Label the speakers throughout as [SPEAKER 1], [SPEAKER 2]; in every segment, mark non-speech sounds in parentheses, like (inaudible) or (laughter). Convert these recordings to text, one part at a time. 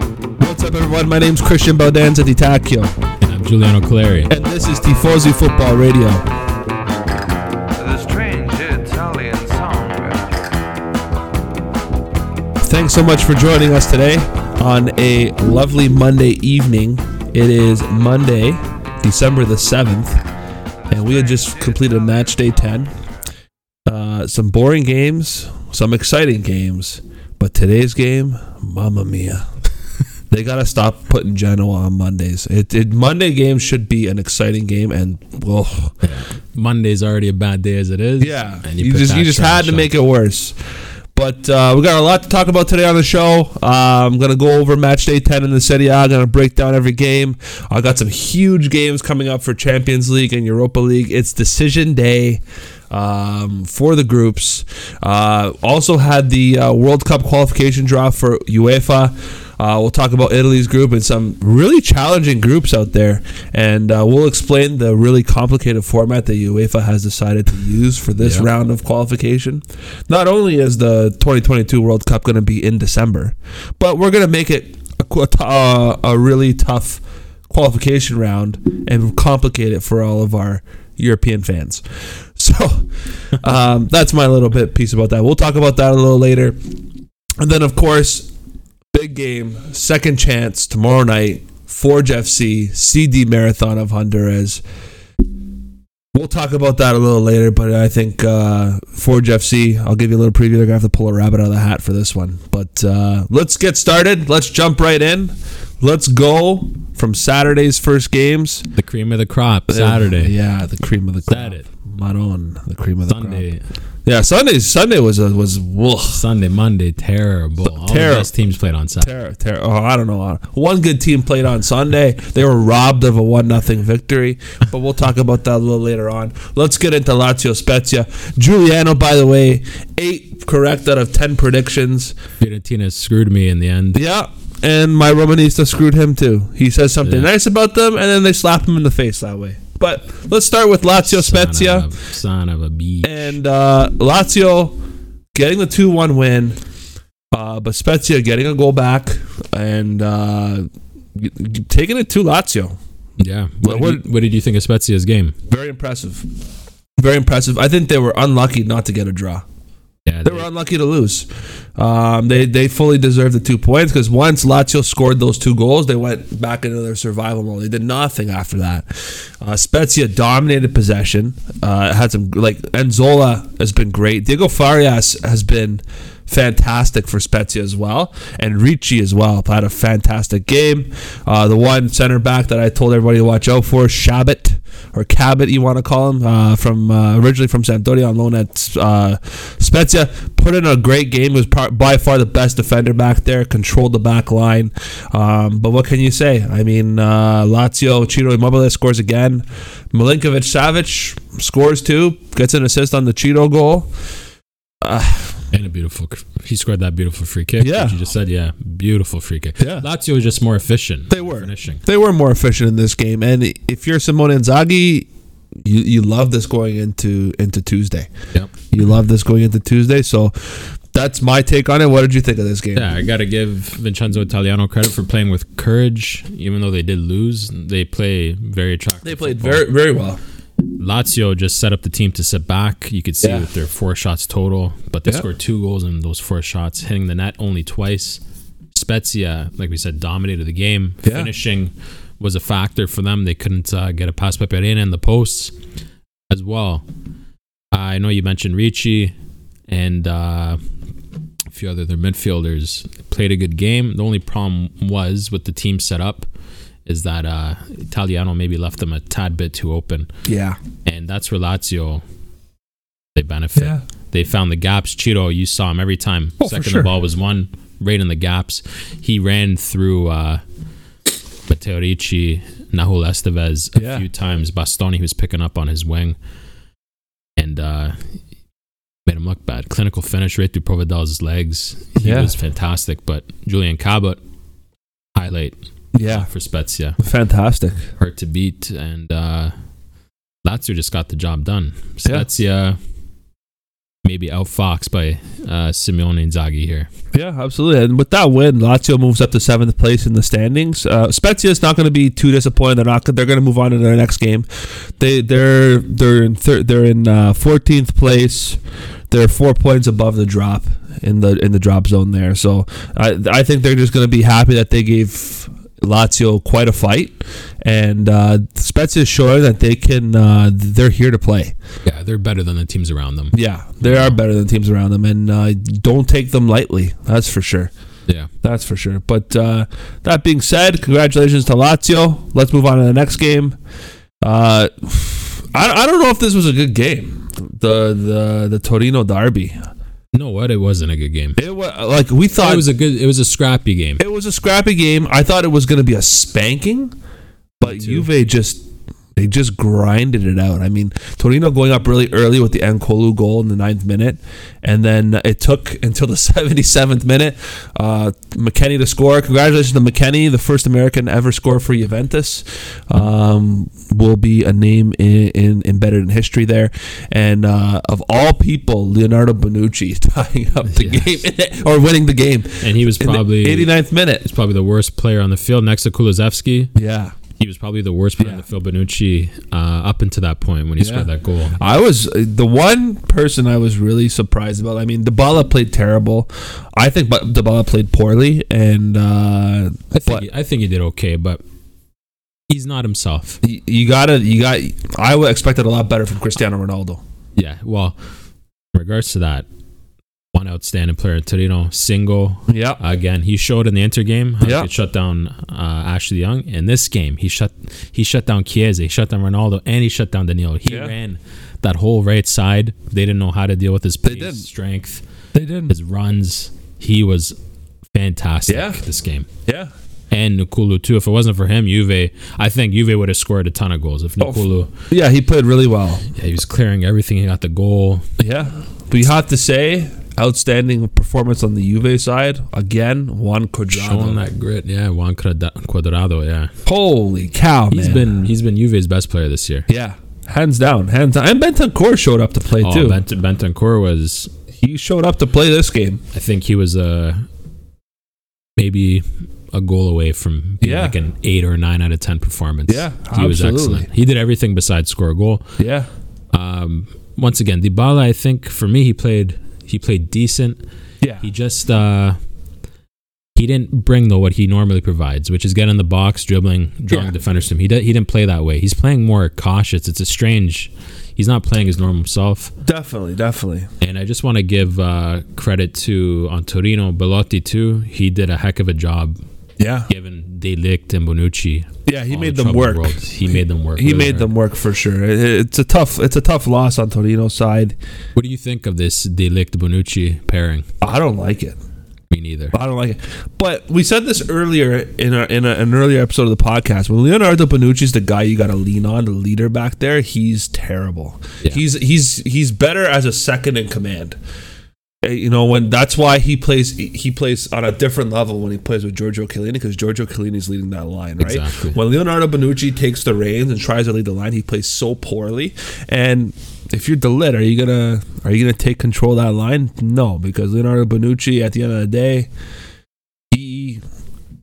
[SPEAKER 1] up, everyone? My name's Christian Baldanza Di Tacchio,
[SPEAKER 2] And I'm Giuliano Clary.
[SPEAKER 1] and this is Tifosi Football Radio.
[SPEAKER 3] The strange Italian song.
[SPEAKER 1] Thanks so much for joining us today on a lovely Monday evening. It is Monday, December the 7th, and we had just completed match day 10. Uh, some boring games, some exciting games, but today's game, mamma mia. (laughs) They gotta stop putting Genoa on Mondays. It, it Monday game should be an exciting game, and oh, well,
[SPEAKER 2] Monday's already a bad day as it is.
[SPEAKER 1] yeah,
[SPEAKER 2] And
[SPEAKER 1] you,
[SPEAKER 2] put
[SPEAKER 1] just
[SPEAKER 2] that
[SPEAKER 1] you just
[SPEAKER 2] trash
[SPEAKER 1] had to
[SPEAKER 2] up.
[SPEAKER 1] make it worse. But uh, we got a lot to talk about today on the show. Uh, I'm gonna go over match day ten in the Serie A. I'm gonna break down every game. I got some huge games coming up for Champions League and Europa League. It's decision day um, for the groups. Uh, also had the uh, World Cup qualification draw for UEFA. Uh, we'll talk about Italy's group and some really challenging groups out there, and uh, we'll explain the really complicated format that UEFA has decided to use for this
[SPEAKER 2] Yeah.
[SPEAKER 1] round of qualification. Not only is the 2022 World Cup going to be in December, but we're going to make it a, qu- uh, a really tough qualification round and complicate it for all of our European fans. (laughs) So um, that's my little bit piece about that. We'll talk about that a little later. And then, of course, big game, second chance tomorrow night. Forge FC, CD Marathon of Honduras. We'll talk about that a little later, but I think uh, Forge FC, I'll give you a little preview. They're going to have to pull a rabbit out of the hat for this one. But uh, let's get started. Let's jump right in. Let's go from Saturday's first games.
[SPEAKER 2] The cream of the crop, Saturday.
[SPEAKER 1] Yeah, the cream of the crop.
[SPEAKER 2] Saturday.
[SPEAKER 1] Maron, the cream of the crop.
[SPEAKER 2] Sunday,
[SPEAKER 1] Yeah, Sunday. Sunday was a, was ugh,
[SPEAKER 2] Sunday, Monday, terrible. All
[SPEAKER 1] Terrible.
[SPEAKER 2] the best teams played on
[SPEAKER 1] terror,
[SPEAKER 2] Saturday.
[SPEAKER 1] terror. Oh, I don't know. One good team played on Sunday. They were robbed of a one nothing victory, but we'll talk about that a little later on. Let's get into Lazio Spezia. Giuliano, by the way, eight correct out of ten predictions.
[SPEAKER 2] Fiorentina screwed me in the end.
[SPEAKER 1] Yeah, and my Romanista screwed him too. He says something
[SPEAKER 2] Yeah.
[SPEAKER 1] nice about them, and then they slap him in the face that way. But let's start with Lazio Spezia.
[SPEAKER 2] Son of a, son of a bee.
[SPEAKER 1] and uh, Lazio getting the two one win, uh, but Spezia getting a goal back and uh, y- y- taking it to Lazio.
[SPEAKER 2] Yeah. What,
[SPEAKER 1] What-
[SPEAKER 2] did you, what did you think of Spezia's game?
[SPEAKER 1] Very impressive. Very impressive. I think they were unlucky not to get a draw.
[SPEAKER 2] Yeah.
[SPEAKER 1] They were unlucky to lose. Um, they they fully deserved the two points because once Lazio scored those two goals, they went back into their survival mode. They did nothing after that. Uh, Spezia dominated possession. Uh, had some like Enzola has been great. Diego Farias has been fantastic for Spezia as well, and Ricci as well had a fantastic game. Uh, the one center back that I told everybody to watch out for, Shabbat or Cabot, you want to call him, uh, from uh, originally from Sampdoria on loan at uh, Spezia, put in a great game. Was par- by far the best defender back there. Controlled the back line. Um, but what can you say? I mean, uh, Lazio Ciro Immobile scores again. Milinkovic Savic scores too. Gets an assist on the Ciro goal.
[SPEAKER 2] And a beautiful. He scored that beautiful free kick.
[SPEAKER 1] Yeah.
[SPEAKER 2] which You just said, yeah. Beautiful free kick.
[SPEAKER 1] Yeah.
[SPEAKER 2] Lazio was just more efficient.
[SPEAKER 1] They were.
[SPEAKER 2] Finishing.
[SPEAKER 1] They were more efficient in this game, and if you're Simone Inzaghi, you you love this going into into Tuesday.
[SPEAKER 2] Yep.
[SPEAKER 1] You love this going into Tuesday. So. That's my take on it. What did you think of this game?
[SPEAKER 2] Yeah, I gotta give Vincenzo Italiano credit for playing with courage, even though they did lose. They play very attractive.
[SPEAKER 1] They played
[SPEAKER 2] football.
[SPEAKER 1] very very well.
[SPEAKER 2] Lazio just set up the team to sit back. You could see
[SPEAKER 1] Yeah.
[SPEAKER 2] with their four shots total, but they
[SPEAKER 1] Yeah.
[SPEAKER 2] scored two goals in those four shots, hitting the net only twice. Spezia, like we said, dominated the game.
[SPEAKER 1] Yeah.
[SPEAKER 2] Finishing was a factor for them. They couldn't uh, get a past Peperina in the posts as well. I know you mentioned Ricci and uh, a few other their midfielders played a good game. The only problem was with the team set up is that uh, Italiano maybe left them a tad bit too open
[SPEAKER 1] Yeah.
[SPEAKER 2] and that's where Lazio they benefit.
[SPEAKER 1] Yeah.
[SPEAKER 2] They found the gaps. Chiro, you saw him every time.
[SPEAKER 1] Oh, for
[SPEAKER 2] Second
[SPEAKER 1] sure.
[SPEAKER 2] the ball was one, right in the gaps. He ran through uh Matteo Ricci, Nahul Estevez a
[SPEAKER 1] Yeah.
[SPEAKER 2] few times. Bastoni was picking up on his wing. And uh made him look bad. Clinical finish right through Providal's legs. He
[SPEAKER 1] Yeah.
[SPEAKER 2] was fantastic. But Julian Cabot highlight
[SPEAKER 1] Yeah.
[SPEAKER 2] for Spezia
[SPEAKER 1] Fantastic.
[SPEAKER 2] hard to beat, and uh, Lazio just got the job done. Spezia maybe outfoxed by uh, Simeone Inzaghi here.
[SPEAKER 1] Yeah, absolutely. And with that win, Lazio moves up to seventh place in the standings. Uh, Spezia is not going to be too disappointed. They're not. They're going to move on to their next game. They they're they're in thir- they're in uh, fourteenth place. They're four points above the drop in the in the drop zone there. So I I think they're just going to be happy that they gave Lazio quite a fight, and uh, Spezia is showing that they can. Uh, they're here to play.
[SPEAKER 2] Yeah, they're better than the teams around them.
[SPEAKER 1] Yeah, they are better than teams around them, and uh, don't take them lightly. That's for sure.
[SPEAKER 2] Yeah.
[SPEAKER 1] That's for sure. But uh, that being said, congratulations to Lazio. Let's move on to the next game. Uh, I, I don't know if this was a good game. The the the Torino derby.
[SPEAKER 2] No, what? It wasn't a good game.
[SPEAKER 1] It was like we thought
[SPEAKER 2] It was a good. It was a scrappy game.
[SPEAKER 1] a scrappy game. I thought it was going to be a spanking, but
[SPEAKER 2] too.
[SPEAKER 1] Juve just they just grinded it out. I mean, Torino going up really early with the Ancolu goal in the ninth minute, and then it took (laughs) until the seventy seventh minute uh, McKenny to score. Congratulations to McKenny, the first American to ever score for Juventus. Um, will be a name in, in embedded in history there, and uh, of all people, Leonardo Bonucci (laughs) tying up the
[SPEAKER 2] Yes.
[SPEAKER 1] game (laughs) or winning the game
[SPEAKER 2] And he was
[SPEAKER 1] in the
[SPEAKER 2] probably
[SPEAKER 1] 89th minute.
[SPEAKER 2] He's probably the worst player on the field next to Kulozevsky.
[SPEAKER 1] Yeah.
[SPEAKER 2] He was probably the worst player on the field. Benucci uh, up until that point when he scored that goal.
[SPEAKER 1] I was uh, the one person I was really surprised about. I mean, Dybala played terrible. I think but Dybala played poorly, and uh,
[SPEAKER 2] I think
[SPEAKER 1] but
[SPEAKER 2] he, I think he did okay, but he's not himself.
[SPEAKER 1] y- you gotta, you got. I would expected a lot better from Cristiano Ronaldo.
[SPEAKER 2] Yeah. Well, in regards to that, one outstanding player in Torino, single.
[SPEAKER 1] Yeah,
[SPEAKER 2] Again, he showed in the Inter game how
[SPEAKER 1] Yeah.
[SPEAKER 2] he could shut down uh, Ashley Young. In this game, he shut he shut down Chiesa, he shut down Ronaldo, and he shut down Danilo. He
[SPEAKER 1] Yeah.
[SPEAKER 2] ran that whole right side. They didn't know how to deal with his pace,
[SPEAKER 1] didn't.
[SPEAKER 2] strength,
[SPEAKER 1] they didn't.
[SPEAKER 2] his runs. He was fantastic
[SPEAKER 1] Yeah.
[SPEAKER 2] this game.
[SPEAKER 1] Yeah,
[SPEAKER 2] And Nkulu too. If it wasn't for him, Juve, I think Juve would have scored a ton of goals. If
[SPEAKER 1] Oh, f-
[SPEAKER 2] Nkulu,
[SPEAKER 1] yeah, he played really well.
[SPEAKER 2] yeah, he was clearing everything. He got the goal.
[SPEAKER 1] Yeah, we have to say, outstanding performance on the Juve side again. Juan
[SPEAKER 2] showing
[SPEAKER 1] Cuadrado.
[SPEAKER 2] that grit. Yeah, Juan Cuadra- Cuadrado. Yeah,
[SPEAKER 1] Holy cow,
[SPEAKER 2] he's
[SPEAKER 1] man!
[SPEAKER 2] been he's been Juve's best player this year.
[SPEAKER 1] yeah, hands down, hands down. And Bentancur showed up to play
[SPEAKER 2] Oh,
[SPEAKER 1] too.
[SPEAKER 2] Bent- Bentancur was.
[SPEAKER 1] he showed up to play this game.
[SPEAKER 2] I think he was uh, maybe a goal away from being
[SPEAKER 1] Yeah.
[SPEAKER 2] like an eight or nine out of ten performance.
[SPEAKER 1] Yeah,
[SPEAKER 2] he was
[SPEAKER 1] absolutely.
[SPEAKER 2] excellent. He did everything besides score a goal.
[SPEAKER 1] Yeah.
[SPEAKER 2] Um, once again, Dybala. I think for me, he played he played decent.
[SPEAKER 1] Yeah.
[SPEAKER 2] He just uh, he didn't bring though what he normally provides, which is get in the box, dribbling, drawing
[SPEAKER 1] Yeah.
[SPEAKER 2] defenders to him. He did, he didn't play that way. He's playing more cautious. It's a strange. He's not playing his normal self.
[SPEAKER 1] Definitely, definitely.
[SPEAKER 2] And I just want to give uh, credit to on Torino Belotti too. He did a heck of a job
[SPEAKER 1] Yeah.
[SPEAKER 2] given De Ligt and Bonucci.
[SPEAKER 1] Yeah, he
[SPEAKER 2] all
[SPEAKER 1] made
[SPEAKER 2] the
[SPEAKER 1] them
[SPEAKER 2] trouble in
[SPEAKER 1] work.
[SPEAKER 2] the world. He made them work.
[SPEAKER 1] He
[SPEAKER 2] really
[SPEAKER 1] made
[SPEAKER 2] hard.
[SPEAKER 1] them work for sure. It- It's a tough it's a tough loss on Torino's side.
[SPEAKER 2] What do you think of this De Ligt Bonucci pairing?
[SPEAKER 1] I don't like it.
[SPEAKER 2] Me neither.
[SPEAKER 1] I don't like it. But we said this earlier in our, in a, an earlier episode of the podcast. When Leonardo Bonucci's the guy you got to lean on, the leader back there, he's terrible.
[SPEAKER 2] Yeah.
[SPEAKER 1] He's he's he's better as a second in command. Uh, You know when that's why he plays he plays on a different level when he plays with Giorgio Chiellini because Giorgio Chiellini's leading that line, right?
[SPEAKER 2] Exactly.
[SPEAKER 1] When Leonardo Bonucci takes the reins and tries to lead the line, he plays so poorly. And if you're Delit, are you gonna are you gonna take control of that line? No, because Leonardo Bonucci at the end of the day, he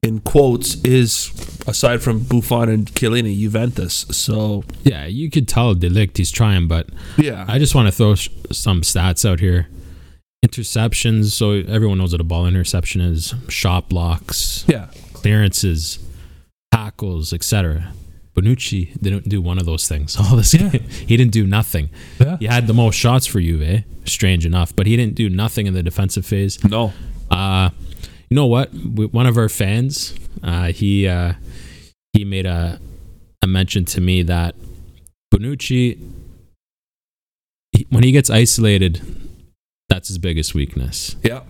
[SPEAKER 1] in quotes is aside from Buffon and Chiellini, Juventus. So
[SPEAKER 2] Yeah, you could tell De Ligt he's trying, but
[SPEAKER 1] yeah,
[SPEAKER 2] I just want to throw sh- some stats out here. Interceptions. So everyone knows what a ball interception is. Shot blocks,
[SPEAKER 1] yeah,
[SPEAKER 2] clearances, tackles, etc. Bonucci didn't do one of those things. All this
[SPEAKER 1] Yeah.
[SPEAKER 2] game. he didn't do nothing.
[SPEAKER 1] yeah,
[SPEAKER 2] He had the most shots for Juve, strange enough, but he didn't do nothing in the defensive phase.
[SPEAKER 1] no,
[SPEAKER 2] Uh, you know what? We, one of our fans, uh, he uh, he made a a mention to me that Bonucci, he, when he gets isolated, that's his biggest weakness.
[SPEAKER 1] yeah,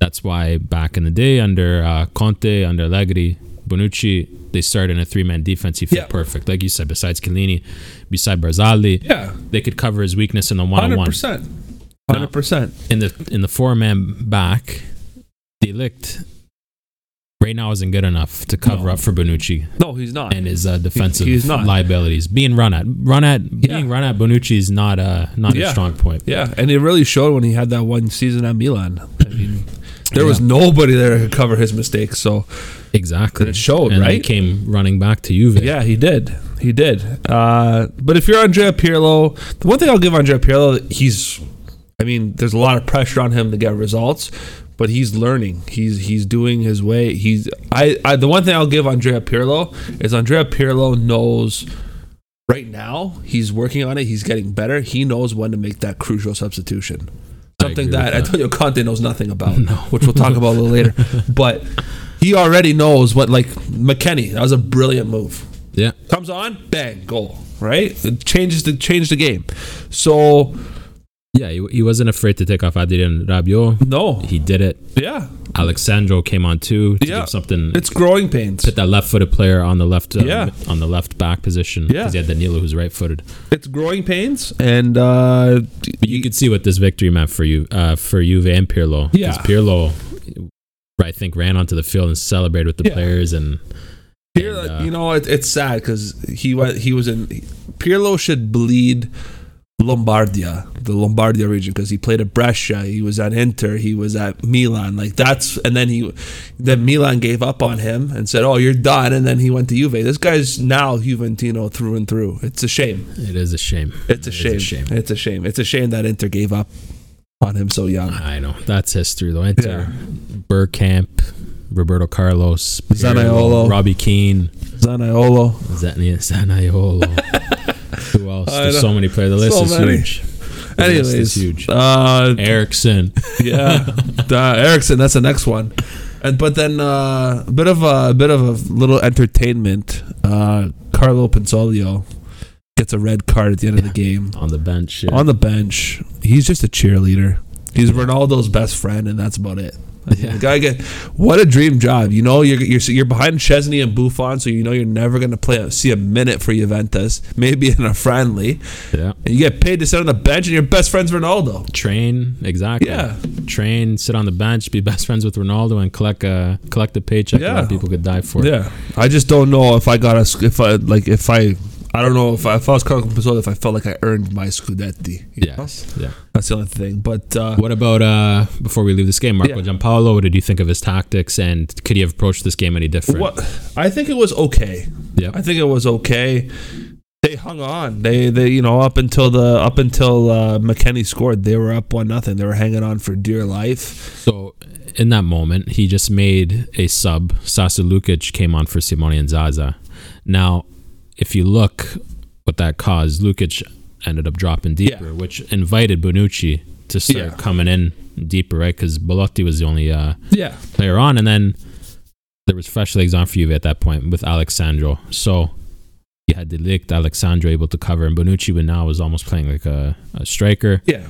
[SPEAKER 2] That's why back in the day under uh, Conte, under Allegri, Bonucci, they started in a three man defense. He fit
[SPEAKER 1] Yeah.
[SPEAKER 2] perfect, like you said. Besides Chiellini, beside Barzali,
[SPEAKER 1] yeah,
[SPEAKER 2] they could cover his weakness in the one on
[SPEAKER 1] hundred
[SPEAKER 2] one
[SPEAKER 1] percent, hundred percent.
[SPEAKER 2] in the in the four man back, De Ligt right now isn't good enough to cover
[SPEAKER 1] No.
[SPEAKER 2] up for Bonucci
[SPEAKER 1] No, he's not.
[SPEAKER 2] and his uh, defensive
[SPEAKER 1] he's not.
[SPEAKER 2] liabilities. Being run at, run at, being
[SPEAKER 1] Yeah.
[SPEAKER 2] run at Bonucci is not uh, not
[SPEAKER 1] Yeah.
[SPEAKER 2] a strong point.
[SPEAKER 1] yeah, and it really showed when he had that one season at Milan. I mean, there was nobody there to cover his mistakes. So
[SPEAKER 2] Exactly,
[SPEAKER 1] And it showed,
[SPEAKER 2] and He
[SPEAKER 1] right?
[SPEAKER 2] came running back to Juve.
[SPEAKER 1] yeah, he did. He did. Uh, but if you're Andrea Pirlo, the one thing I'll give Andrea Pirlo, he's, I mean, there's a lot of pressure on him to get results, but he's learning. He's he's doing his way. He's I, I the one thing I'll give Andrea Pirlo is Andrea Pirlo knows right now he's working on it. He's getting better. He knows when to make that crucial substitution.
[SPEAKER 2] I
[SPEAKER 1] Something
[SPEAKER 2] agree with
[SPEAKER 1] that
[SPEAKER 2] that.
[SPEAKER 1] Antonio Conte knows nothing
[SPEAKER 2] (laughs)
[SPEAKER 1] about, which we'll talk about a little later. But he already knows what, like McKenny, that was a brilliant move
[SPEAKER 2] yeah.
[SPEAKER 1] comes on, bang, goal. Right? It changes the change the game. So
[SPEAKER 2] Yeah, he, he wasn't afraid to take off Adrian Rabiot.
[SPEAKER 1] no,
[SPEAKER 2] He did it.
[SPEAKER 1] yeah,
[SPEAKER 2] Alexandro came on too to
[SPEAKER 1] Yeah.
[SPEAKER 2] give something.
[SPEAKER 1] it's growing pains.
[SPEAKER 2] put that left-footed player on the left uh,
[SPEAKER 1] Yeah.
[SPEAKER 2] on the left back position
[SPEAKER 1] Yeah.
[SPEAKER 2] because he had Danilo who's right-footed.
[SPEAKER 1] It's growing pains, and uh,
[SPEAKER 2] But you could see what this victory meant for you uh, for Juve and Pirlo. 'Cause
[SPEAKER 1] Yeah.
[SPEAKER 2] Pirlo I think ran onto the field and celebrated with the
[SPEAKER 1] Yeah.
[SPEAKER 2] players and
[SPEAKER 1] Here,
[SPEAKER 2] And, uh,
[SPEAKER 1] you know, it, it's sad because he was he was in Pirlo should bleed Lombardia, the Lombardia region, because he played at Brescia, he was at Inter, he was at Milan, like that's, and then he, then Milan gave up on him and said, "Oh, you're done," and then he went to Juve. This guy's now Juventino through and through. It's a shame.
[SPEAKER 2] it is a shame.
[SPEAKER 1] It's a
[SPEAKER 2] It is
[SPEAKER 1] shame. It's a shame. It's a shame that Inter gave up on him so young.
[SPEAKER 2] I know. That's history though. Enter Burkamp, Roberto Carlos,
[SPEAKER 1] Zaniolo.
[SPEAKER 2] Robbie Keane,
[SPEAKER 1] Zaniolo. (laughs)
[SPEAKER 2] Zani- Zaniolo. Who else?
[SPEAKER 1] I
[SPEAKER 2] There's
[SPEAKER 1] know.
[SPEAKER 2] so many players. The list
[SPEAKER 1] So
[SPEAKER 2] is
[SPEAKER 1] many.
[SPEAKER 2] huge. The list is
[SPEAKER 1] Anyways,
[SPEAKER 2] huge. (laughs)
[SPEAKER 1] uh,
[SPEAKER 2] Erickson.
[SPEAKER 1] yeah, uh, Erickson. That's the next one. And but then uh, a bit of a, bit of a little entertainment. Uh, Carlo Pinsolio gets a red card at the end of the game
[SPEAKER 2] on the bench. yeah.
[SPEAKER 1] on the bench. He's just a cheerleader. He's Ronaldo's best friend, and that's about it. I mean,
[SPEAKER 2] Yeah.
[SPEAKER 1] The guy get what a dream job. You know you're you're, you're behind Chesney and Buffon, so you know you're never gonna play see a minute for Juventus, maybe in a friendly.
[SPEAKER 2] yeah.
[SPEAKER 1] And you get paid to sit on the bench, and your best friend's Ronaldo.
[SPEAKER 2] Train exactly.
[SPEAKER 1] Yeah.
[SPEAKER 2] Train, sit on the bench, be best friends with Ronaldo, and collect a collect a paycheck
[SPEAKER 1] Yeah.
[SPEAKER 2] that people could die for.
[SPEAKER 1] Yeah, I just don't know if I got a sc- if I like if I. I don't know if I, if I was Carlo Pizzola, if I felt like I earned my Scudetti. you know?
[SPEAKER 2] Yes. Yeah.
[SPEAKER 1] That's the only thing. But uh,
[SPEAKER 2] What about uh before we leave this game, Marco
[SPEAKER 1] Yeah.
[SPEAKER 2] Giampaolo? What did you think of his tactics, and could he have approached this game any different?
[SPEAKER 1] What I think it was okay.
[SPEAKER 2] Yeah.
[SPEAKER 1] I think it was okay. They hung on. They they you know up until the up until uh, McKenny scored, they were up one nothing. They were hanging on for dear life.
[SPEAKER 2] So in that moment, he just made a sub. Sasa Lukic came on for Simone and Zaza. Now, if you look what that caused, Lukic ended up dropping deeper,
[SPEAKER 1] Yeah.
[SPEAKER 2] which invited Bonucci to start
[SPEAKER 1] Yeah.
[SPEAKER 2] coming in deeper, right? Because Belotti was the only uh,
[SPEAKER 1] Yeah,
[SPEAKER 2] player on, and then there was fresh legs on for Juve at that point with Alexandro. So you had Delict, Alexandro able to cover, and Bonucci, but now was almost playing like a, a striker.
[SPEAKER 1] yeah.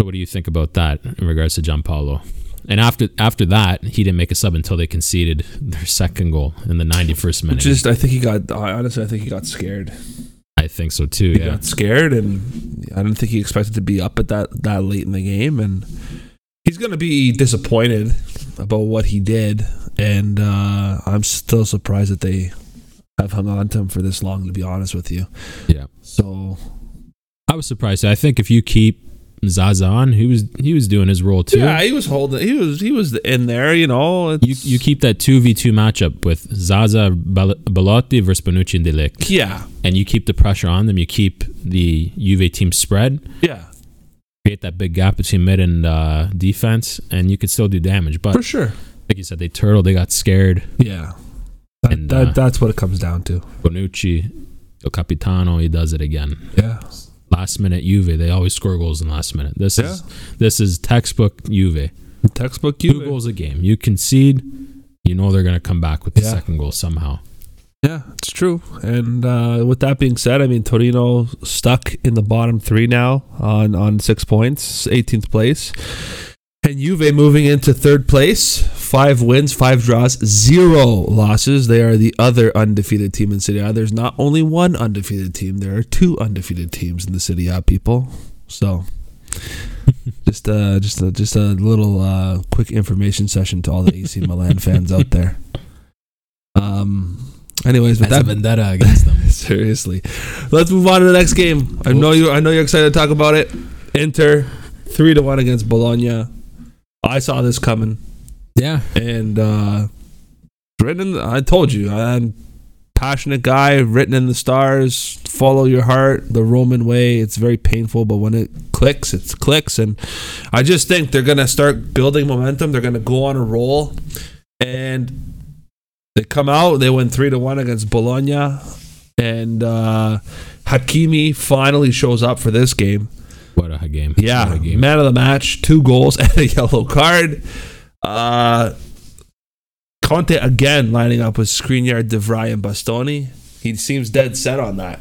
[SPEAKER 2] So what do you think about that in regards to Gianpaolo? And after after that, he didn't make a sub until they conceded their second goal in the 91st minute.
[SPEAKER 1] Just I think he got honestly. I think he got scared.
[SPEAKER 2] I think so too.
[SPEAKER 1] He
[SPEAKER 2] Yeah,
[SPEAKER 1] got scared, and I don't think he expected to be up at that that late in the game. And he's gonna be disappointed about what he did. And uh, I'm still surprised that they have hung on to him for this long. To be honest with you,
[SPEAKER 2] yeah.
[SPEAKER 1] so
[SPEAKER 2] I was surprised. I think if you keep Zaza on, he was he was doing his role too.
[SPEAKER 1] Yeah, he was holding. He was he was in there. You know,
[SPEAKER 2] You
[SPEAKER 1] it's-
[SPEAKER 2] you keep that two v two matchup with Zaza, Bal- Belotti versus Bonucci and Delict.
[SPEAKER 1] yeah,
[SPEAKER 2] and you keep the pressure on them, you keep the Juve team spread,
[SPEAKER 1] yeah,
[SPEAKER 2] create that big gap between mid and uh, defense, and you could still do damage. But
[SPEAKER 1] for sure.
[SPEAKER 2] like you said, they turtled, they got scared.
[SPEAKER 1] Yeah, that,
[SPEAKER 2] And,
[SPEAKER 1] that
[SPEAKER 2] uh,
[SPEAKER 1] that's what it comes down to.
[SPEAKER 2] Bonucci, El Capitano, he does it again.
[SPEAKER 1] Yeah,
[SPEAKER 2] Last minute Juve, they always score goals in the last minute. This is
[SPEAKER 1] Yeah.
[SPEAKER 2] this is textbook Juve.
[SPEAKER 1] textbook
[SPEAKER 2] Two
[SPEAKER 1] you.
[SPEAKER 2] goals a game. You concede, you know they're gonna come back with the
[SPEAKER 1] Yeah.
[SPEAKER 2] second goal somehow.
[SPEAKER 1] Yeah, it's true. And uh, with that being said, I mean Torino stuck in the bottom three now on on six points, 18th place, and Juve moving into third place, five wins, five draws, zero losses. They are the other undefeated team in Serie A. There's not only one undefeated team; there are two undefeated teams in the Serie A. People, so (laughs) Just uh, just a, just a little uh, quick information session to all the AC Milan fans out there. Um. Anyways, but
[SPEAKER 2] That's a
[SPEAKER 1] that (laughs)
[SPEAKER 2] vendetta against them.
[SPEAKER 1] seriously, let's move on to the next game. I know you. I know you're excited to talk about it. Inter three to one against Bologna. I saw this coming,
[SPEAKER 2] yeah,
[SPEAKER 1] and uh, written. In, I told you, I'm passionate guy. Written in the stars. Follow your heart, the Roman way. It's very painful, but when it clicks, it clicks. And I just think they're gonna start building momentum. They're gonna go on a roll, and they come out. They win three to one against Bologna, and uh, Hakimi finally shows up for this game.
[SPEAKER 2] what a game.
[SPEAKER 1] Yeah,
[SPEAKER 2] what a game.
[SPEAKER 1] man of the match, two goals (laughs) and a yellow card. Uh, Conte again lining up with Skriniar, De Vrij, and Bastoni. He seems dead set on that.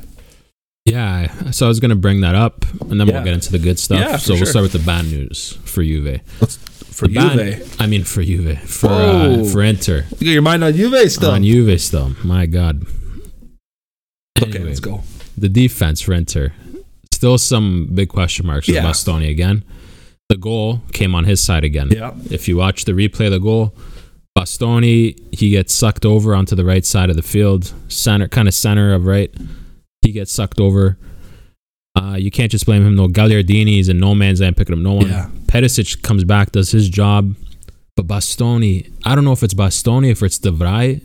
[SPEAKER 2] Yeah, so I was gonna bring that up, and then
[SPEAKER 1] Yeah.
[SPEAKER 2] we'll get into the good stuff.
[SPEAKER 1] Yeah, for
[SPEAKER 2] so we'll
[SPEAKER 1] sure.
[SPEAKER 2] start with the bad news for Juve.
[SPEAKER 1] For
[SPEAKER 2] the bad,
[SPEAKER 1] Juve,
[SPEAKER 2] I mean for Juve, for
[SPEAKER 1] Oh.
[SPEAKER 2] uh, for Inter,
[SPEAKER 1] you got your mind on Juve still.
[SPEAKER 2] on Juve still. My God.
[SPEAKER 1] okay,
[SPEAKER 2] Anyway,
[SPEAKER 1] let's go.
[SPEAKER 2] The defense for Inter, still some big question marks with
[SPEAKER 1] Yeah.
[SPEAKER 2] Bastoni again. The goal came on his side again.
[SPEAKER 1] Yeah,
[SPEAKER 2] If you watch the replay of the goal, Bastoni he gets sucked over onto the right side of the field, center kind of center of right. He gets sucked over. Uh, you can't just blame him. No, Gagliardini is in no man's land picking up no one.
[SPEAKER 1] Yeah.
[SPEAKER 2] Perisic comes back, does his job, but Bastoni, I don't know if it's Bastoni if it's De Vrij,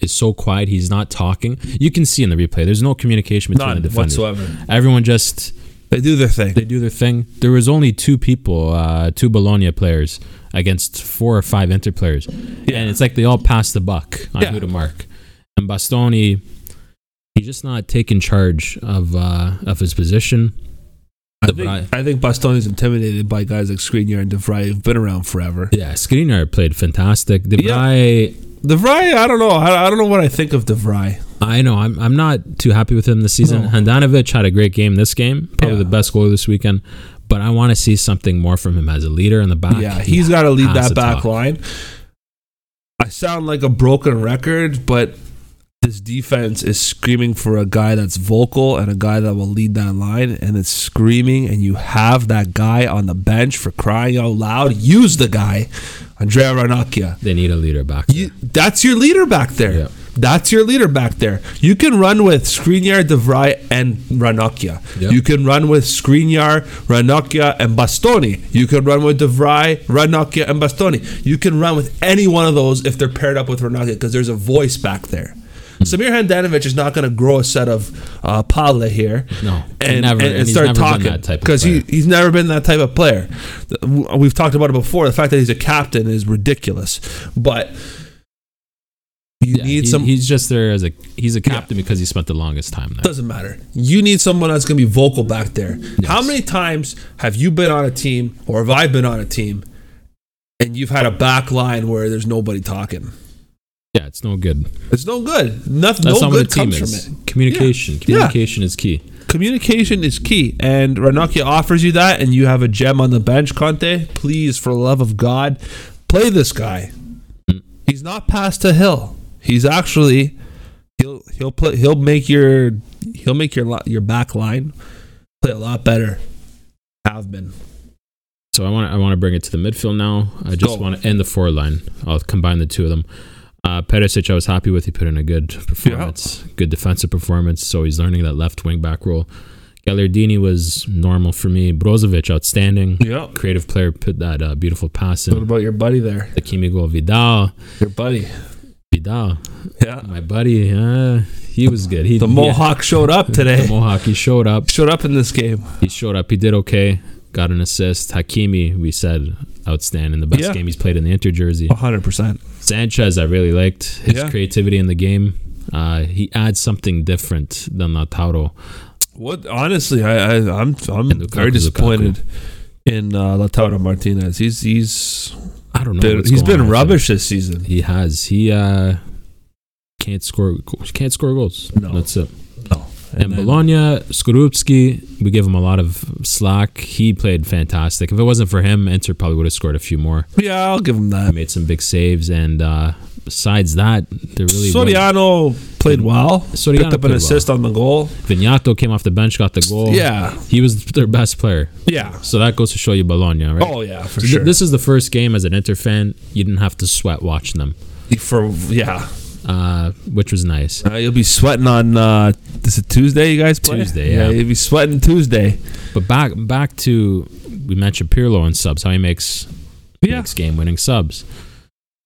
[SPEAKER 2] is so quiet. He's not talking. You can see in the replay. There's no communication between
[SPEAKER 1] none
[SPEAKER 2] the defenders.
[SPEAKER 1] whatsoever.
[SPEAKER 2] Everyone just
[SPEAKER 1] They do their thing.
[SPEAKER 2] they do their thing. There was only two people, uh, two Bologna players against four or five Inter players, and it's like they all passed the buck on
[SPEAKER 1] Yeah.
[SPEAKER 2] who to mark. And Bastoni, he's just not taking charge of uh, of his position.
[SPEAKER 1] I
[SPEAKER 2] The
[SPEAKER 1] think,
[SPEAKER 2] Vrij-
[SPEAKER 1] I think Bastoni's intimidated by guys like Skriniar and De Vrij who've been around forever.
[SPEAKER 2] yeah, Skriniar played fantastic. De
[SPEAKER 1] Yeah.
[SPEAKER 2] Vrij,
[SPEAKER 1] De Vrij, I don't know. I, I don't know what I think of De Vrij.
[SPEAKER 2] I know I'm I'm not too happy with him this season.
[SPEAKER 1] No.
[SPEAKER 2] Handanovic had a great game this game, probably
[SPEAKER 1] Yeah.
[SPEAKER 2] the best goal this weekend. But I want to see something more from him as a leader in the back.
[SPEAKER 1] Yeah,
[SPEAKER 2] He
[SPEAKER 1] he's got to lead
[SPEAKER 2] has
[SPEAKER 1] that
[SPEAKER 2] to
[SPEAKER 1] back
[SPEAKER 2] talk.
[SPEAKER 1] line. I sound like a broken record, but this defense is screaming for a guy that's vocal and a guy that will lead that line, and it's screaming. And you have that guy on the bench for crying out loud. Use the guy, Andrea Ranocchia.
[SPEAKER 2] They need a leader back.
[SPEAKER 1] You, that's your leader back there.
[SPEAKER 2] Yeah.
[SPEAKER 1] That's your leader back there. You can run with Skriniar, Devry, and Ranocchia.
[SPEAKER 2] Yeah.
[SPEAKER 1] You can run with Skriniar, Ranocchia, and Bastoni. You can run with Devry, Ranocchia, and Bastoni. You can run with any one of those if they're paired up with Ranocchia because there's a voice back there.
[SPEAKER 2] Hmm.
[SPEAKER 1] Samir Handanovic is not going to grow a set of uh, Pale here
[SPEAKER 2] No,
[SPEAKER 1] and,
[SPEAKER 2] never-
[SPEAKER 1] and, and
[SPEAKER 2] and he's
[SPEAKER 1] start
[SPEAKER 2] never been
[SPEAKER 1] talking
[SPEAKER 2] that type of
[SPEAKER 1] because he,
[SPEAKER 2] player.
[SPEAKER 1] he's never been that type of player. The- w- We've talked about it before. The fact that he's a captain is ridiculous, but you
[SPEAKER 2] Yeah,
[SPEAKER 1] need
[SPEAKER 2] he-
[SPEAKER 1] some.
[SPEAKER 2] He's just there as a he's a captain because he spent the longest time there.
[SPEAKER 1] doesn't matter. You need someone that's going to be vocal back there. How many times have you been on a team, or have I been on a team, and you've had a back line where there's nobody talking?
[SPEAKER 2] Yeah, it's no good.
[SPEAKER 1] It's no good. Nothing.
[SPEAKER 2] That's
[SPEAKER 1] no
[SPEAKER 2] not what
[SPEAKER 1] good
[SPEAKER 2] a team
[SPEAKER 1] comes
[SPEAKER 2] is.
[SPEAKER 1] from it.
[SPEAKER 2] Communication.
[SPEAKER 1] Yeah.
[SPEAKER 2] Communication is key.
[SPEAKER 1] Communication is key, and Ranocchia offers you that, and you have a gem on the bench, Conte. Please, for the love of God, play this guy. He's not past a hill. He's actually he'll he'll play he'll make your he'll make your lo- your back line play a lot better. Have been
[SPEAKER 2] So I want I want to bring it to the midfield now. I just
[SPEAKER 1] go.
[SPEAKER 2] want to end the four line. I'll combine the two of them. Uh, Perisic, I was happy with. He put in a good performance, good defensive performance. So he's learning that left wing back role. Gallardini was normal for me. Brozovic, outstanding.
[SPEAKER 1] yeah.
[SPEAKER 2] Creative player put that uh, beautiful pass
[SPEAKER 1] What
[SPEAKER 2] in.
[SPEAKER 1] about your buddy there?
[SPEAKER 2] The Kimi goal. Vidal.
[SPEAKER 1] Your buddy,
[SPEAKER 2] Vidal.
[SPEAKER 1] yeah.
[SPEAKER 2] My buddy. Uh, he was good. He
[SPEAKER 1] The
[SPEAKER 2] he-
[SPEAKER 1] Mohawk showed up
[SPEAKER 2] The
[SPEAKER 1] today.
[SPEAKER 2] Mohawk. He showed up.
[SPEAKER 1] Showed up in this game.
[SPEAKER 2] He showed up. He did okay. Got an assist. Hakimi, we said, outstanding. The best
[SPEAKER 1] Yeah.
[SPEAKER 2] game he's played in the Inter jersey.
[SPEAKER 1] hundred percent.
[SPEAKER 2] Sanchez, I really liked his
[SPEAKER 1] Yeah.
[SPEAKER 2] creativity in the game. Uh, he adds something different than Lautaro.
[SPEAKER 1] What honestly, I, I I'm I'm
[SPEAKER 2] Lukaku,
[SPEAKER 1] very disappointed in uh, Lautaro Martinez. He's he's
[SPEAKER 2] I don't know.
[SPEAKER 1] been,
[SPEAKER 2] what's
[SPEAKER 1] he's
[SPEAKER 2] going on
[SPEAKER 1] been
[SPEAKER 2] with him.
[SPEAKER 1] rubbish this season.
[SPEAKER 2] He has. He uh, can't score. Can't score goals.
[SPEAKER 1] No.
[SPEAKER 2] that's it.
[SPEAKER 1] No,
[SPEAKER 2] And Bologna, Skorupski, we give him a lot of slack. He played fantastic. If it wasn't for him, Inter probably would have scored a few more.
[SPEAKER 1] Yeah, I'll give him
[SPEAKER 2] He
[SPEAKER 1] that.
[SPEAKER 2] made some big saves, and uh, besides that, there really was.
[SPEAKER 1] Soriano played well.
[SPEAKER 2] Soriano
[SPEAKER 1] picked up an
[SPEAKER 2] played
[SPEAKER 1] assist on the goal.
[SPEAKER 2] Vignato came off the bench, got the goal.
[SPEAKER 1] Yeah.
[SPEAKER 2] he was their best player.
[SPEAKER 1] Yeah.
[SPEAKER 2] So that goes to show you Bologna, right?
[SPEAKER 1] Oh yeah, for
[SPEAKER 2] Th-
[SPEAKER 1] sure.
[SPEAKER 2] This is the first game as an Inter fan you didn't have to sweat watching them,
[SPEAKER 1] for yeah,
[SPEAKER 2] uh, which was nice.
[SPEAKER 1] Uh, you'll be sweating on uh, this is Tuesday. You guys play
[SPEAKER 2] Tuesday, yeah.
[SPEAKER 1] you'll be sweating Tuesday.
[SPEAKER 2] But back back to we mentioned Pirlo and subs, how he makes
[SPEAKER 1] Yeah.
[SPEAKER 2] makes game winning subs.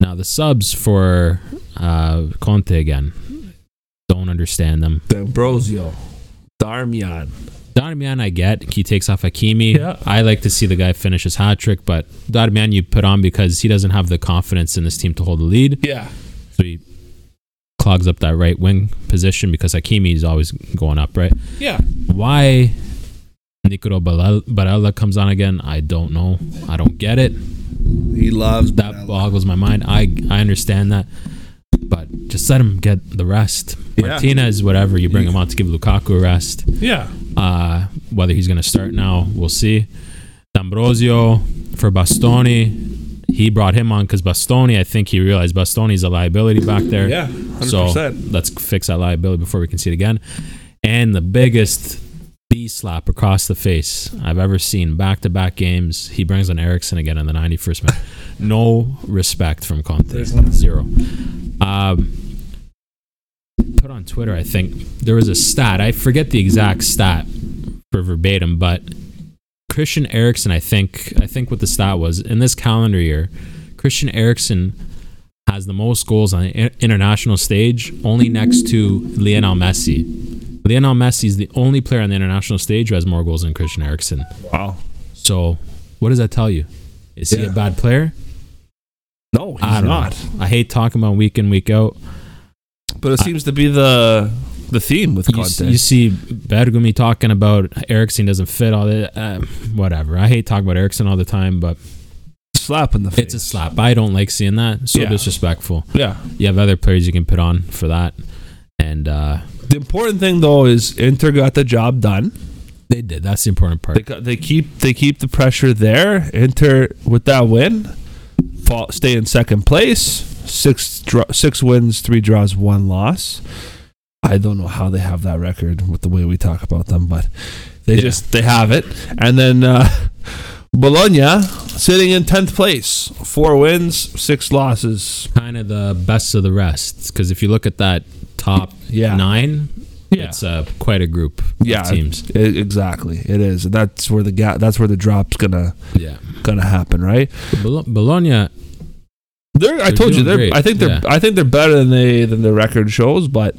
[SPEAKER 2] Now the subs for uh, Conte again. Don't understand them.
[SPEAKER 1] D'Ambrosio, Darmian.
[SPEAKER 2] Darmian, I get. He takes off Hakimi.
[SPEAKER 1] Yeah.
[SPEAKER 2] I like to see the guy finish his hat trick, but Darmian you put on because he doesn't have the confidence in this team to hold the lead.
[SPEAKER 1] Yeah,
[SPEAKER 2] So he clogs up that right wing position because Hakimi is always going up, right?
[SPEAKER 1] yeah.
[SPEAKER 2] Why Nicolo Barella Barella comes on again, I don't know. I don't get it.
[SPEAKER 1] He loves
[SPEAKER 2] That boggles my mind. I I understand that, but just let him get the rest.
[SPEAKER 1] Yeah.
[SPEAKER 2] Martinez, whatever you bring him on to give Lukaku a rest.
[SPEAKER 1] Yeah,
[SPEAKER 2] Uh, whether he's going to start now, we'll see. D'Ambrosio for Bastoni, he brought him on because Bastoni, I think he realized Bastoni's a liability back there.
[SPEAKER 1] yeah.
[SPEAKER 2] So
[SPEAKER 1] 100%.
[SPEAKER 2] let's fix that liability before we can see it again. And the biggest B slap across the face I've ever seen back to back games. He brings on Erickson again in the 91st minute. no respect from Conte.
[SPEAKER 1] There's none.
[SPEAKER 2] Zero. Um, put on Twitter, I think there was a stat. I forget the exact stat for verbatim, but Christian Erickson, I think, I think what the stat was in this calendar year, Christian Erickson has the most goals on the in- international stage, only next to Lionel Messi. Lionel Messi is the only player on the international stage who has more goals than Christian Eriksen.
[SPEAKER 1] Wow.
[SPEAKER 2] So, what does that tell you? Is he a
[SPEAKER 1] Yeah.
[SPEAKER 2] bad player?
[SPEAKER 1] No, he's
[SPEAKER 2] I don't
[SPEAKER 1] not.
[SPEAKER 2] know. I hate talking about week in, week out.
[SPEAKER 1] But it seems to be the the theme with
[SPEAKER 2] You, s-
[SPEAKER 1] Conte.
[SPEAKER 2] you see Bergumi talking about Erickson doesn't fit all that. Uh, whatever. I hate talking about Erickson all the time, but
[SPEAKER 1] slap in the face.
[SPEAKER 2] it's a slap. I don't like seeing that. So
[SPEAKER 1] Yeah.
[SPEAKER 2] disrespectful.
[SPEAKER 1] Yeah.
[SPEAKER 2] You have other players you can put on for that. And uh,
[SPEAKER 1] The important thing though is Inter got the job done.
[SPEAKER 2] they did. That's the important part.
[SPEAKER 1] They got, they keep they keep the pressure there. Inter with that win, fall, stay in second place. Six dra- six wins, three draws, one loss. I don't know how they have that record with the way we talk about them, but they
[SPEAKER 2] Yeah.
[SPEAKER 1] just they have it. And then uh, Bologna sitting in tenth place, four wins, six losses.
[SPEAKER 2] kind of the best of the rest because if you look at that top
[SPEAKER 1] Yeah.
[SPEAKER 2] nine,
[SPEAKER 1] Yeah.
[SPEAKER 2] it's uh, quite a group
[SPEAKER 1] Yeah,
[SPEAKER 2] of teams.
[SPEAKER 1] e- exactly. It is, and that's where the gap. That's where the drop's gonna
[SPEAKER 2] Yeah,
[SPEAKER 1] gonna happen, right?
[SPEAKER 2] Bolo- Bologna.
[SPEAKER 1] They're, I
[SPEAKER 2] They're
[SPEAKER 1] told you,
[SPEAKER 2] doing
[SPEAKER 1] they're.
[SPEAKER 2] great,
[SPEAKER 1] I think they're.
[SPEAKER 2] yeah.
[SPEAKER 1] I think they're better than they than the record shows. But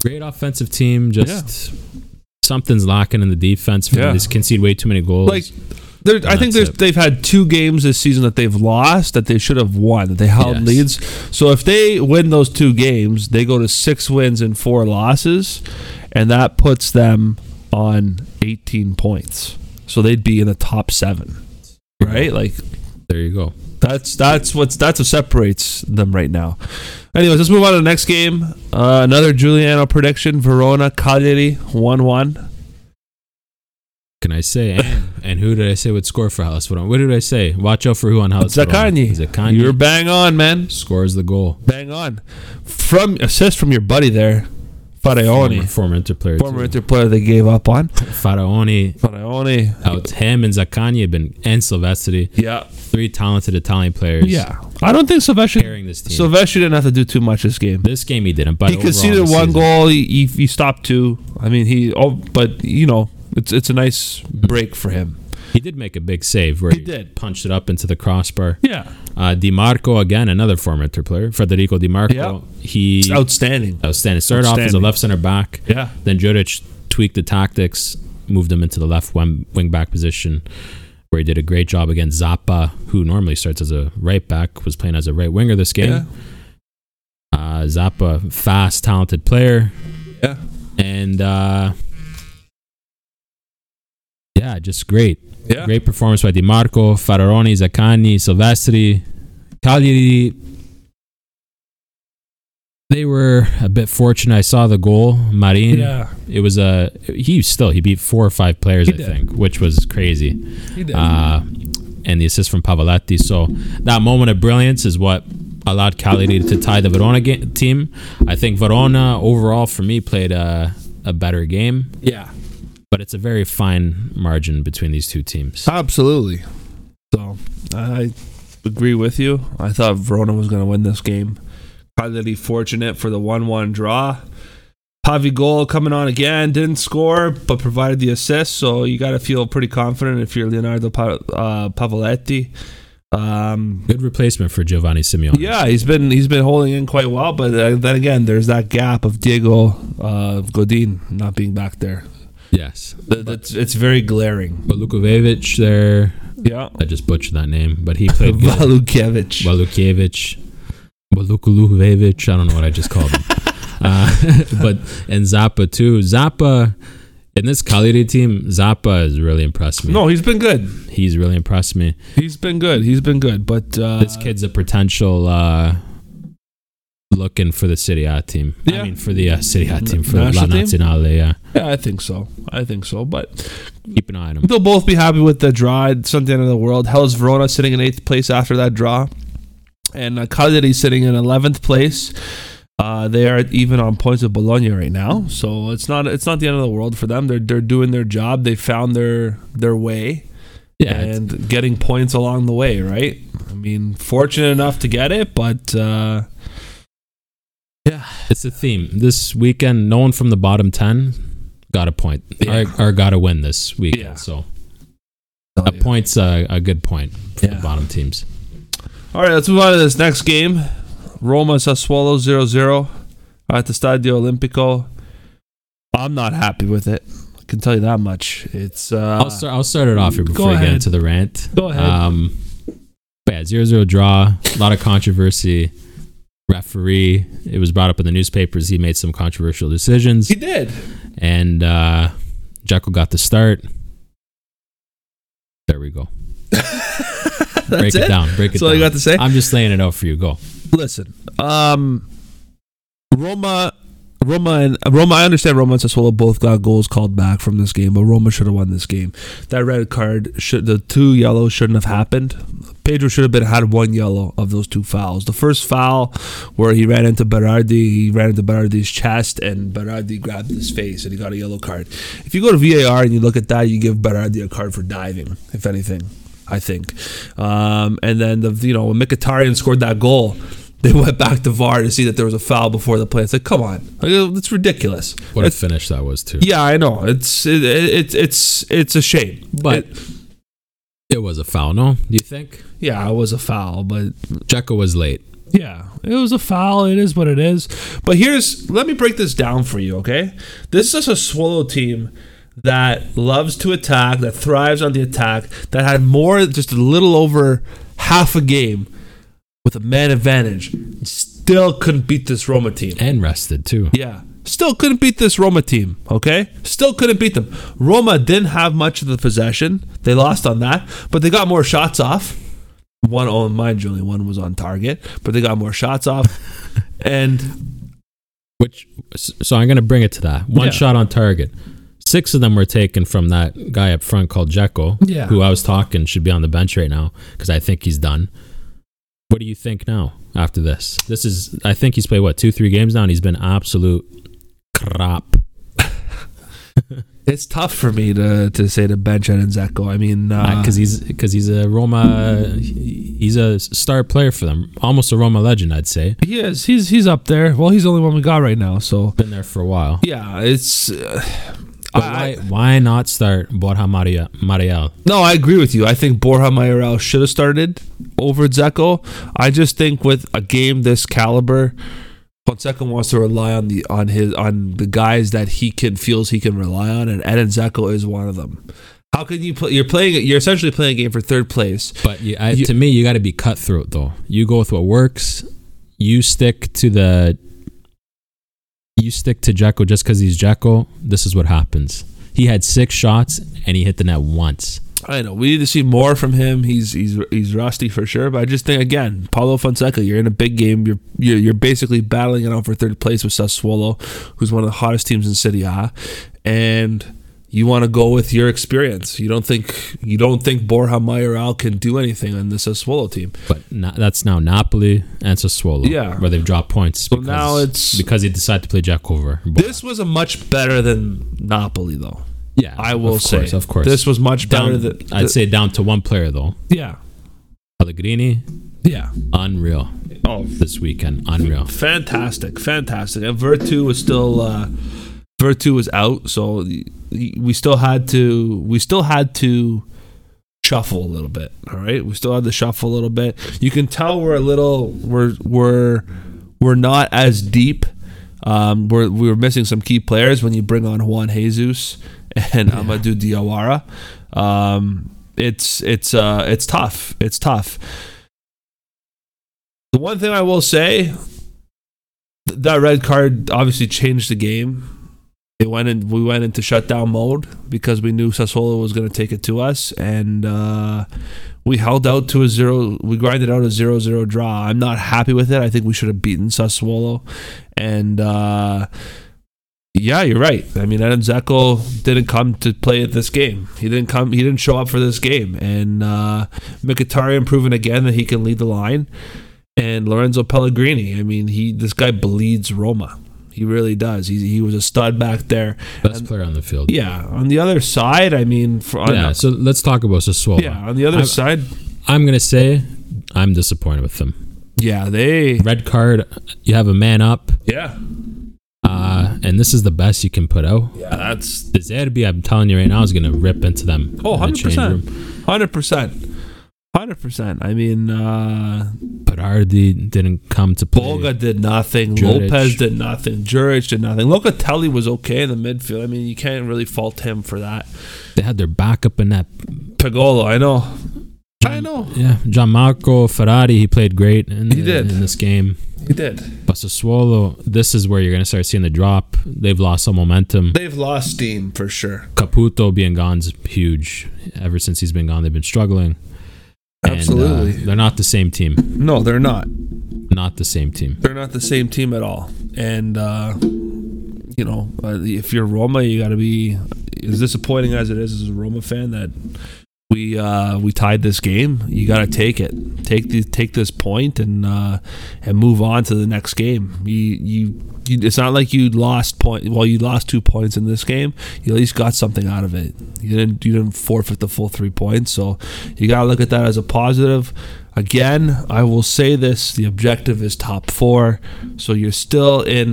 [SPEAKER 2] Great offensive team. Just something's lacking in the defense. For
[SPEAKER 1] Yeah.
[SPEAKER 2] They just concede way too many goals.
[SPEAKER 1] like, they're, I think
[SPEAKER 2] that's
[SPEAKER 1] there's,
[SPEAKER 2] it.
[SPEAKER 1] they've had two games this season that they've lost that they should have won that they held
[SPEAKER 2] Yes.
[SPEAKER 1] leads. So if they win those two games, they go to six wins and four losses, and that puts them on 18 points. So they'd be in the top seven, right? Like
[SPEAKER 2] there you go.
[SPEAKER 1] That's that's what's that's what separates them right now. Anyways, let's move on to the next game. Uh, another Giuliano prediction: Verona Cagliari one one.
[SPEAKER 2] Can I say? And,
[SPEAKER 1] (laughs)
[SPEAKER 2] and who did I say would score for Hellas Verona? What did I say? Watch out for who on Hellas
[SPEAKER 1] Zakani,
[SPEAKER 2] Verona. Zakani
[SPEAKER 1] you're bang on, man.
[SPEAKER 2] scores the goal.
[SPEAKER 1] Bang on. From assist from your buddy there,
[SPEAKER 2] Former,
[SPEAKER 1] Faraoni,
[SPEAKER 2] former Inter player.
[SPEAKER 1] former
[SPEAKER 2] too.
[SPEAKER 1] Inter player they gave up on.
[SPEAKER 2] Faraoni
[SPEAKER 1] Faraoni,
[SPEAKER 2] out. Him and Zakani have been and Silvestri,
[SPEAKER 1] yeah,
[SPEAKER 2] three talented Italian players.
[SPEAKER 1] yeah. I don't think Silvestri.
[SPEAKER 2] carrying this team.
[SPEAKER 1] Silvestri didn't have to do too much this game.
[SPEAKER 2] This game he didn't, but
[SPEAKER 1] he
[SPEAKER 2] overall
[SPEAKER 1] conceded
[SPEAKER 2] this
[SPEAKER 1] one
[SPEAKER 2] season,
[SPEAKER 1] goal. He, he he stopped two. I mean, he. Oh, but you know, it's it's a nice break for him.
[SPEAKER 2] He did make a big save where
[SPEAKER 1] He
[SPEAKER 2] he,
[SPEAKER 1] did.
[SPEAKER 2] punched it up into the crossbar.
[SPEAKER 1] Yeah.
[SPEAKER 2] Uh, Di Marco again, another former Inter player, Federico Di Marco.
[SPEAKER 1] Yeah.
[SPEAKER 2] He
[SPEAKER 1] It's outstanding.
[SPEAKER 2] outstanding. Started off as a
[SPEAKER 1] outstanding.
[SPEAKER 2] left center back.
[SPEAKER 1] Yeah.
[SPEAKER 2] Then Juric tweaked the tactics, moved him into the left wing, wing back position, where he did a great job against Zappa, who normally starts as a right back, was playing as a right winger this game.
[SPEAKER 1] Yeah.
[SPEAKER 2] Uh, Zappa, fast, talented player,
[SPEAKER 1] Yeah.
[SPEAKER 2] and uh, yeah, just great.
[SPEAKER 1] Yeah.
[SPEAKER 2] Great performance by Di Marco, Fararoni, Zaccani, Silvestri, Cagliari. they were a bit fortunate. I saw the goal, Marin.
[SPEAKER 1] Yeah.
[SPEAKER 2] It was a he still he beat four or five players,
[SPEAKER 1] He
[SPEAKER 2] I
[SPEAKER 1] did.
[SPEAKER 2] think, which was crazy.
[SPEAKER 1] He did.
[SPEAKER 2] Uh, and the assist from Pavoletti. So that moment of brilliance is what allowed Cagliari to tie the Verona ga- team. I think Verona overall for me played a, a better game,
[SPEAKER 1] yeah.
[SPEAKER 2] but it's a very fine margin between these two teams.
[SPEAKER 1] Absolutely. So I agree with you. I thought Verona was going to win this game. Probably fortunate for the 1 1 draw. Pavi goal coming on again. Didn't score, but provided the assist. So you got to feel pretty confident if you're Leonardo pa- uh, Pavoletti. Um,
[SPEAKER 2] Good replacement for Giovanni Simeone.
[SPEAKER 1] yeah, he's been he's been holding in quite well, but uh, then again, there's that gap of Diego uh, Godin not being back there.
[SPEAKER 2] Yes.
[SPEAKER 1] That- That's it's very glaring.
[SPEAKER 2] But Lukovic there,
[SPEAKER 1] Yeah,
[SPEAKER 2] I just butchered that name, but he played good.
[SPEAKER 1] (laughs) Valukiewicz.
[SPEAKER 2] Walukiewicz, Walukuluvic. I don't know what I
[SPEAKER 1] (laughs)
[SPEAKER 2] just called him. uh, (laughs) but and Zappa too. Zappa in this Cagliari team, Zappa has really impressed me.
[SPEAKER 1] No, he's been good.
[SPEAKER 2] He's really impressed me.
[SPEAKER 1] He's been good. He's been good, but uh,
[SPEAKER 2] This kid's a potential uh, looking for the Serie A team. I
[SPEAKER 1] Yeah.
[SPEAKER 2] mean, for the uh, Serie A team, for
[SPEAKER 1] National
[SPEAKER 2] La
[SPEAKER 1] team?
[SPEAKER 2] Nazionale. Yeah,
[SPEAKER 1] yeah, I think so. I think so. But
[SPEAKER 2] keep an eye on him.
[SPEAKER 1] they'll both be happy with the draw. It's not the end of the world. Hell's Verona sitting in eighth place after that draw, and uh, Cagliari sitting in eleventh place. Uh, they are even on points with Bologna right now, so it's not it's not the end of the world for them. They're they're doing their job. They found their their way
[SPEAKER 2] Yeah, it's-
[SPEAKER 1] and getting points along the way. Right? I mean, fortunate enough to get it, but uh,
[SPEAKER 2] It's a theme. This weekend, no one from the bottom 10 got a point
[SPEAKER 1] Yeah.
[SPEAKER 2] or, or got a win this weekend.
[SPEAKER 1] Yeah.
[SPEAKER 2] So a point's a, a good point for the
[SPEAKER 1] Oh, Yeah.
[SPEAKER 2] bottom teams.
[SPEAKER 1] All right, let's move on to this next game. Roma Sassuolo 0 0 at the Stadio Olimpico. I'm not happy with it. I can tell you that much. It's. Uh,
[SPEAKER 2] I'll, start, I'll start it off here
[SPEAKER 1] go
[SPEAKER 2] before we get
[SPEAKER 1] ahead.
[SPEAKER 2] into the rant.
[SPEAKER 1] Go ahead.
[SPEAKER 2] Um, but yeah, 0 0 draw, a lot of controversy. Referee, it was brought up in the newspapers. He made some controversial decisions,
[SPEAKER 1] he did. (laughs)
[SPEAKER 2] and uh, Jekyll got the start. There we go.
[SPEAKER 1] (laughs) That's
[SPEAKER 2] break it, down. Break it
[SPEAKER 1] That's
[SPEAKER 2] down.
[SPEAKER 1] all you got to say?
[SPEAKER 2] I'm just laying it out for you. Go.
[SPEAKER 1] Listen, um, Roma, Roma, and Roma. I understand Roma and Sassuolo both got goals called back from this game, but Roma should have won this game. That red card should the two yellows shouldn't have happened. Pedro should have been had one yellow of those two fouls. The first foul where he ran into Berardi, he ran into Berardi's chest, and Berardi grabbed his face, and he got a yellow card. If you go to VAR and you look at that, you give Berardi a card for diving, if anything. I think, um, and then the you know when Mkhitaryan scored that goal, (laughs) they went back to VAR to see that there was a foul before the play. It's like, come on, like, uh, it's ridiculous.
[SPEAKER 2] What a
[SPEAKER 1] It's-
[SPEAKER 2] finish that was, too.
[SPEAKER 1] yeah, I know. It's it, it, it's it's a shame,
[SPEAKER 2] But
[SPEAKER 1] It-
[SPEAKER 2] It was a foul, no? Do you think?
[SPEAKER 1] yeah, it was a foul, but
[SPEAKER 2] Jekyll was late.
[SPEAKER 1] Yeah, it was a foul. It is what it is. But here's let me break this down for you, okay? This is a swallow team that loves to attack, that thrives on the attack, that had more just a little over half a game with a man advantage, still couldn't beat this Roma team.
[SPEAKER 2] And rested too.
[SPEAKER 1] Yeah. Still couldn't beat this Roma team, okay? Still couldn't beat them. Roma didn't have much of the possession. They lost on that, but they got more shots off. One, oh, mind you, only one was on target, but they got more shots
[SPEAKER 2] (laughs)
[SPEAKER 1] off. and
[SPEAKER 2] Which so I'm gonna bring it to that. One
[SPEAKER 1] Yeah.
[SPEAKER 2] shot on target. Six of them were taken from that guy up front called Jekyll,
[SPEAKER 1] Yeah.
[SPEAKER 2] who I was talking should be on the bench right now because I think he's done. What do you think now after this? This is I think he's played what two three games now and he's been absolute crap.
[SPEAKER 1] it's tough for me to, to say to bench at Nzeko. I mean, uh,
[SPEAKER 2] because he's because he's a Roma, he's a star player for them, almost a Roma legend, I'd say.
[SPEAKER 1] he is. He's, he's up there. Well, he's the only one we got right now, so.
[SPEAKER 2] Been there for a while.
[SPEAKER 1] Yeah, it's. Uh,
[SPEAKER 2] But
[SPEAKER 1] I-
[SPEAKER 2] why, why not start Borja Maria, Mariel?
[SPEAKER 1] No, I agree with you. I think Borja Mayoral should have started over Zeko. I just think with a game this caliber, Fonseca wants to rely on the on his on the guys that he can feels he can rely on, and Eden Zeko is one of them. How can you play? You're playing. You're essentially playing a game for third place.
[SPEAKER 2] But you, I,
[SPEAKER 1] You-
[SPEAKER 2] to me, you got to be cutthroat, though. You go with what works. You stick to the. You stick to Jekyll just because he's Jekyll. This is what happens. He had six shots and he hit the net once.
[SPEAKER 1] I know we need to see more from him. He's he's he's rusty for sure, but I just think again, Paulo Fonseca, you're in a big game. You're you're, you're basically battling it out for third place with Sassuolo, who's one of the hottest teams in Serie A, and you want to go with your experience. You don't think you don't think Borja Mayoral can do anything on this Sassuolo team.
[SPEAKER 2] But na that's now Napoli and Sassuolo.
[SPEAKER 1] Yeah.
[SPEAKER 2] where they've dropped points.
[SPEAKER 1] So now it's-
[SPEAKER 2] because he decided to play Jack over. But
[SPEAKER 1] This was a much better than Napoli, though.
[SPEAKER 2] yeah,
[SPEAKER 1] I will
[SPEAKER 2] of
[SPEAKER 1] say,
[SPEAKER 2] course, of course.
[SPEAKER 1] this was much better
[SPEAKER 2] down,
[SPEAKER 1] than.
[SPEAKER 2] I'd say down to one player though.
[SPEAKER 1] yeah,
[SPEAKER 2] Pellegrini,
[SPEAKER 1] yeah.
[SPEAKER 2] unreal
[SPEAKER 1] Oh,
[SPEAKER 2] this weekend. Unreal.
[SPEAKER 1] fantastic, fantastic. And Virtu was still uh, Virtu was out, so y- y- we still had to we still had to shuffle a little bit. All right, we still had to shuffle a little bit. You can tell we're a little we're we're we're not as deep. Um, we're we were missing some key players when you bring on Juan Jesus and Amadou Diawara. Um, it's it's uh it's tough. It's tough. The one thing I will say, th- that red card obviously changed the game. It went in, we went into shutdown mode because we knew Sassuolo was going to take it to us, and uh, we held out to a zero. We grinded out a zero-zero draw. I'm not happy with it. I think we should have beaten Sassuolo, and uh, yeah, you're right. I mean, Adam Zekel didn't come to play at this game. He didn't come. He didn't show up for this game, and uh, Mkhitaryan proven again that he can lead the line and Lorenzo Pellegrini. I mean, he this guy bleeds Roma. He really does. He he was a stud back there.
[SPEAKER 2] Best player on the field.
[SPEAKER 1] Yeah. On the other side, I mean, for, on,
[SPEAKER 2] Yeah,
[SPEAKER 1] yeah,
[SPEAKER 2] so let's talk about Sassuolo.
[SPEAKER 1] On the other
[SPEAKER 2] I've-
[SPEAKER 1] side,
[SPEAKER 2] I'm gonna say I'm disappointed with them.
[SPEAKER 1] yeah, they
[SPEAKER 2] Red card. You have a man up,
[SPEAKER 1] yeah
[SPEAKER 2] uh, and this is the best you can put out.
[SPEAKER 1] yeah that's
[SPEAKER 2] The Zerbi, I'm telling you right now, is gonna rip into them.
[SPEAKER 1] oh
[SPEAKER 2] in
[SPEAKER 1] 100
[SPEAKER 2] the change
[SPEAKER 1] percent,
[SPEAKER 2] room.
[SPEAKER 1] hundred percent, hundred percent. I mean, uh,
[SPEAKER 2] Berardi didn't come to play.
[SPEAKER 1] Bolga did nothing.
[SPEAKER 2] Juric.
[SPEAKER 1] Lopez did nothing. Juric did nothing. Locatelli was okay in the midfield. I mean, you can't really fault him for that.
[SPEAKER 2] They had their backup in that.
[SPEAKER 1] Pagolo, I know,
[SPEAKER 2] Mm.
[SPEAKER 1] I know,
[SPEAKER 2] Yeah, Gianmarco Ferrari, he played great in,
[SPEAKER 1] He
[SPEAKER 2] the-
[SPEAKER 1] did.
[SPEAKER 2] in this game.
[SPEAKER 1] he did.
[SPEAKER 2] But Sassuolo, this is where you're gonna start seeing the drop. They've lost some momentum.
[SPEAKER 1] They've lost steam for sure.
[SPEAKER 2] Caputo being gone's huge. Ever since he's been gone, they've been struggling. And, uh,
[SPEAKER 1] Absolutely.
[SPEAKER 2] they're not the same team.
[SPEAKER 1] No, they're not.
[SPEAKER 2] Not the same team.
[SPEAKER 1] They're not the same team at all. And uh, you know, uh, if you're Roma, you got to be as disappointing as it is as a Roma fan that we uh, we tied this game. You got to take it. Take the take this point and uh, and move on to the next game. You you. you- It's not like you lost point. Well, you lost two points in this game. You at least got something out of it. You didn't. You didn't forfeit the full three points. So you gotta look at that as a positive. Again, I will say this: the objective is top four, so you're still in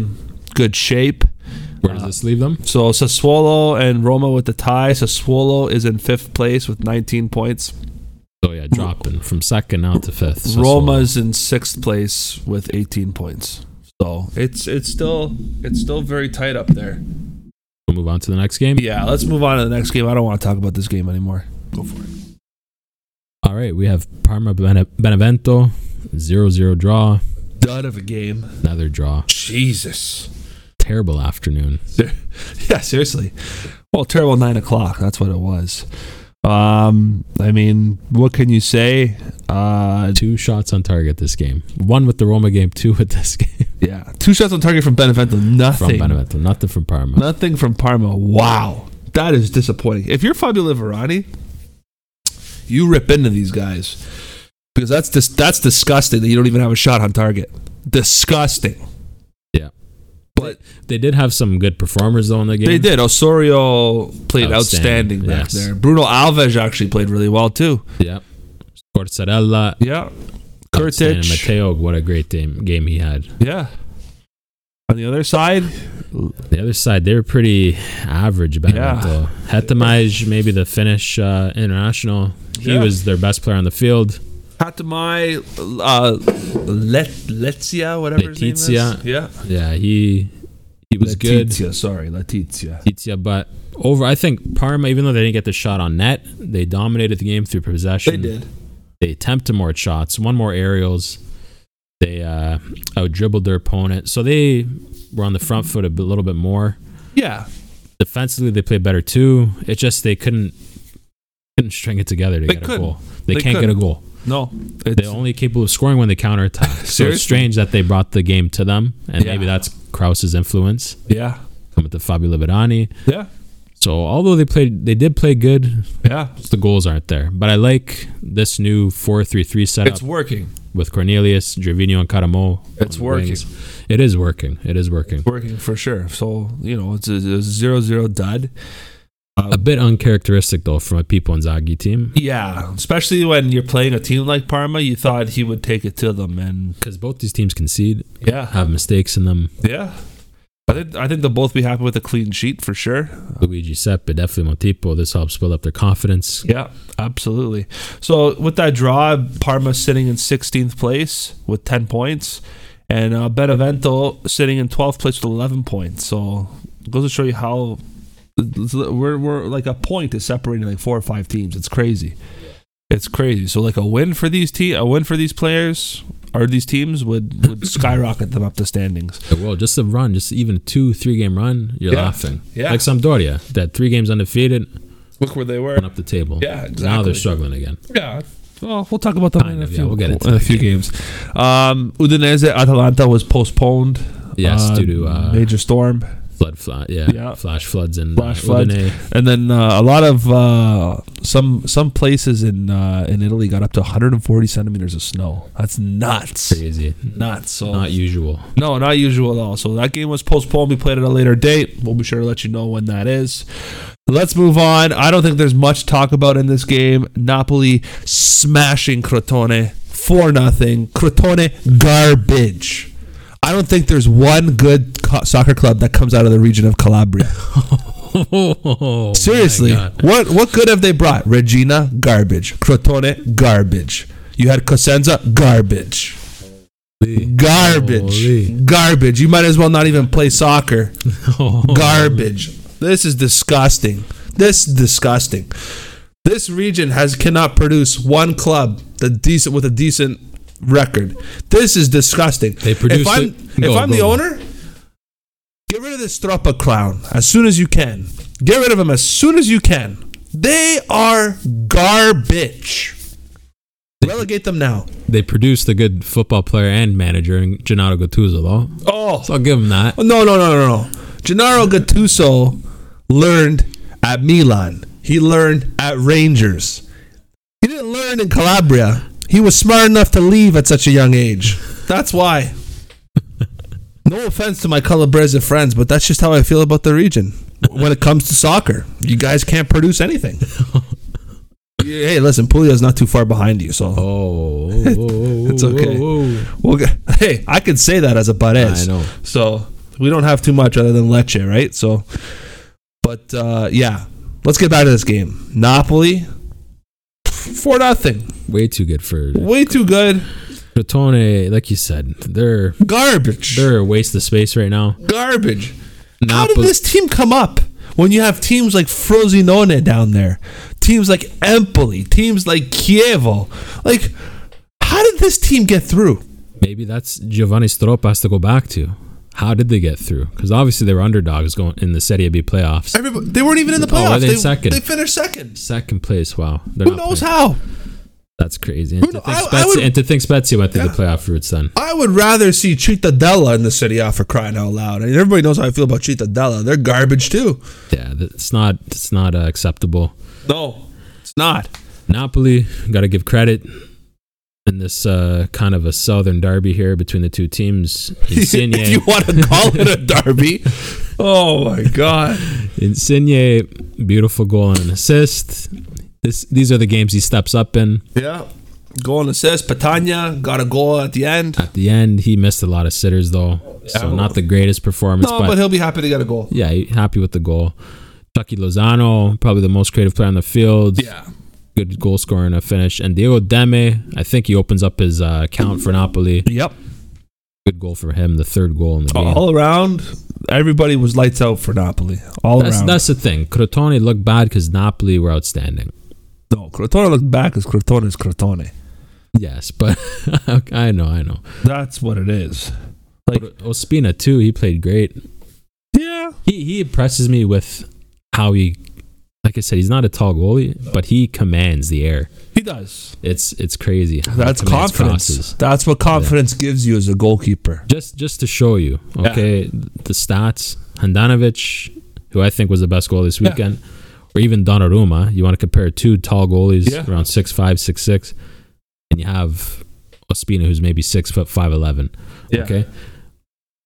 [SPEAKER 1] good shape.
[SPEAKER 2] Where
[SPEAKER 1] Uh,
[SPEAKER 2] does this leave them?
[SPEAKER 1] So Sassuolo and Roma with the tie. Sassuolo is in fifth place with 19 points.
[SPEAKER 2] So yeah, dropping from second now to fifth. Sassuolo.
[SPEAKER 1] Roma's in sixth place with 18 points. So it's it's still it's still very tight up there.
[SPEAKER 2] We'll move on to the next game.
[SPEAKER 1] Yeah, let's move on to the next game. I don't want to talk about this game anymore. Go for it.
[SPEAKER 2] All right, we have Parma Bene- Benevento, 0-0 draw,
[SPEAKER 1] Dud of a game.
[SPEAKER 2] another draw.
[SPEAKER 1] Jesus.
[SPEAKER 2] Terrible afternoon.
[SPEAKER 1] Ser- (laughs) Yeah, seriously. Well, terrible nine o'clock. That's what it was. Um, I mean, what can you say? Uh,
[SPEAKER 2] Two shots on target this game. One with the Roma game, two with this (laughs) game
[SPEAKER 1] yeah, two shots on target from Benevento.
[SPEAKER 2] from
[SPEAKER 1] Nothing.
[SPEAKER 2] Benevento, nothing from Parma.
[SPEAKER 1] Nothing from Parma. Wow. That is disappointing. If you're Fabio Liverani, you rip into these guys because that's dis- that's disgusting that you don't even have a shot on target. Disgusting.
[SPEAKER 2] Yeah.
[SPEAKER 1] But
[SPEAKER 2] They did have some good performers though in the game.
[SPEAKER 1] they did. Osorio played outstanding,
[SPEAKER 2] Outstanding,
[SPEAKER 1] back
[SPEAKER 2] yes.
[SPEAKER 1] there. Bruno Alves actually played really well too.
[SPEAKER 2] Yeah. Corsarella,
[SPEAKER 1] Yeah.
[SPEAKER 2] outstanding.
[SPEAKER 1] Kurtic.
[SPEAKER 2] Mateo, what a great game, game he had.
[SPEAKER 1] Yeah. On the other side,
[SPEAKER 2] The other side, they were pretty average Benevento. Yeah. maybe the Finnish uh, international, he
[SPEAKER 1] Yeah.
[SPEAKER 2] was their best player on the field.
[SPEAKER 1] Hatamai uh, Let Letizia, whatever his name is.
[SPEAKER 2] Letizia.
[SPEAKER 1] Yeah.
[SPEAKER 2] Yeah, he he was good.
[SPEAKER 1] Letizia, sorry, Letizia.
[SPEAKER 2] Letizia, but over, I think Parma, even though they didn't get the shot on net, they dominated the game through possession.
[SPEAKER 1] They did.
[SPEAKER 2] They attempted more shots, one more aerials. They uh, out dribbled their opponent, so they were on the front foot a bit- little bit more.
[SPEAKER 1] Yeah.
[SPEAKER 2] Defensively, they played better too. It's just they couldn't couldn't string it together to
[SPEAKER 1] They
[SPEAKER 2] get
[SPEAKER 1] couldn't.
[SPEAKER 2] a goal. They,
[SPEAKER 1] They
[SPEAKER 2] can't
[SPEAKER 1] couldn't.
[SPEAKER 2] get a goal.
[SPEAKER 1] No,
[SPEAKER 2] They're
[SPEAKER 1] it's,
[SPEAKER 2] only capable of scoring when
[SPEAKER 1] (laughs)
[SPEAKER 2] they counterattack. so
[SPEAKER 1] Seriously?
[SPEAKER 2] it's strange that they brought the game to them, and
[SPEAKER 1] Yeah.
[SPEAKER 2] maybe that's Kraus's influence.
[SPEAKER 1] yeah,
[SPEAKER 2] Coming to Fabio Liberani.
[SPEAKER 1] yeah,
[SPEAKER 2] So although they played, they did play good.
[SPEAKER 1] yeah.
[SPEAKER 2] The goals aren't there, but I like this new four-three-three setup
[SPEAKER 1] It's working.
[SPEAKER 2] with Cornelius, Gervinho, and Caramo.
[SPEAKER 1] It's working.
[SPEAKER 2] It is working. It is working.
[SPEAKER 1] working for sure. So you know, it's a, a zero zero dud.
[SPEAKER 2] A bit uncharacteristic though from a Pipo and Zaghi team
[SPEAKER 1] Yeah, especially when you're playing a team like Parma, you thought he would take it to them, and
[SPEAKER 2] because both these teams concede,
[SPEAKER 1] yeah,
[SPEAKER 2] have mistakes in them.
[SPEAKER 1] yeah. I think I think they'll both be happy with a clean sheet for sure.
[SPEAKER 2] Luigi Sepp, definitely Montipo. This helps build up their confidence.
[SPEAKER 1] Yeah, absolutely. So with that draw, Parma sitting in 16th place with 10 points, and uh, Benevento sitting in 12th place with 11 points. So it goes to show you how we're we're like a point is separating like four or five teams. It's crazy. It's crazy. So like a win for these te- a win for these players or these teams would would skyrocket them up the standings.
[SPEAKER 2] Well, just a run, just even a two, three game run, you're
[SPEAKER 1] Yeah.
[SPEAKER 2] laughing.
[SPEAKER 1] Yeah.
[SPEAKER 2] Like Sampdoria, that three games undefeated,
[SPEAKER 1] Look where they were.
[SPEAKER 2] went up the table.
[SPEAKER 1] Yeah,
[SPEAKER 2] Now
[SPEAKER 1] exactly.
[SPEAKER 2] they're struggling again.
[SPEAKER 1] Yeah. Well, we'll talk about that
[SPEAKER 2] Kind
[SPEAKER 1] in a
[SPEAKER 2] of,
[SPEAKER 1] few.
[SPEAKER 2] yeah, we'll get into
[SPEAKER 1] in a
[SPEAKER 2] that
[SPEAKER 1] few games. Um, Udinese Atalanta was postponed.
[SPEAKER 2] Yes,
[SPEAKER 1] uh,
[SPEAKER 2] due to uh,
[SPEAKER 1] major storm,
[SPEAKER 2] flood, fla- yeah,
[SPEAKER 1] Yeah.
[SPEAKER 2] flash floods and
[SPEAKER 1] Flash floods.
[SPEAKER 2] Udine.
[SPEAKER 1] and then uh, a lot of uh, some some places in uh, in Italy got up to 140 centimeters of snow. That's nuts.
[SPEAKER 2] Crazy,
[SPEAKER 1] Nuts. So
[SPEAKER 2] not usual.
[SPEAKER 1] no, not usual at all. So that game was postponed. We played at a later date. We'll be sure to let you know when that is. Let's move on. I don't think there's much talk about in this game. Napoli smashing Crotone for nothing. Crotone garbage. I don't think there's one good co- soccer club that comes out of the region of Calabria.
[SPEAKER 2] Oh,
[SPEAKER 1] (laughs)
[SPEAKER 2] my
[SPEAKER 1] Seriously,
[SPEAKER 2] God.
[SPEAKER 1] what what good have they brought? Regina garbage, Crotone garbage. You had Cosenza garbage, garbage,
[SPEAKER 2] Holy.
[SPEAKER 1] garbage. You might as well not even play soccer. Garbage. This is disgusting. This is disgusting. This region has cannot produce one club that decent with a decent record. This is disgusting.
[SPEAKER 2] They produce
[SPEAKER 1] If I'm,
[SPEAKER 2] it- go,
[SPEAKER 1] if I'm
[SPEAKER 2] go.
[SPEAKER 1] the owner, get rid of this Stroppa clown as soon as you can. Get rid of him as soon as you can. They are garbage. Relegate them now.
[SPEAKER 2] (laughs) They produced a good football player and manager in Gennaro Gattuso, though.
[SPEAKER 1] Oh,
[SPEAKER 2] So I'll give him that.
[SPEAKER 1] No, no, no, no, no. Gennaro Gattuso learned at Milan. He learned at Rangers. He didn't learn in Calabria. He was smart enough to leave at such a young age. That's why. No offense to my Calabrese friends, but that's just how I feel about the region when it comes to soccer. You guys can't produce anything. Yeah, Hey, listen, Puglia not too far behind you, so
[SPEAKER 2] (laughs) Oh, oh, oh,
[SPEAKER 1] It's
[SPEAKER 2] oh,
[SPEAKER 1] okay.
[SPEAKER 2] oh,
[SPEAKER 1] We'll get, (laughs) hey, I could say that as a Barez.
[SPEAKER 2] I know.
[SPEAKER 1] So we don't have too much other than Lecce, right? So, but uh, yeah, let's get back to this game. Napoli for nothing.
[SPEAKER 2] oh. Way too good for
[SPEAKER 1] Way too good.
[SPEAKER 2] Crotone. Like you said, they're
[SPEAKER 1] Garbage.
[SPEAKER 2] they're a waste of space right now.
[SPEAKER 1] Garbage. How did
[SPEAKER 2] Napoli,
[SPEAKER 1] this team come up when you have teams like Frosinone down there, teams like Empoli, teams like Chievo? Like, how did this team get through?
[SPEAKER 2] maybe that's Giovanni Stroppa has to go back to. How did they get through? Because obviously they were underdogs going in the Serie B playoffs.
[SPEAKER 1] Everybody, they weren't even in the
[SPEAKER 2] Oh,
[SPEAKER 1] playoffs.
[SPEAKER 2] were they in second?
[SPEAKER 1] they finished second.
[SPEAKER 2] Second place. Wow. They're
[SPEAKER 1] Who
[SPEAKER 2] not
[SPEAKER 1] knows
[SPEAKER 2] playing.
[SPEAKER 1] how?
[SPEAKER 2] That's crazy. And
[SPEAKER 1] Who
[SPEAKER 2] to,
[SPEAKER 1] kno-
[SPEAKER 2] think
[SPEAKER 1] I- I
[SPEAKER 2] Spezia,
[SPEAKER 1] would-
[SPEAKER 2] and to think Spezia went through
[SPEAKER 1] Yeah.
[SPEAKER 2] the playoff routes then.
[SPEAKER 1] I would rather see Cittadella in the City A for crying out loud. I mean, everybody knows how I feel about Cittadella. They're garbage too.
[SPEAKER 2] Yeah, th- it's not it's not uh, acceptable.
[SPEAKER 1] No, it's not.
[SPEAKER 2] Napoli, got to give credit in this uh, kind of a southern derby here between the two teams. Insigne,
[SPEAKER 1] (laughs) (laughs) if you want to call it
[SPEAKER 2] (laughs)
[SPEAKER 1] a derby. oh my god.
[SPEAKER 2] Insigne, beautiful goal and an assist. This, these are the games he steps up in.
[SPEAKER 1] Yeah. Goal and assist. Patania got a goal at the end.
[SPEAKER 2] At the end, he missed a lot of sitters though, so
[SPEAKER 1] Yeah.
[SPEAKER 2] not the greatest performance.
[SPEAKER 1] No,
[SPEAKER 2] but,
[SPEAKER 1] but he'll be happy to get a goal.
[SPEAKER 2] yeah, he- happy with the goal. Chucky Lozano, probably the most creative player on the field.
[SPEAKER 1] Yeah.
[SPEAKER 2] Good goal scorer and a finish. And Diego Demme, I think he opens up his uh, account for Napoli.
[SPEAKER 1] Yep.
[SPEAKER 2] Good goal for him, the third goal in the game.
[SPEAKER 1] Oh, All around, everybody was lights out for Napoli. All
[SPEAKER 2] that's,
[SPEAKER 1] around.
[SPEAKER 2] that's the thing. Crotone looked bad because Napoli were outstanding.
[SPEAKER 1] no, Crotone looked back as Crotone is Crotone.
[SPEAKER 2] Yes, but (laughs) I know, I know.
[SPEAKER 1] That's what it is. Like-
[SPEAKER 2] But Ospina too. He played great.
[SPEAKER 1] Yeah.
[SPEAKER 2] He he impresses me with how he like I said, he's not a tall goalie, but he commands the air.
[SPEAKER 1] He does.
[SPEAKER 2] It's it's crazy. how he
[SPEAKER 1] That's
[SPEAKER 2] commands
[SPEAKER 1] confidence.
[SPEAKER 2] crosses.
[SPEAKER 1] That's what confidence gives you as a goalkeeper.
[SPEAKER 2] Just just to show you,
[SPEAKER 1] Yeah.
[SPEAKER 2] okay, the stats. Handanovic, who I think was the best goal this
[SPEAKER 1] Yeah.
[SPEAKER 2] weekend, or even Donnarumma. You want to compare two tall goalies
[SPEAKER 1] Yeah.
[SPEAKER 2] around six five, six six, and you have Ospina, who's maybe six foot five eleven.
[SPEAKER 1] Yeah.
[SPEAKER 2] Okay,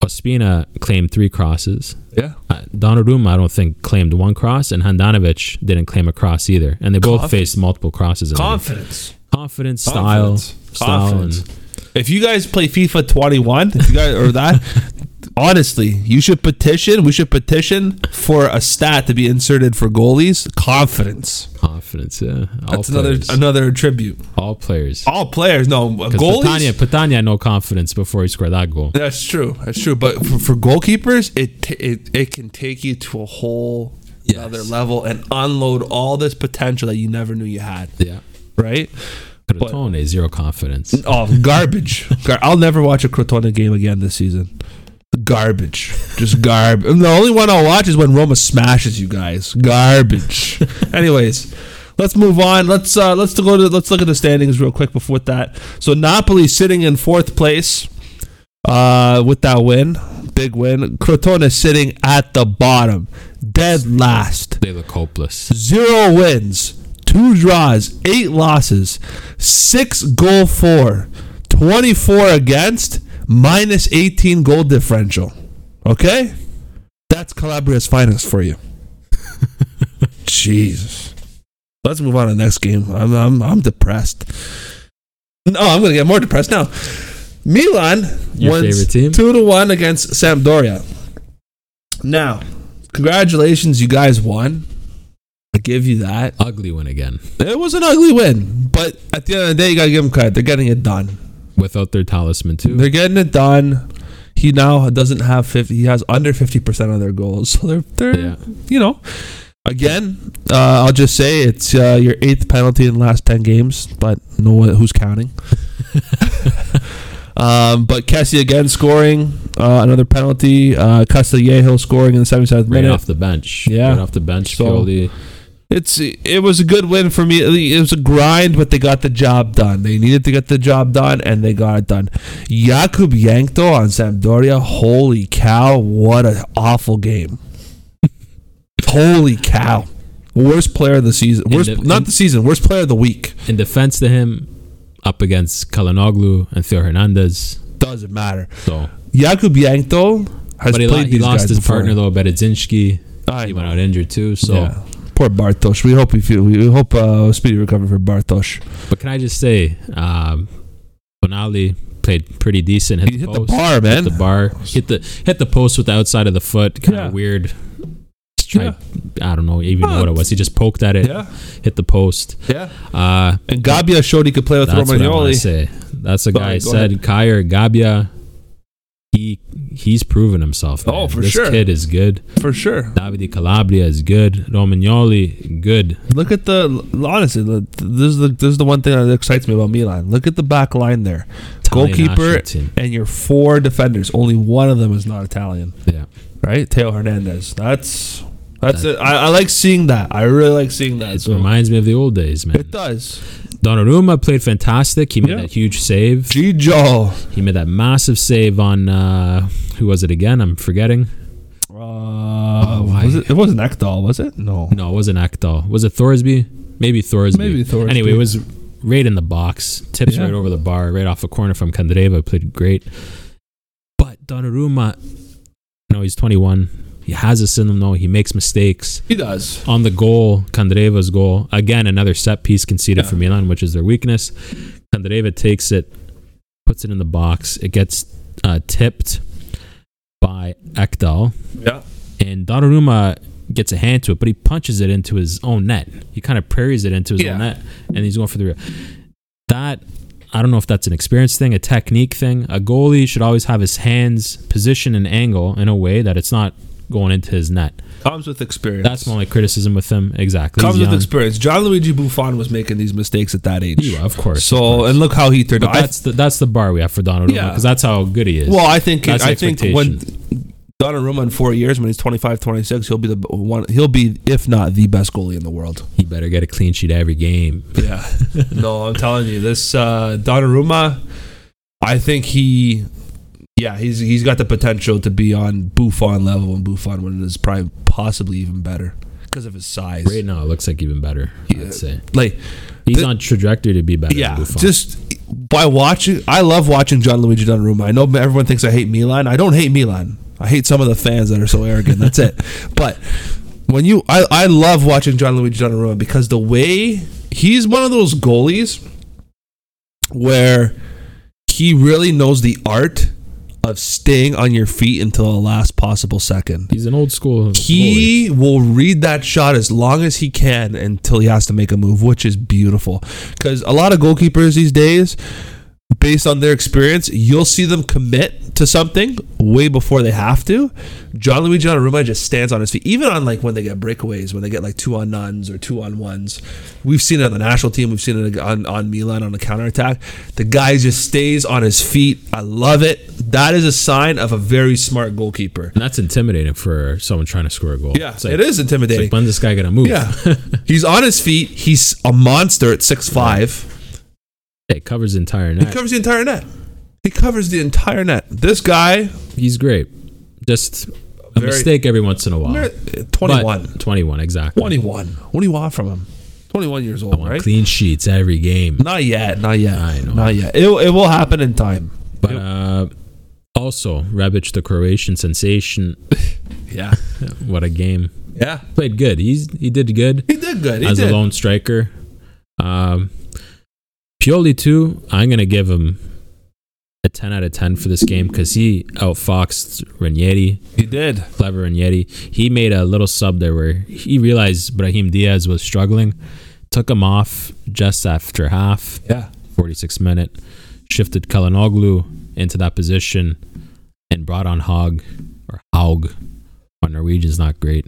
[SPEAKER 2] Ospina claimed three crosses.
[SPEAKER 1] Yeah.
[SPEAKER 2] Uh, Donnarumma, I don't think, claimed one cross, and Handanovic didn't claim a cross either. And they both
[SPEAKER 1] Conf-
[SPEAKER 2] faced multiple crosses. In the game.
[SPEAKER 1] Confidence.
[SPEAKER 2] confidence, style,
[SPEAKER 1] Confidence.
[SPEAKER 2] style,
[SPEAKER 1] Confidence.
[SPEAKER 2] and
[SPEAKER 1] If you guys play FIFA 21, if you guys or
[SPEAKER 2] (laughs)
[SPEAKER 1] that, honestly, you should petition. We should petition for a stat to be inserted for goalies. Confidence.
[SPEAKER 2] confidence. Yeah, all
[SPEAKER 1] That's another
[SPEAKER 2] players.
[SPEAKER 1] another attribute.
[SPEAKER 2] all players.
[SPEAKER 1] All players, no
[SPEAKER 2] Because
[SPEAKER 1] goalies.
[SPEAKER 2] Patania, Patania had no confidence before he scored that goal.
[SPEAKER 1] That's true. That's true. But for, for goalkeepers, it, t- it it can take you to a whole
[SPEAKER 2] Yes.
[SPEAKER 1] other level and unload all this potential that you never knew you had.
[SPEAKER 2] Yeah.
[SPEAKER 1] Right?
[SPEAKER 2] Crotone, zero confidence.
[SPEAKER 1] Oh, garbage. Gar- I'll never watch a Crotone game again this season. Garbage. Just garbage. The only one I'll watch is when Roma smashes you guys. Garbage. Anyways, let's move on. Let's uh let's go to let's look at the standings real quick before that. So Napoli sitting in fourth place uh with that win. Big win. Crotone sitting at the bottom. Dead last
[SPEAKER 2] They look hopeless.
[SPEAKER 1] zero wins, two draws, eight losses, six goal four, 24 against, minus 18 goal differential. Okay? That's Calabria's finest for
[SPEAKER 2] (laughs)
[SPEAKER 1] you. Jesus. Let's move on to the next game. I'm, I'm, I'm depressed. No, I'm going to get more depressed now. Milan
[SPEAKER 2] Your
[SPEAKER 1] wins
[SPEAKER 2] favorite team?
[SPEAKER 1] two to one against Sampdoria. Now, congratulations, you guys won. I give you that.
[SPEAKER 2] Ugly one again.
[SPEAKER 1] It was an ugly win, but at the end of the day, you gotta give them credit. They're getting it done.
[SPEAKER 2] Without their talisman, too.
[SPEAKER 1] They're getting it done. He now doesn't have fifty. He has under fifty percent of their goals, so they're they're
[SPEAKER 2] yeah.
[SPEAKER 1] you know. Again, uh, I'll just say it's uh, your eighth penalty in the last ten games, but no one who's
[SPEAKER 2] (laughs)
[SPEAKER 1] counting. um, but Kessie again scoring uh, another penalty. Uh, Castillejo scoring in the seventy seventh
[SPEAKER 2] Right
[SPEAKER 1] minute.
[SPEAKER 2] off the bench.
[SPEAKER 1] Yeah.
[SPEAKER 2] Right off the bench.
[SPEAKER 1] So-
[SPEAKER 2] Pioli.
[SPEAKER 1] It's it was a good win for me. It was a grind, but they got the job done. They needed to get the job done, and they got it done. Jakub Jankto on Sampdoria. Holy cow! What an awful game. (laughs) Holy cow! Worst player of the season.
[SPEAKER 2] In
[SPEAKER 1] Worst,
[SPEAKER 2] the-
[SPEAKER 1] not
[SPEAKER 2] in-
[SPEAKER 1] the season. Worst player of the week.
[SPEAKER 2] In defense to him, up against Kalanoglu and Theo Hernandez.
[SPEAKER 1] Doesn't matter.
[SPEAKER 2] So.
[SPEAKER 1] Jakub Jankto has
[SPEAKER 2] But he,
[SPEAKER 1] played
[SPEAKER 2] lo- he
[SPEAKER 1] these
[SPEAKER 2] lost
[SPEAKER 1] guys
[SPEAKER 2] his
[SPEAKER 1] before.
[SPEAKER 2] partner, though, Berezinski.
[SPEAKER 1] I
[SPEAKER 2] He
[SPEAKER 1] know.
[SPEAKER 2] went out injured, too. So.
[SPEAKER 1] Yeah. Poor Bartosz. We hope he feel, we hope uh, speedy recovery for Bartosz.
[SPEAKER 2] But can I just say, um, Bonali played pretty decent. Hit
[SPEAKER 1] He
[SPEAKER 2] the
[SPEAKER 1] hit the
[SPEAKER 2] post,
[SPEAKER 1] bar, man.
[SPEAKER 2] Hit the bar. Hit the hit the post with the outside of the foot. Kind
[SPEAKER 1] Yeah.
[SPEAKER 2] of weird. Strike. I don't know even what it was. He just poked at it. Hit the post.
[SPEAKER 1] yeah.
[SPEAKER 2] Uh,
[SPEAKER 1] And Gabia showed he could play with
[SPEAKER 2] that's what I want to
[SPEAKER 1] Romagnoli.
[SPEAKER 2] say. That's a
[SPEAKER 1] Sorry,
[SPEAKER 2] guy I
[SPEAKER 1] go
[SPEAKER 2] said Kyer Gabia. He he's proven himself.
[SPEAKER 1] Oh,
[SPEAKER 2] man.
[SPEAKER 1] for
[SPEAKER 2] this
[SPEAKER 1] sure.
[SPEAKER 2] kid is good.
[SPEAKER 1] For sure.
[SPEAKER 2] Davide Calabria is good. Romagnoli good.
[SPEAKER 1] Look at the honestly. the- This is the this is the one thing that excites me about Milan. Look at the back line there,
[SPEAKER 2] Italian
[SPEAKER 1] goalkeeper
[SPEAKER 2] national team.
[SPEAKER 1] and your four defenders. Only one of them is not Italian,
[SPEAKER 2] Yeah.
[SPEAKER 1] right? Teo Hernandez. That's that's it. I, I like seeing that. I really like seeing that.
[SPEAKER 2] It
[SPEAKER 1] So-
[SPEAKER 2] reminds me of the old days, man.
[SPEAKER 1] it does.
[SPEAKER 2] Donnarumma played fantastic. He made
[SPEAKER 1] Yeah.
[SPEAKER 2] that huge save.
[SPEAKER 1] Gijo.
[SPEAKER 2] He made that massive save on uh, who was it again? I'm forgetting.
[SPEAKER 1] Uh,
[SPEAKER 2] why?
[SPEAKER 1] was it, it wasn't Ekdal, was it? No.
[SPEAKER 2] No, it wasn't Ekdal. Was it Thorsby? Maybe Thorsby.
[SPEAKER 1] Maybe Thorsby.
[SPEAKER 2] Anyway, it was right in the box. Tips
[SPEAKER 1] Yeah.
[SPEAKER 2] right over the bar, right off a corner from Kandreva. Played great. But Donnarumma, you know, he's 21. He has this in him, though. He makes mistakes.
[SPEAKER 1] He does.
[SPEAKER 2] on the goal, Kandreva's goal. Again, another set piece conceded
[SPEAKER 1] Yeah.
[SPEAKER 2] for Milan, which is their weakness. Kandreva takes it, puts it in the box. It gets uh, tipped by Ekdal,
[SPEAKER 1] Yeah.
[SPEAKER 2] and Donnarumma gets a hand to it, but he punches it into his own net. He kind of parries it into his
[SPEAKER 1] Yeah.
[SPEAKER 2] own net, and he's going for the rear. That I don't know if that's an experience thing, a technique thing. A goalie should always have his hands positioned and angle in a way that it's not going into his net.
[SPEAKER 1] Comes with experience.
[SPEAKER 2] That's my only criticism with him. Exactly.
[SPEAKER 1] comes
[SPEAKER 2] He's
[SPEAKER 1] with
[SPEAKER 2] young.
[SPEAKER 1] experience. John Luigi Buffon was making these mistakes at that age.
[SPEAKER 2] He was, of course.
[SPEAKER 1] So
[SPEAKER 2] of course.
[SPEAKER 1] and look how he turned
[SPEAKER 2] But
[SPEAKER 1] out. I-
[SPEAKER 2] that's the that's the bar we have for Donnarumma
[SPEAKER 1] Yeah.
[SPEAKER 2] because that's how good he is.
[SPEAKER 1] Well, I think
[SPEAKER 2] That's
[SPEAKER 1] I think when Donnarumma in four years when he's 25, 26, he'll be the b- one. He'll be, if not the best goalie in the world.
[SPEAKER 2] He better get a clean sheet every game.
[SPEAKER 1] (laughs) Yeah. no, I'm telling you, this uh, Donnarumma, I think he, yeah, he's he's got the potential to be on Buffon level, and Buffon when it is prime, possibly even better because of his size.
[SPEAKER 2] Right now, it looks like even better.
[SPEAKER 1] Yeah.
[SPEAKER 2] I'd say
[SPEAKER 1] Like,
[SPEAKER 2] he's
[SPEAKER 1] Th-
[SPEAKER 2] on trajectory to be better.
[SPEAKER 1] yeah,
[SPEAKER 2] than Buffon.
[SPEAKER 1] just by watching, I love watching John Luigi Donnarumma. I know everyone thinks I hate Milan. I don't hate Milan. I hate some of the fans that are so arrogant. That's it. But when you, I, I love watching John Luigi Donnarumma because the way he's one of those goalies where he really knows the art of staying on your feet until the last possible second.
[SPEAKER 2] he's an old school. goalie.
[SPEAKER 1] He will read that shot as long as he can until he has to make a move, which is beautiful. Because a lot of goalkeepers these days, based on their experience, you'll see them commit to something way before they have to. John Luigi Donnarumma just stands on his feet, even on like when they get breakaways, when they get like two on nuns or two on ones. We've seen it on the national team. We've seen it on, on Milan on a counterattack. The guy just stays on his feet. I love it. That is a sign of a very smart goalkeeper.
[SPEAKER 2] and that's intimidating for someone trying to score a goal.
[SPEAKER 1] Yeah,
[SPEAKER 2] It's like-
[SPEAKER 1] it is
[SPEAKER 2] it's
[SPEAKER 1] intimidating.
[SPEAKER 2] Like, when's this guy gonna move?
[SPEAKER 1] Yeah. (laughs) he's on his feet. He's a monster at six five.
[SPEAKER 2] it covers the entire
[SPEAKER 1] He
[SPEAKER 2] net.
[SPEAKER 1] covers the entire net. He covers the entire net. This guy,
[SPEAKER 2] he's great. Just a
[SPEAKER 1] Very-
[SPEAKER 2] mistake every once in a while.
[SPEAKER 1] twenty one.
[SPEAKER 2] But- 21, exactly.
[SPEAKER 1] Twenty one. What do you want from him? Twenty one years
[SPEAKER 2] I
[SPEAKER 1] old,
[SPEAKER 2] want
[SPEAKER 1] right?
[SPEAKER 2] clean sheets every game.
[SPEAKER 1] Not yet. Not yet.
[SPEAKER 2] I know.
[SPEAKER 1] Not yet. It, it will happen in time.
[SPEAKER 2] But uh, also, Rebic, the Croatian sensation. (coughs)
[SPEAKER 1] Yeah.
[SPEAKER 2] What a game!
[SPEAKER 1] Yeah.
[SPEAKER 2] Played good. He's he did good
[SPEAKER 1] He did good. He
[SPEAKER 2] as
[SPEAKER 1] did.
[SPEAKER 2] a lone striker. Um, Pioli too. I'm gonna give him a 10 out of 10 for this game because he outfoxed Ranieri.
[SPEAKER 1] he did.
[SPEAKER 2] clever and Yeti. He made a little sub there where he realized Brahim Diaz was struggling, took him off just after half,
[SPEAKER 1] Yeah.
[SPEAKER 2] 46 minute, shifted Kalinoglu into that position, and brought on Hog or Haug. My Norwegian's not great,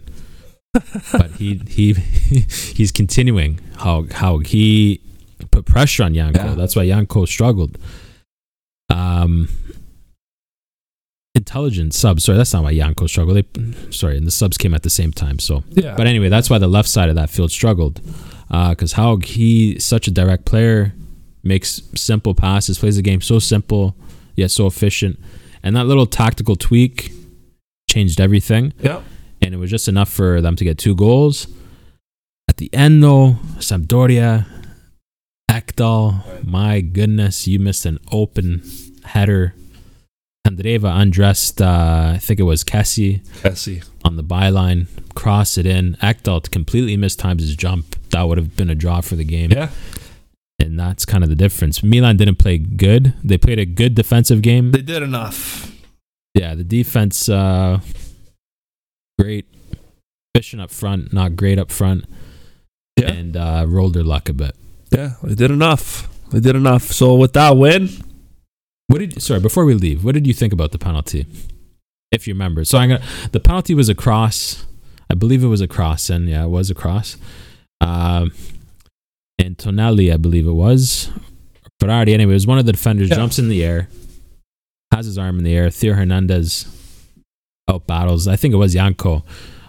[SPEAKER 2] but he he (laughs) he's continuing Haug Haug. He put pressure on Yanko.
[SPEAKER 1] Yeah.
[SPEAKER 2] That's why Yanko struggled. Um. Intelligent subs. Sorry, that's not why Yanko struggled. They, sorry, and the subs came at the same time. So,
[SPEAKER 1] Yeah.
[SPEAKER 2] but anyway, that's why the left side of that field struggled. Because Haug, he such a direct player, makes simple passes, plays the game so simple, yet so efficient. And that little tactical tweak changed everything.
[SPEAKER 1] yeah.
[SPEAKER 2] And it was just enough for them to get two goals. At the end, though, Sampdoria, Ekdal, my goodness, you missed an open header. Andreva undressed, uh, I think it was Cassie
[SPEAKER 1] Cassie.
[SPEAKER 2] on the byline, cross it in. Ekdal completely mistimes his jump. That would have been a draw for the game.
[SPEAKER 1] Yeah.
[SPEAKER 2] And that's kind of the difference. Milan didn't play good. They played a good defensive game.
[SPEAKER 1] They did enough.
[SPEAKER 2] yeah, the defense, uh, great. Fishing up front, not great up front.
[SPEAKER 1] Yeah.
[SPEAKER 2] And uh, rolled their luck a bit.
[SPEAKER 1] Yeah. They did enough. They did enough. So with that win,
[SPEAKER 2] What did sorry before we leave? What did you think about the penalty? If you remember, so I'm gonna. The penalty was a cross. I believe it was a cross, and yeah, it was a cross. Um, and Tonelli, I believe it was Ferrari. Anyway, it was one of the defenders
[SPEAKER 1] Yeah.
[SPEAKER 2] jumps in the air, has his arm in the air. Theo Hernandez out battles. I think it was Yanko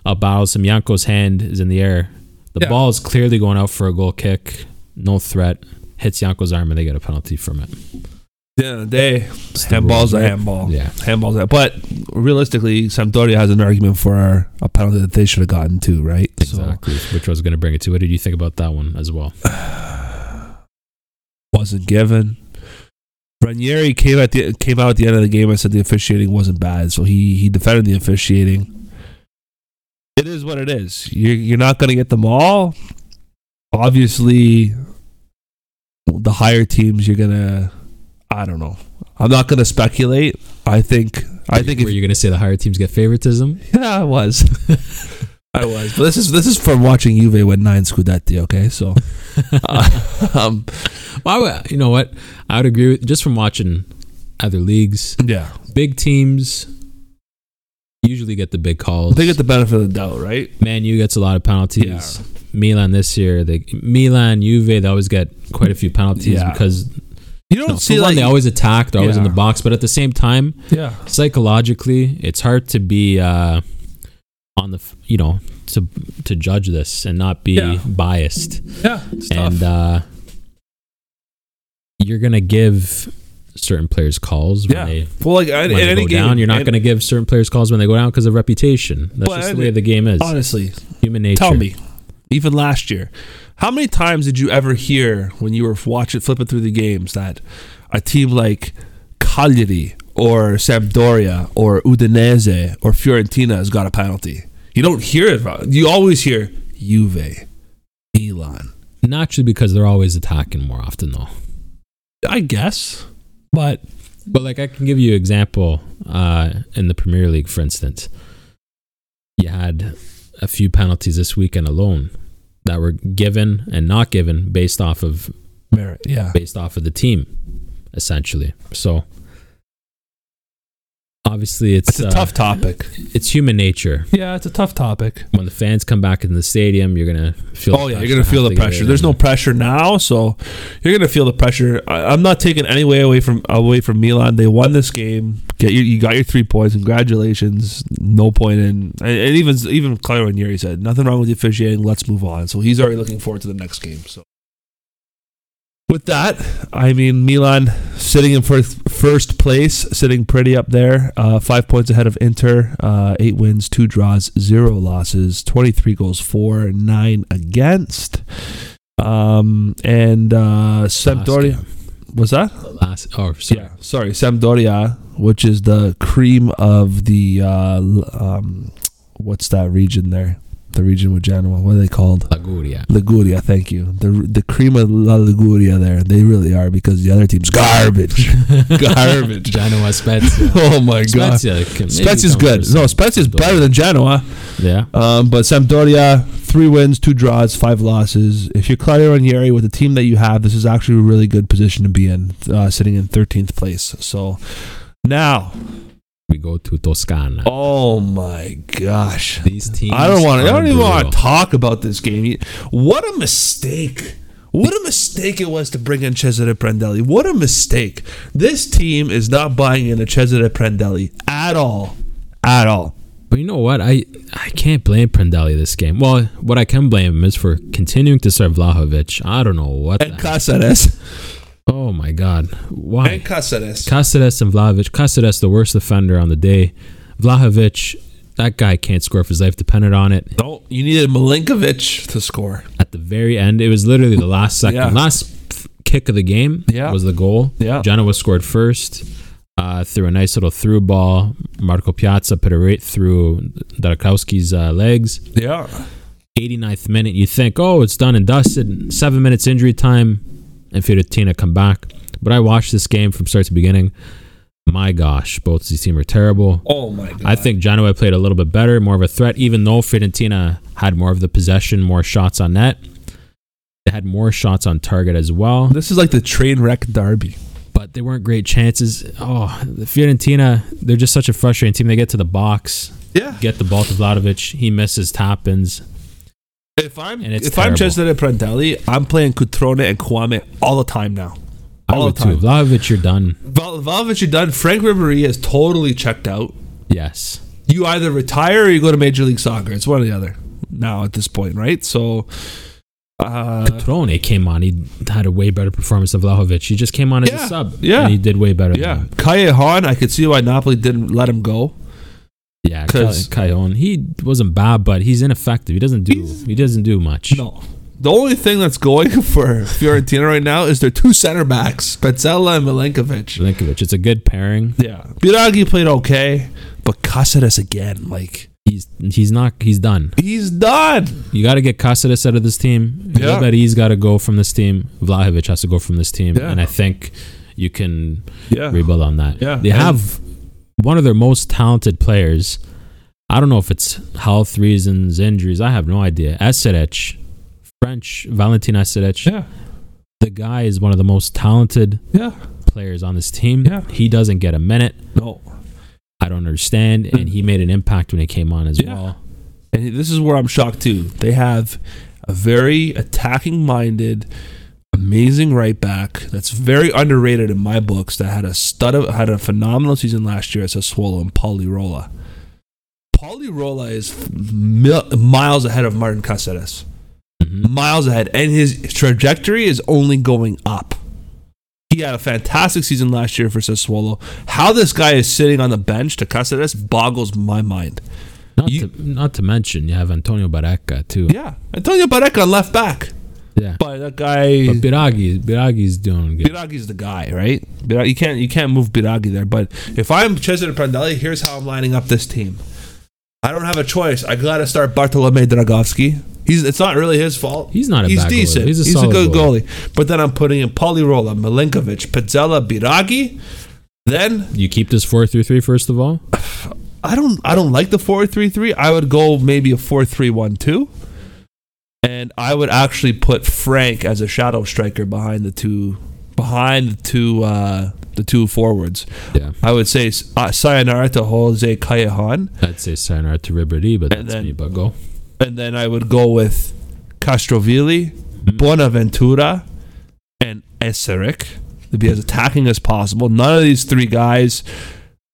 [SPEAKER 2] out battles him. Yanko's hand is in the air. The
[SPEAKER 1] Yeah.
[SPEAKER 2] ball is clearly going out for a goal kick. No threat. Hits Yanko's arm, and they get a penalty from it.
[SPEAKER 1] at the end of the day,
[SPEAKER 2] It's the
[SPEAKER 1] handball's
[SPEAKER 2] rules,
[SPEAKER 1] a
[SPEAKER 2] right?
[SPEAKER 1] handball.
[SPEAKER 2] Yeah.
[SPEAKER 1] handballs out. But realistically, Sampdoria has an argument for a penalty that they should have gotten too, right?
[SPEAKER 2] Exactly, which I was going to bring it to. What did you think about that one as well?
[SPEAKER 1] So (sighs) wasn't given. Ranieri came at the came out at the end of the game and said the officiating wasn't bad, so he he defended the officiating. It is what it is. You're you're not going to get them all. Obviously, the higher teams you're gonna. I don't know. I'm not going to speculate. I think I think if
[SPEAKER 2] were you going to say the higher teams get
[SPEAKER 1] (laughs)
[SPEAKER 2] favoritism? (laughs)
[SPEAKER 1] Yeah, I was. I was. But this is this is from watching Juve win nine Scudetti. Okay, so uh, (laughs) um,
[SPEAKER 2] Well, I would- you know what? I would agree with just from watching other leagues.
[SPEAKER 1] yeah,
[SPEAKER 2] Big teams usually get the big calls.
[SPEAKER 1] they get the benefit of the doubt, right?
[SPEAKER 2] Man U gets a lot of penalties.
[SPEAKER 1] Yeah.
[SPEAKER 2] Milan this year, they Milan, Juve, they always get quite a few penalties
[SPEAKER 1] Yeah.
[SPEAKER 2] because
[SPEAKER 1] You don't
[SPEAKER 2] No,
[SPEAKER 1] see
[SPEAKER 2] for one,
[SPEAKER 1] like
[SPEAKER 2] they always attack. They're always in
[SPEAKER 1] Yeah.
[SPEAKER 2] the box, but at the same time,
[SPEAKER 1] yeah.
[SPEAKER 2] psychologically, it's hard to be uh, on the f- you know to to judge this and not be
[SPEAKER 1] Yeah.
[SPEAKER 2] biased.
[SPEAKER 1] Yeah, it's
[SPEAKER 2] And
[SPEAKER 1] tough.
[SPEAKER 2] uh, you're gonna give certain players calls when
[SPEAKER 1] yeah.
[SPEAKER 2] they
[SPEAKER 1] well, like I-
[SPEAKER 2] when
[SPEAKER 1] in
[SPEAKER 2] they
[SPEAKER 1] any
[SPEAKER 2] go
[SPEAKER 1] game,
[SPEAKER 2] down. You're not
[SPEAKER 1] and-
[SPEAKER 2] going to give certain players calls when they go down because of reputation. That's
[SPEAKER 1] Well,
[SPEAKER 2] just the
[SPEAKER 1] and-
[SPEAKER 2] way the game is.
[SPEAKER 1] honestly
[SPEAKER 2] Human nature.
[SPEAKER 1] tell me. Even last year, how many times did you ever hear when you were watching flipping through the games that a team like Cagliari or Sampdoria or Udinese or Fiorentina has got a penalty? You don't hear it. about- You always hear Juve, Milan.
[SPEAKER 2] Naturally, because they're always attacking more often though.
[SPEAKER 1] I guess, but
[SPEAKER 2] But like I can give you an example uh, in the Premier League, for instance. You had a few penalties this weekend alone that were given and not given based off of
[SPEAKER 1] merit. Yeah,
[SPEAKER 2] based off of the team, essentially. So obviously, it's
[SPEAKER 1] it's a
[SPEAKER 2] uh,
[SPEAKER 1] tough topic.
[SPEAKER 2] It's human nature.
[SPEAKER 1] (laughs) Yeah, it's a tough topic.
[SPEAKER 2] when the fans come back in the stadium, you're gonna feel.
[SPEAKER 1] Oh yeah, you're gonna feel
[SPEAKER 2] have
[SPEAKER 1] the
[SPEAKER 2] to get
[SPEAKER 1] pressure.
[SPEAKER 2] in.
[SPEAKER 1] There's no pressure now, so you're gonna feel the pressure. I, I'm not taking any way away from away from Milan. They won this game. Get your, you got your three points. Congratulations. No point in. And, and even even Claire Ranieri said nothing wrong with you officiating. Let's move on. So he's already looking forward to the next game. So. With that, I mean Milan sitting in first, first place, sitting pretty up there, uh, five points ahead of Inter, uh, eight wins, two draws, zero losses, twenty three goals for, nine against, um, and uh, Sampdoria. Was that?
[SPEAKER 2] The Last, oh, sorry.
[SPEAKER 1] Yeah, sorry, Sampdoria, which is the cream of the uh, l- um, what's that region there? The region with Genoa. What are they called?
[SPEAKER 2] Liguria.
[SPEAKER 1] Liguria, thank you. The the cream of La Liguria there. They really are because the other team's
[SPEAKER 2] (laughs)
[SPEAKER 1] garbage. (laughs) Garbage.
[SPEAKER 2] Genoa Spezia.
[SPEAKER 1] oh my god.
[SPEAKER 2] Spezia. can maybe
[SPEAKER 1] Spezia's
[SPEAKER 2] come
[SPEAKER 1] good.
[SPEAKER 2] for
[SPEAKER 1] No,
[SPEAKER 2] some
[SPEAKER 1] Spezia's
[SPEAKER 2] Sampdoria.
[SPEAKER 1] better than Genoa.
[SPEAKER 2] Yeah.
[SPEAKER 1] Um, but Sampdoria, three wins, two draws, five losses. If you're Claudio Ranieri with the team that you have, this is actually a really good position to be in, uh, sitting in 13th place. So now,
[SPEAKER 2] We go to Toscana.
[SPEAKER 1] oh my gosh.
[SPEAKER 2] These teams.
[SPEAKER 1] I don't want to. I
[SPEAKER 2] are
[SPEAKER 1] don't even want to
[SPEAKER 2] brutal.
[SPEAKER 1] talk about this game. You- What a mistake! What a mistake it was to bring in Cesare Prandelli. What a mistake! This team is not buying in a Cesare Prandelli at all, at all.
[SPEAKER 2] But you know what? I I can't blame Prandelli this game. Well, what I can blame him is for continuing to serve Vlahovic. I don't know what.
[SPEAKER 1] And
[SPEAKER 2] the-
[SPEAKER 1] Casares,
[SPEAKER 2] oh my God! Why?
[SPEAKER 1] and Casares.
[SPEAKER 2] Caceres and Vlahovic. Caceres, the worst defender on the day. Vlahovic, that guy can't score if his life depended on it.
[SPEAKER 1] No, you needed Milinkovic to score.
[SPEAKER 2] At the very end, it was literally the last second,
[SPEAKER 1] Yeah.
[SPEAKER 2] last kick of the game
[SPEAKER 1] Yeah.
[SPEAKER 2] was the goal.
[SPEAKER 1] Yeah.
[SPEAKER 2] Genoa scored first uh, through a nice little through ball. Marco Piazza put it right through Darakowski's uh, legs.
[SPEAKER 1] Yeah,
[SPEAKER 2] 89th minute, you think, oh, it's done and dusted. Seven minutes injury time, and Fiorentina come back. But I watched this game from start to beginning. My gosh, both these teams are terrible.
[SPEAKER 1] Oh my god.
[SPEAKER 2] I think Genoa played a little bit better, more of a threat, even though Fiorentina had more of the possession, more shots on net. They had more shots on target as well,
[SPEAKER 1] this is like the train wreck derby.
[SPEAKER 2] but they weren't great chances. Oh, the Fiorentina, they're just such a frustrating team. They get to the box,
[SPEAKER 1] Yeah.
[SPEAKER 2] get the ball to Vladovic. He misses tap ins.
[SPEAKER 1] If I'm
[SPEAKER 2] And it's
[SPEAKER 1] if I'm Cesare
[SPEAKER 2] terrible.
[SPEAKER 1] Prandelli, I'm playing Cutrone and Kwame all the time now.
[SPEAKER 2] I
[SPEAKER 1] All
[SPEAKER 2] would
[SPEAKER 1] the
[SPEAKER 2] too.
[SPEAKER 1] time.
[SPEAKER 2] Vlahovic, you're done.
[SPEAKER 1] Val- Valvich you're done. Frank Ribery is totally checked out.
[SPEAKER 2] Yes.
[SPEAKER 1] You either retire or you go to Major League Soccer. It's one or the other now at this point, right? So, uh,
[SPEAKER 2] Petrone came on. He had a way better performance than Vlahovic. He just came on as
[SPEAKER 1] Yeah,
[SPEAKER 2] a sub.
[SPEAKER 1] yeah.
[SPEAKER 2] And he did way better. Than
[SPEAKER 1] yeah,
[SPEAKER 2] him.
[SPEAKER 1] Callejon, I could see why Napoli didn't let him go.
[SPEAKER 2] Yeah.
[SPEAKER 1] 'Cause-
[SPEAKER 2] Cajon. He wasn't bad, but he's ineffective. He doesn't do
[SPEAKER 1] He's-
[SPEAKER 2] he doesn't do much.
[SPEAKER 1] No. The only thing that's going (laughs) for Fiorentina right now is their two center backs, Petzella and Milinkovic.
[SPEAKER 2] Milinkovic. It's a good pairing.
[SPEAKER 1] Yeah. Biragi played okay, but Caceres again, like,
[SPEAKER 2] He's he's not he's done.
[SPEAKER 1] he's done.
[SPEAKER 2] You gotta get Caceres out of this team.
[SPEAKER 1] Yeah.
[SPEAKER 2] Liberty's gotta go from this team. Vlahovic has to go from this team.
[SPEAKER 1] Yeah.
[SPEAKER 2] And I think you can
[SPEAKER 1] Yeah.
[SPEAKER 2] rebuild on that.
[SPEAKER 1] Yeah,
[SPEAKER 2] They
[SPEAKER 1] and-
[SPEAKER 2] have one of their most talented players. I don't know if it's health reasons, injuries. I have no idea. Eserec, French, Valentin Eserec.
[SPEAKER 1] Yeah.
[SPEAKER 2] The guy is one of the most talented
[SPEAKER 1] Yeah.
[SPEAKER 2] players on this team.
[SPEAKER 1] Yeah.
[SPEAKER 2] He doesn't get a minute.
[SPEAKER 1] No.
[SPEAKER 2] I don't understand. And he made an impact when he came on as
[SPEAKER 1] Yeah.
[SPEAKER 2] well.
[SPEAKER 1] and this is where I'm shocked too. They have a very attacking minded, amazing right back that's very underrated in my books that had a stud of, had a phenomenal season last year as a swallow and Paulie Rolla. Paulie Rolla is mil- miles ahead of Martin Caceres. Miles ahead and his trajectory is only going up. He had a fantastic season last year for Sassuolo. How this guy is sitting on the bench to Caceres boggles my mind.
[SPEAKER 2] Not,
[SPEAKER 1] You-
[SPEAKER 2] to, not to mention, you have Antonio Baracca too.
[SPEAKER 1] Yeah, Antonio Barreca on left back,
[SPEAKER 2] Yeah.
[SPEAKER 1] but that guy
[SPEAKER 2] But Biragi, Biragi's doing good.
[SPEAKER 1] Biragi's the guy, right? Biragi, you can't you can't move Biragi there. But if I'm Cesare Prandelli, here's how I'm lining up this team. I don't have a choice. I gotta start Bartolome Dragovski. He's it's not really his fault.
[SPEAKER 2] He's not a
[SPEAKER 1] he's
[SPEAKER 2] bad goalie.
[SPEAKER 1] decent.
[SPEAKER 2] He's
[SPEAKER 1] He's
[SPEAKER 2] a
[SPEAKER 1] a,
[SPEAKER 2] solid
[SPEAKER 1] good goalie. But then I'm putting in Polirola, Milinkovic, Pizzella, Biragi. Then
[SPEAKER 2] You keep this 4 3 3 first of all?
[SPEAKER 1] I don't I don't like the four three three. I would go maybe a four three one two. And I would actually put Frank as a shadow striker behind the two behind the two uh, the two forwards.
[SPEAKER 2] Yeah.
[SPEAKER 1] I would say uh, sayonara to Jose Callejon,
[SPEAKER 2] I'd say Sayonara to Riberti, but
[SPEAKER 1] And
[SPEAKER 2] that's
[SPEAKER 1] then-
[SPEAKER 2] me, but go.
[SPEAKER 1] and then I would go with Castrovilli, Bonaventura, and Eseric to be as attacking as possible. None of these three guys,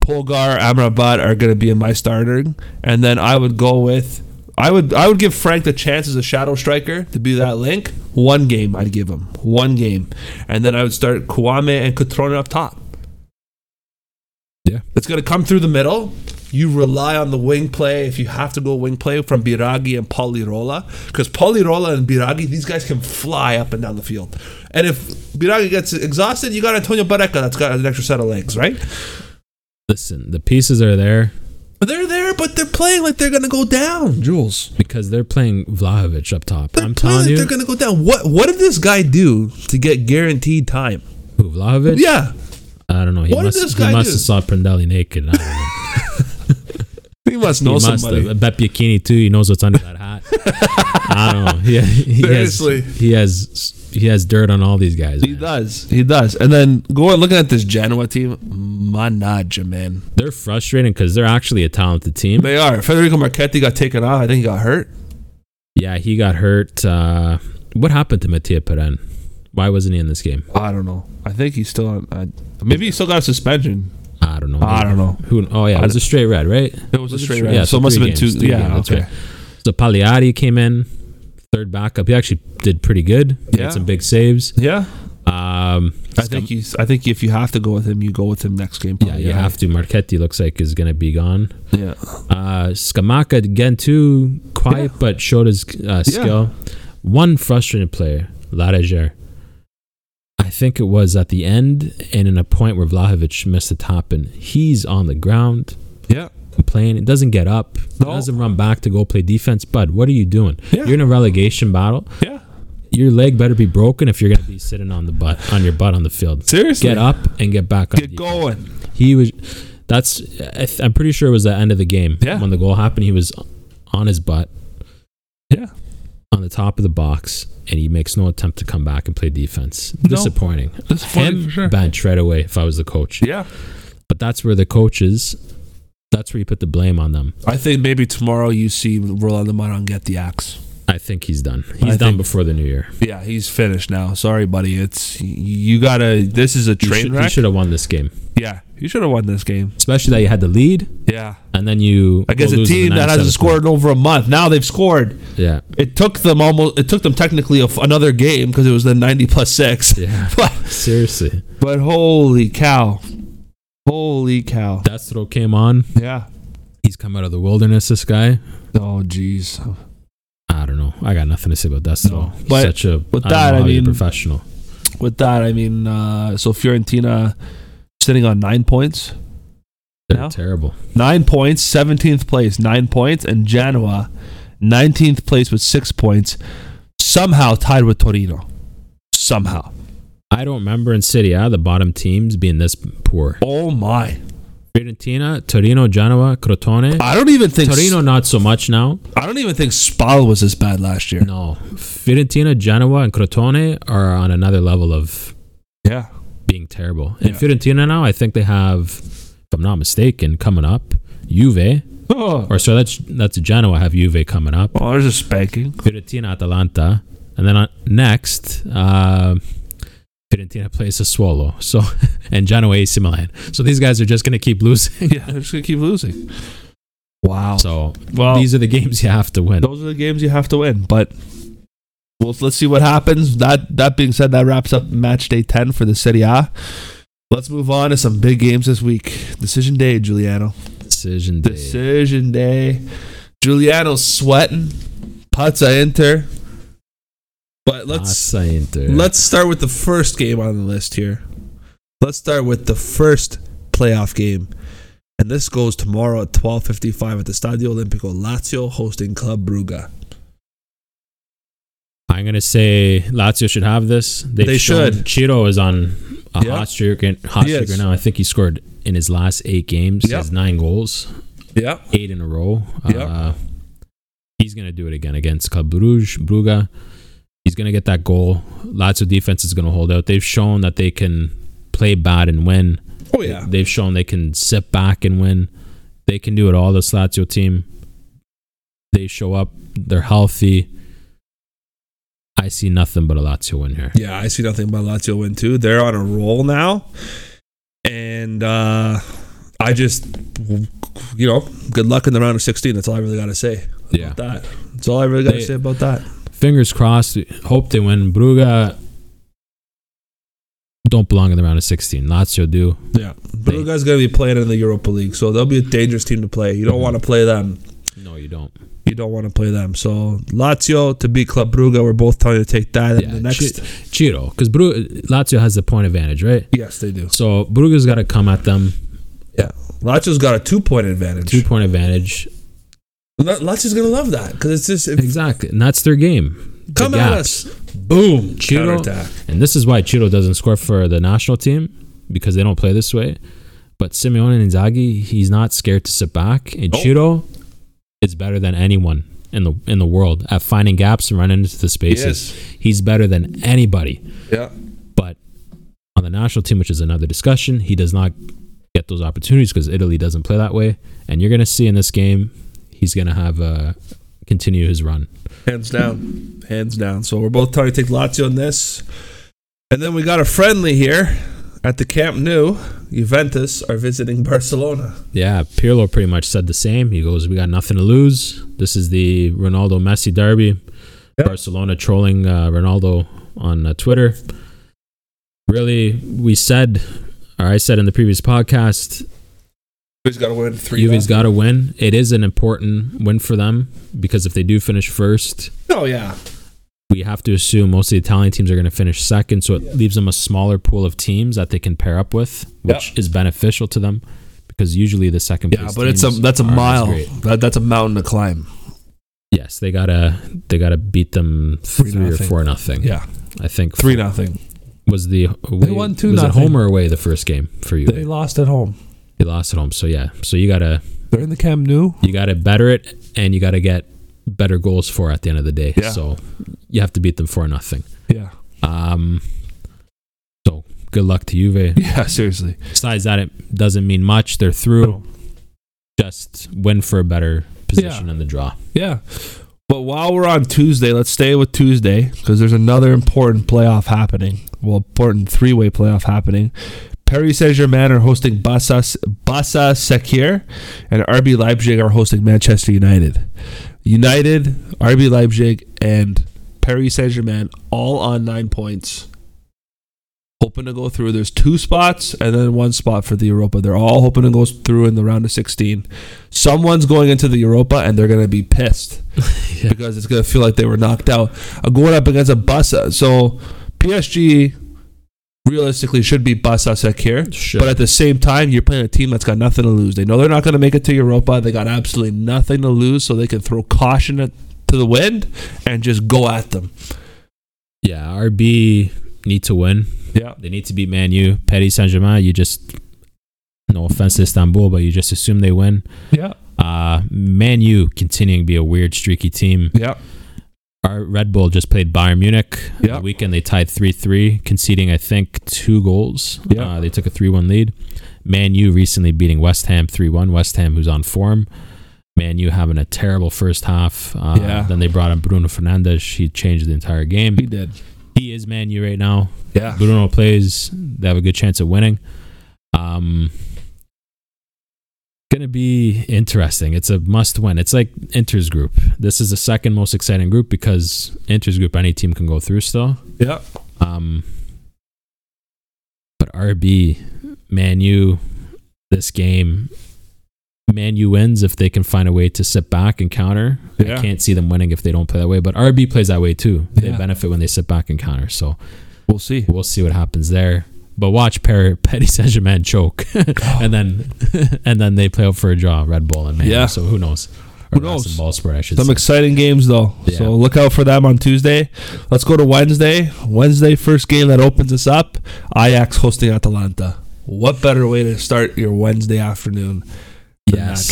[SPEAKER 1] Polgar, Amrabat, are going to be in my starting, and then I would go with. I would I would give Frank the chance as a shadow striker to be that link. One game I'd give him. One game. And then I would start Kwame and Katrona up top.
[SPEAKER 2] Yeah.
[SPEAKER 1] It's going to come through the middle. You rely on the wing play if you have to go wing play from Biragi and Polirola because Polirola and Biragi, these guys can fly up and down the field. And if Biragi gets exhausted, you got Antonio Barreca that's got an extra set of legs, right?
[SPEAKER 2] Listen, the pieces are there
[SPEAKER 1] But they're there, but they're playing like they're going to go down, Jules.
[SPEAKER 2] because they're playing Vlahovic up top.
[SPEAKER 1] They're
[SPEAKER 2] I'm
[SPEAKER 1] playing
[SPEAKER 2] telling
[SPEAKER 1] like
[SPEAKER 2] you,
[SPEAKER 1] they're going to go down. What What did this guy do to get guaranteed time?
[SPEAKER 2] who, Vlahovic?
[SPEAKER 1] Yeah,
[SPEAKER 2] I don't know. He
[SPEAKER 1] What did
[SPEAKER 2] must,
[SPEAKER 1] this
[SPEAKER 2] he
[SPEAKER 1] guy
[SPEAKER 2] must
[SPEAKER 1] do?
[SPEAKER 2] have saw Prandelli naked. I don't know.
[SPEAKER 1] he must know
[SPEAKER 2] he must
[SPEAKER 1] somebody.
[SPEAKER 2] have. I bet Bikini too. He knows what's under
[SPEAKER 1] (laughs)
[SPEAKER 2] that hat. I don't know. Yeah, he has,
[SPEAKER 1] Seriously.
[SPEAKER 2] he has he has dirt on all these guys.
[SPEAKER 1] He
[SPEAKER 2] man.
[SPEAKER 1] does. He does. And then go looking at this Genoa team, Manaja, man.
[SPEAKER 2] They're frustrating because they're actually a talented team.
[SPEAKER 1] They are. Federico Marchetti got taken off. I think he got hurt.
[SPEAKER 2] Yeah, he got hurt. Uh, what happened to Mattia Peren? Why wasn't he in this game?
[SPEAKER 1] I don't know. I think he's still on. Uh, maybe he still got a suspension.
[SPEAKER 2] I don't know.
[SPEAKER 1] I don't know.
[SPEAKER 2] Who? Oh yeah, it was a straight red, right?
[SPEAKER 1] It was a straight
[SPEAKER 2] Yeah,
[SPEAKER 1] red. So
[SPEAKER 2] so
[SPEAKER 1] it must have
[SPEAKER 2] three
[SPEAKER 1] been two.
[SPEAKER 2] games, three
[SPEAKER 1] Yeah,
[SPEAKER 2] games, that's
[SPEAKER 1] okay.
[SPEAKER 2] right. So Pagliari came in, third backup. He actually did pretty good. He
[SPEAKER 1] Yeah.
[SPEAKER 2] had some big saves.
[SPEAKER 1] Yeah.
[SPEAKER 2] Um,
[SPEAKER 1] I think you. I think if you have to go with him, you go with him next game.
[SPEAKER 2] yeah, you have to. Marchetti looks like is gonna be gone.
[SPEAKER 1] Yeah.
[SPEAKER 2] Uh, Skamaka again too quiet, but showed his uh, skill. One frustrated player, Lareger. I think it was at the end and in a point where Vlahovic missed a top and he's on the ground
[SPEAKER 1] Yeah.
[SPEAKER 2] complaining, doesn't get up,
[SPEAKER 1] No.
[SPEAKER 2] doesn't run back to go play defense. Bud, what are you doing?
[SPEAKER 1] Yeah.
[SPEAKER 2] You're in a relegation battle.
[SPEAKER 1] Yeah.
[SPEAKER 2] Your leg better be broken if you're gonna be sitting on the butt on your butt on the field.
[SPEAKER 1] Seriously.
[SPEAKER 2] Get up and get back on
[SPEAKER 1] Get
[SPEAKER 2] defense.
[SPEAKER 1] going.
[SPEAKER 2] He was. That's. I th- I'm pretty sure it was the end of the game.
[SPEAKER 1] Yeah.
[SPEAKER 2] When the goal happened, he was on his butt
[SPEAKER 1] Yeah.
[SPEAKER 2] on the top of the box, and he makes no attempt to come back and play defense. Disappointing.
[SPEAKER 1] Disappointing
[SPEAKER 2] Him
[SPEAKER 1] for sure.
[SPEAKER 2] bench right away if I was the coach.
[SPEAKER 1] Yeah.
[SPEAKER 2] But that's where the coaches. That's where you put the blame on them.
[SPEAKER 1] I think maybe tomorrow you see Rolando Maron get the axe.
[SPEAKER 2] I think he's done. He's
[SPEAKER 1] I
[SPEAKER 2] done
[SPEAKER 1] think-
[SPEAKER 2] before the new year.
[SPEAKER 1] Yeah, he's finished now. Sorry, buddy. It's you gotta. This is a
[SPEAKER 2] You
[SPEAKER 1] train
[SPEAKER 2] should,
[SPEAKER 1] wreck.
[SPEAKER 2] have won this game,
[SPEAKER 1] yeah, you should have won this game.
[SPEAKER 2] especially that you had the lead,
[SPEAKER 1] Yeah,
[SPEAKER 2] and then you
[SPEAKER 1] I guess a
[SPEAKER 2] go lose in the
[SPEAKER 1] team that
[SPEAKER 2] 97th
[SPEAKER 1] hasn't scored in over a month. Now they've scored.
[SPEAKER 2] minute. Yeah.
[SPEAKER 1] It took them almost. It took them technically a f another game because it was the ninety plus six.
[SPEAKER 2] Yeah.
[SPEAKER 1] (laughs)
[SPEAKER 2] (laughs)
[SPEAKER 1] But,
[SPEAKER 2] Seriously,
[SPEAKER 1] but holy cow, holy cow.
[SPEAKER 2] Destro came on.
[SPEAKER 1] Yeah.
[SPEAKER 2] He's come out of the wilderness. This guy.
[SPEAKER 1] Oh jeez.
[SPEAKER 2] I don't know. I got nothing to say about that. So
[SPEAKER 1] No. But
[SPEAKER 2] such a
[SPEAKER 1] with
[SPEAKER 2] I don't
[SPEAKER 1] that,
[SPEAKER 2] know
[SPEAKER 1] I
[SPEAKER 2] how he's a
[SPEAKER 1] mean-
[SPEAKER 2] professional.
[SPEAKER 1] With that, I mean, uh, so Fiorentina sitting on nine points.
[SPEAKER 2] They're
[SPEAKER 1] No.
[SPEAKER 2] terrible.
[SPEAKER 1] nine points, 17th place, nine points, and Genoa, 19th place with six points, somehow tied with Torino. Somehow.
[SPEAKER 2] I don't remember in Serie A the bottom teams being this poor.
[SPEAKER 1] Oh my.
[SPEAKER 2] Fiorentina, Torino, Genoa, Crotone.
[SPEAKER 1] I don't even think
[SPEAKER 2] Torino not so much now.
[SPEAKER 1] I don't even think Spal was as bad last year.
[SPEAKER 2] No, Fiorentina, Genoa, and Crotone are on another level of
[SPEAKER 1] Yeah.
[SPEAKER 2] being terrible. And
[SPEAKER 1] Yeah.
[SPEAKER 2] Fiorentina now, I think they have, if I'm not mistaken, coming up Juve.
[SPEAKER 1] Oh,
[SPEAKER 2] Or so that's that's Genoa have Juve coming up.
[SPEAKER 1] well, there's a spanking.
[SPEAKER 2] Fiorentina, Atalanta, And then on, next, uh, Fiorentina plays a Swallow. So (laughs) and Genoa AC Milan. So these guys are just going to keep losing.
[SPEAKER 1] (laughs) Yeah, they're just gonna keep losing. Wow.
[SPEAKER 2] So
[SPEAKER 1] well,
[SPEAKER 2] these are the games you have to win.
[SPEAKER 1] those are the games you have to win. But well, let's see what happens. That that being said, that wraps up match day ten for the Serie A. Let's move on to some big games this week. Decision day, Giuliano.
[SPEAKER 2] Decision day.
[SPEAKER 1] Decision day. Giuliano's sweating. Pazza Inter. But let's
[SPEAKER 2] Massa Inter.
[SPEAKER 1] let's start with the first game on the list here. Let's start with the first playoff game. And this goes tomorrow at 12:55 at the Stadio Olimpico, Lazio hosting Club Brugge.
[SPEAKER 2] I'm gonna say Lazio should have this. They've
[SPEAKER 1] They
[SPEAKER 2] shown-
[SPEAKER 1] should.
[SPEAKER 2] Ciro is on a
[SPEAKER 1] Yeah.
[SPEAKER 2] hot streak and hot
[SPEAKER 1] He
[SPEAKER 2] streak
[SPEAKER 1] is.
[SPEAKER 2] right now. I think he scored in his last eight games. He
[SPEAKER 1] Yep.
[SPEAKER 2] has nine goals,
[SPEAKER 1] Yeah.
[SPEAKER 2] eight in a row.
[SPEAKER 1] Yep.
[SPEAKER 2] Uh, he's gonna do it again against Club Bruges, Brugge. He's gonna get that goal. Lazio defense is gonna hold out. They've shown that they can play bad and win.
[SPEAKER 1] Oh yeah.
[SPEAKER 2] They've shown they can sit back and win. They can do it all. This Lazio team. They show up. They're healthy. I see nothing but a Lazio win here.
[SPEAKER 1] Yeah, I see nothing but Lazio win too. They're on a roll now, and uh, I just, you know, good luck in the round of sixteen. That's all I really got to say about
[SPEAKER 2] Yeah.
[SPEAKER 1] that. That's all I really got to
[SPEAKER 2] They-
[SPEAKER 1] say about that.
[SPEAKER 2] Fingers crossed. Hope they win. Brugge don't belong in the round of 16. Lazio do.
[SPEAKER 1] Yeah, Brugge's gonna be playing in the Europa League, so they'll be a dangerous team to play. You don't want to play them.
[SPEAKER 2] No, you don't.
[SPEAKER 1] You don't want to play them. So Lazio to beat Club Brugge, we're both telling you to take that. And
[SPEAKER 2] Yeah,
[SPEAKER 1] the next,
[SPEAKER 2] Chi- Ciro, because Bru- Lazio has the point advantage, right?
[SPEAKER 1] yes, they do.
[SPEAKER 2] So Brugge's got to come at them.
[SPEAKER 1] Yeah, Lazio's got a two-point advantage.
[SPEAKER 2] Two point advantage.
[SPEAKER 1] La- Lazio's gonna love that because it's just if,
[SPEAKER 2] Exactly. And that's their game. The
[SPEAKER 1] come at
[SPEAKER 2] gaps.
[SPEAKER 1] us, boom,
[SPEAKER 2] Chiro-
[SPEAKER 1] counterattack.
[SPEAKER 2] And this is why Chiro doesn't score for the national team because they don't play this way. But Simeone and Inzaghi, he's not scared to sit back. And
[SPEAKER 1] Nope.
[SPEAKER 2] Chiro is better than anyone in the in the world at finding gaps and running into the spaces. He's better than anybody.
[SPEAKER 1] Yeah.
[SPEAKER 2] But on the national team, which is another discussion, he does not get those opportunities because Italy doesn't play that way. And you're gonna see in this game, he's gonna have uh, continue his run.
[SPEAKER 1] Hands down. Hands down. So we're both trying to take Lazio on this. And then we got a friendly here at the Camp Nou. Juventus are visiting Barcelona.
[SPEAKER 2] Yeah, Pirlo pretty much said the same. He goes, "We got nothing to lose. This is the Ronaldo Messi derby."
[SPEAKER 1] Yep.
[SPEAKER 2] Barcelona trolling uh, Ronaldo on uh, Twitter. Really, we said, or I said in the previous podcast,
[SPEAKER 1] Juve's got to win 3
[SPEAKER 2] Juve's got to win. It is an important win for them because if they do finish first,
[SPEAKER 1] Oh, yeah.
[SPEAKER 2] we have to assume most of the Italian teams are going to finish second, so it leaves them a smaller pool of teams that they can pair up with, which
[SPEAKER 1] Yep.
[SPEAKER 2] is beneficial to them because usually the second
[SPEAKER 1] Yeah,
[SPEAKER 2] place
[SPEAKER 1] but it's a
[SPEAKER 2] teams
[SPEAKER 1] that's a
[SPEAKER 2] aren't as
[SPEAKER 1] mile.
[SPEAKER 2] great.
[SPEAKER 1] That, that's a mountain to climb.
[SPEAKER 2] Yes, they gotta they gotta beat them three, or
[SPEAKER 1] nothing.
[SPEAKER 2] four nothing.
[SPEAKER 1] Yeah,
[SPEAKER 2] I think
[SPEAKER 1] three nothing.
[SPEAKER 2] was the away,
[SPEAKER 1] won two
[SPEAKER 2] was it
[SPEAKER 1] nothing.
[SPEAKER 2] home or away the first game for you.
[SPEAKER 1] They
[SPEAKER 2] They,
[SPEAKER 1] lost at home.
[SPEAKER 2] lost at home, so yeah. So you gotta
[SPEAKER 1] They're in the Camp Nou.
[SPEAKER 2] you gotta better it, and you gotta get better goals for at the end of the day.
[SPEAKER 1] Yeah.
[SPEAKER 2] So you have to beat them for nothing.
[SPEAKER 1] Yeah. (laughs)
[SPEAKER 2] Um. So good luck to Juve.
[SPEAKER 1] Yeah. Seriously.
[SPEAKER 2] Besides that, it doesn't mean much. They're through.
[SPEAKER 1] No.
[SPEAKER 2] Just win for a better position in the draw.
[SPEAKER 1] Yeah. But while we're on Tuesday, let's stay with Tuesday because there's another important playoff happening. Well, important three way playoff happening. Paris Saint Germain are hosting Bassa, Bassa Sekir, and RB Leipzig are hosting Manchester United. United, RB Leipzig, and Paris Saint Germain all on nine points. Hoping to go through. There's two spots and then one spot for the Europa. They're all hoping to go through in the round of 16. Someone's going into the Europa and they're going to be pissed
[SPEAKER 2] Yeah.
[SPEAKER 1] because it's going to feel like they were knocked out. Uh, Going up against a Bassa. So PSG realistically should be Bassa Sekir.
[SPEAKER 2] Sure.
[SPEAKER 1] But at the same time, you're playing a team that's got nothing to lose. They know they're not going to make it to Europa. They got absolutely nothing to lose, so they can throw caution at, to the wind and just go at them.
[SPEAKER 2] yeah, RB need to win.
[SPEAKER 1] Yeah.
[SPEAKER 2] They need to beat Man U. Paris Saint Germain, you just, no offense to Istanbul, but you just assume they win.
[SPEAKER 1] Yeah.
[SPEAKER 2] Uh, Man U continuing to be a weird, streaky team.
[SPEAKER 1] Yeah.
[SPEAKER 2] Our Red Bull just played Bayern Munich.
[SPEAKER 1] Yeah.
[SPEAKER 2] The weekend they tied 3 3, conceding, I think, two goals.
[SPEAKER 1] Yeah.
[SPEAKER 2] Uh, they took a 3 1 lead. Man U recently beating West Ham 3 1. West Ham, who's on form. Man, you having a terrible first half. Uh,
[SPEAKER 1] Yeah.
[SPEAKER 2] Then they brought in Bruno Fernandez. He changed the entire game.
[SPEAKER 1] He did.
[SPEAKER 2] He is Man U right now.
[SPEAKER 1] Yeah.
[SPEAKER 2] Bruno plays, they have a good chance of winning. Um, gonna be interesting. It's a must win. It's like Inter's group. This is the second most exciting group because Inter's group, any team can go through still.
[SPEAKER 1] Yeah.
[SPEAKER 2] Um, but RB, Man U, this game, Man U wins if they can find a way to sit back and counter.
[SPEAKER 1] Yeah.
[SPEAKER 2] I can't see them winning if they don't play that way. But RB plays that way too. They
[SPEAKER 1] Yeah.
[SPEAKER 2] benefit when they sit back and counter. So
[SPEAKER 1] We'll see.
[SPEAKER 2] we'll see what happens there. But watch per- Petty Saint-Germain choke, (laughs) and then (laughs) and then they play out for a draw, Red Bull and Man. U.
[SPEAKER 1] Yeah.
[SPEAKER 2] So who knows?
[SPEAKER 1] Who
[SPEAKER 2] Or that's
[SPEAKER 1] knows?
[SPEAKER 2] a Ball spread, I should
[SPEAKER 1] Some
[SPEAKER 2] say.
[SPEAKER 1] exciting games though.
[SPEAKER 2] Yeah.
[SPEAKER 1] So look out for them on Tuesday. Let's go to Wednesday. Wednesday, first game that opens us up. Ajax hosting Atalanta. What better way to start your Wednesday afternoon than
[SPEAKER 2] Yes.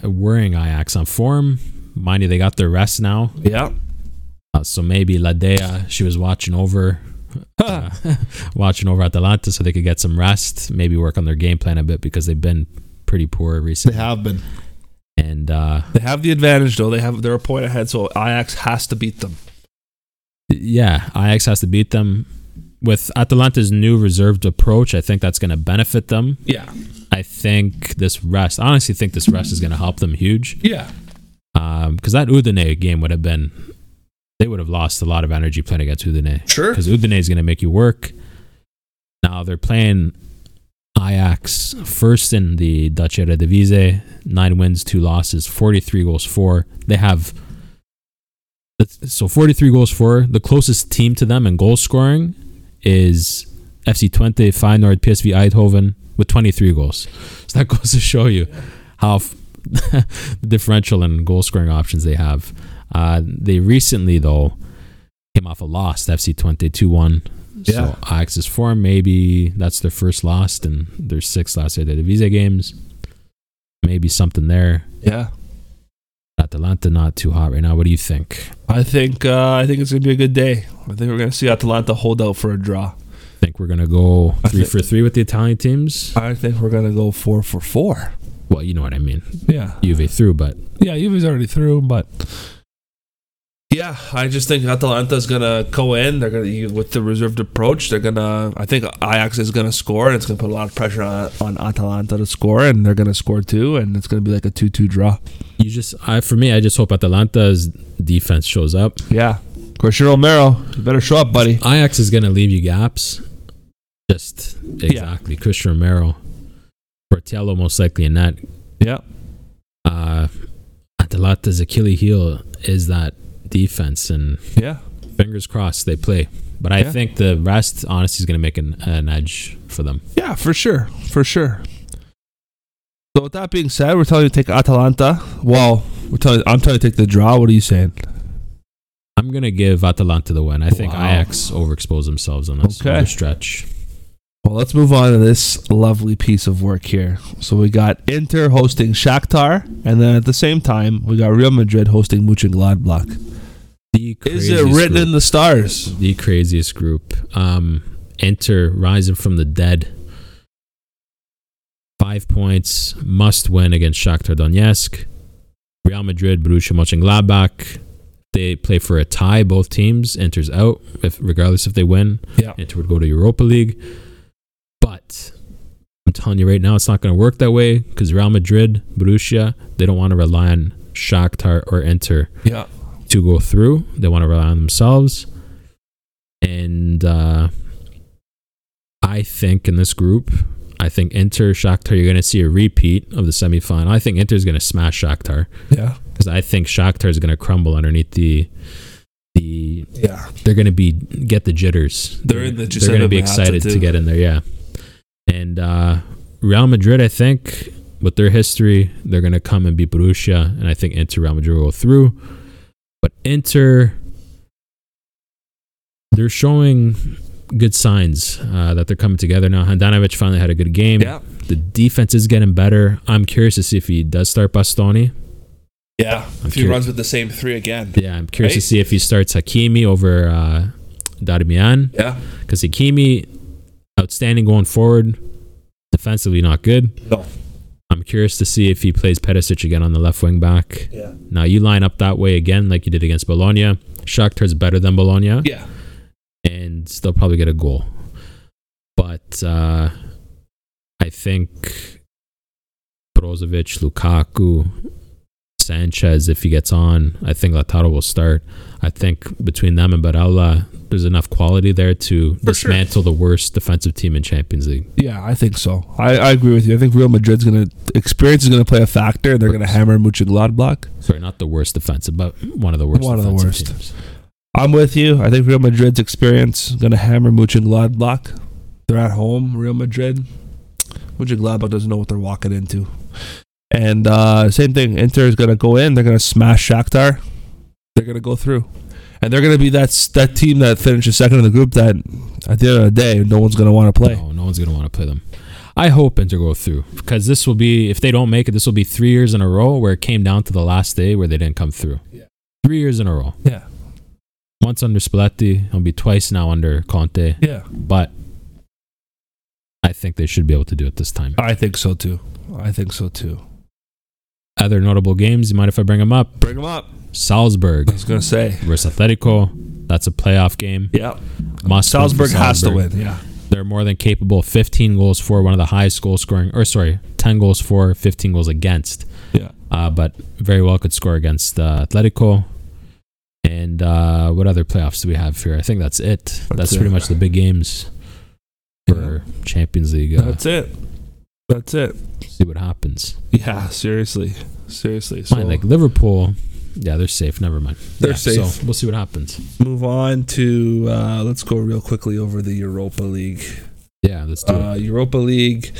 [SPEAKER 1] that
[SPEAKER 2] worrying Ajax on form. Mind you, they got their rest now,
[SPEAKER 1] game? Yeah.
[SPEAKER 2] uh, so maybe Ladea she was
[SPEAKER 1] (laughs)
[SPEAKER 2] watching over, uh, (laughs) watching over Atalanta, so they could get some rest. Maybe work on their game plan a bit because they've been pretty poor
[SPEAKER 1] They
[SPEAKER 2] recently.
[SPEAKER 1] have been.
[SPEAKER 2] And uh,
[SPEAKER 1] They have the advantage though. They have they're a point ahead, so Ajax has to beat them.
[SPEAKER 2] yeah, Ajax has to beat them. With Atalanta's new reserved approach, I think that's going to benefit them.
[SPEAKER 1] Yeah.
[SPEAKER 2] I think this rest, I honestly think this rest is going to help them huge.
[SPEAKER 1] Yeah.
[SPEAKER 2] Because that Udine game would have been, they would have lost a lot of energy playing against Udine.
[SPEAKER 1] Sure.
[SPEAKER 2] Because Udine is going to make you work. Now they're playing Ajax first in the Dutch Eredivisie. Nine wins, two losses, 43 goals, four. They have, that's- so 43 goals, four. The closest team to them in goal scoring is FC Twente, Feyenoord, PSV Eindhoven with 23 goals. So that (laughs) goes to show you how f- (laughs) the differential in goal scoring options they have. Uh, they recently, though, came off a loss to FC Twente 2 1.
[SPEAKER 1] Yeah.
[SPEAKER 2] So Ajax is four. Maybe that's their first loss and their sixth last at the Visa games. Maybe something there.
[SPEAKER 1] Yeah.
[SPEAKER 2] Atalanta not too hot right now. What do you think?
[SPEAKER 1] I think uh, I think it's gonna be a good day. I think we're gonna see Atalanta hold out for a draw.
[SPEAKER 2] Think we're gonna go
[SPEAKER 1] I
[SPEAKER 2] three
[SPEAKER 1] thi-
[SPEAKER 2] for three with the Italian teams?
[SPEAKER 1] I think we're gonna go four for four.
[SPEAKER 2] Well, you know what I mean.
[SPEAKER 1] Yeah.
[SPEAKER 2] Juve through, but
[SPEAKER 1] Yeah, Juve's already through, but yeah, I just think Atalanta's gonna go in. They're gonna with the reserved approach. They're gonna. I think Ajax is gonna score, and it's gonna put a lot of pressure on, on Atalanta to score, and they're gonna score too, and it's gonna be like a two-two draw.
[SPEAKER 2] you just I for me, I just hope Atalanta's defense shows up.
[SPEAKER 1] Yeah, Christian Romero, you better show up, buddy.
[SPEAKER 2] Ajax is gonna leave you gaps. Just exactly. Christian Romero. Portello most likely in that.
[SPEAKER 1] Yeah,
[SPEAKER 2] Uh Atalanta's Achilles heel is that defense and
[SPEAKER 1] yeah,
[SPEAKER 2] fingers crossed they play. But I
[SPEAKER 1] Yeah.
[SPEAKER 2] think the rest honestly is gonna make an, an edge for them.
[SPEAKER 1] yeah, for sure, for sure. So with that being said, we're telling you to take Atalanta. Well, we're telling. I'm telling you to take the draw. What are you saying?
[SPEAKER 2] I'm gonna give Atalanta the win. I think
[SPEAKER 1] Wow.
[SPEAKER 2] Ajax overexposed themselves on this
[SPEAKER 1] Okay.
[SPEAKER 2] on the stretch.
[SPEAKER 1] Well, let's move on to this lovely piece of work here. So we got Inter hosting Shakhtar, and then at the same time we got Real Madrid hosting Mönchengladbach.
[SPEAKER 2] The
[SPEAKER 1] Is
[SPEAKER 2] craziest
[SPEAKER 1] it written
[SPEAKER 2] group.
[SPEAKER 1] in the stars?
[SPEAKER 2] the craziest group. Um, Enter Rising from the Dead. Five points, must win against Shakhtar Donetsk. Real Madrid, Borussia Mönchengladbach. They play for a tie. Both teams. Inter's out. If, regardless if they win,
[SPEAKER 1] Yeah.
[SPEAKER 2] Inter would go to Europa League. But I'm telling you right now, it's not going to work that way because Real Madrid, Borussia, they don't want to rely on Shakhtar or Inter
[SPEAKER 1] Yeah.
[SPEAKER 2] to go through. They want to rely on themselves. And uh, I think in this group, I think Inter, Shakhtar, you're going to see a repeat of the semifinal. I think Inter is going to smash Shakhtar
[SPEAKER 1] Yeah.
[SPEAKER 2] because I think Shakhtar is going to crumble underneath the the.
[SPEAKER 1] Yeah.
[SPEAKER 2] They're going to be get the jitters.
[SPEAKER 1] They're in the
[SPEAKER 2] They're going to be
[SPEAKER 1] Giuseppe Meazza
[SPEAKER 2] excited to
[SPEAKER 1] too.
[SPEAKER 2] get in there. Yeah. And uh, Real Madrid, I think, with their history, they're going to come and beat Borussia, and I think Inter Real Madrid will go through. But Inter, they're showing good signs uh, that they're coming together now. Handanovic finally had a good game.
[SPEAKER 1] Yeah.
[SPEAKER 2] The defense is getting better. I'm curious to see if he does start Bastoni.
[SPEAKER 1] Yeah.
[SPEAKER 2] I'm
[SPEAKER 1] If he
[SPEAKER 2] curi-
[SPEAKER 1] runs with the same three again.
[SPEAKER 2] Yeah, I'm curious to
[SPEAKER 1] Right.
[SPEAKER 2] see if he starts Hakimi over uh, Darmian
[SPEAKER 1] Yeah.
[SPEAKER 2] because Hakimi, outstanding going forward, defensively not good.
[SPEAKER 1] No.
[SPEAKER 2] I'm curious to see if he plays Perisic again on the left wing back.
[SPEAKER 1] Yeah.
[SPEAKER 2] Now you line up that way again, like you did against Bologna. Shakhtar's better than Bologna,
[SPEAKER 1] Yeah.
[SPEAKER 2] and they'll probably get a goal. But uh, I think Brozovic, Lukaku, Sanchez, if he gets on, I think Lautaro will start. I think between them and Barella, there's enough quality there to
[SPEAKER 1] For sure.
[SPEAKER 2] dismantle the worst defensive team in Champions League.
[SPEAKER 1] Yeah, I think so. I, I agree with you. I think Real Madrid's gonna experience is gonna play a factor and they're gonna hammer Mönchengladbach.
[SPEAKER 2] Sorry, not the worst defensive, but one of the worst.
[SPEAKER 1] One of the
[SPEAKER 2] defensive
[SPEAKER 1] worst.
[SPEAKER 2] teams.
[SPEAKER 1] I'm with you. I think Real Madrid's experience is gonna hammer Mönchengladbach. They're at home, Real Madrid. Mönchengladbach doesn't know what they're walking into. And uh, same thing, Inter is gonna go in. They're gonna smash Shakhtar. They're gonna go through, and they're gonna be that s- that team that finishes second in the group. That at the end of the day, no one's gonna want to play.
[SPEAKER 2] No, no one's gonna want to play them. I hope Inter go through because this will be if they don't make it, this will be three years in a row where it came down to the last day where they didn't come through.
[SPEAKER 1] Yeah.
[SPEAKER 2] Three years in a row.
[SPEAKER 1] Yeah,
[SPEAKER 2] Once under Spalletti, it'll be twice now under Conte.
[SPEAKER 1] yeah.
[SPEAKER 2] But I think they should be able to do it this time.
[SPEAKER 1] I think so too. I think so too.
[SPEAKER 2] Other notable games, you mind if I bring them up?
[SPEAKER 1] Bring them up.
[SPEAKER 2] Salzburg
[SPEAKER 1] I was gonna say.
[SPEAKER 2] versus Atletico. That's a playoff game.
[SPEAKER 1] Yeah.
[SPEAKER 2] Must win for
[SPEAKER 1] Salzburg has to
[SPEAKER 2] Salzburg.
[SPEAKER 1] win. Yeah.
[SPEAKER 2] they're more than capable of 15 goals for one of the highest goal scoring or sorry 10 goals for 15 goals against
[SPEAKER 1] Yeah.
[SPEAKER 2] uh, but very well could score against uh, atletico and uh, what other playoffs do we have here i think that's it that's,
[SPEAKER 1] it.
[SPEAKER 2] pretty much the big games for champions league uh,
[SPEAKER 1] That's it. That's it.
[SPEAKER 2] see what happens
[SPEAKER 1] Yeah. Seriously. Seriously. So
[SPEAKER 2] Fine, like liverpool yeah they're safe never mind
[SPEAKER 1] They're
[SPEAKER 2] Yeah,
[SPEAKER 1] safe.
[SPEAKER 2] so we'll see what happens
[SPEAKER 1] move on to uh, let's go real quickly over the Europa League.
[SPEAKER 2] yeah let's do
[SPEAKER 1] Uh, Europa League.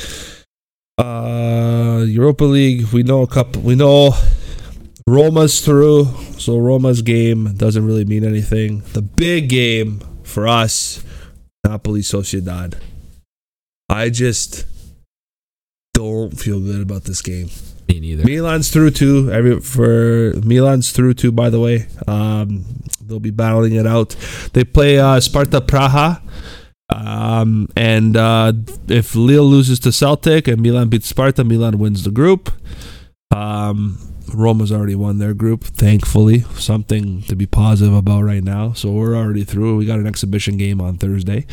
[SPEAKER 1] Uh, Europa League. We know a couple. We know Roma's through, so Roma's game doesn't really mean anything. The big game for us, Napoli Sociedad. I just don't feel good about this game.
[SPEAKER 2] it me neither
[SPEAKER 1] Milan's through too. Every for Milan's through too. By the way, um, they'll be battling it out. They play uh, Sparta Praha, um, and uh, if Lille loses to Celtic and Milan beats Sparta, Milan wins the group. Um, Roma's already won their group, thankfully. Something to be positive about right now. So we're already through. We got an exhibition game on Thursday,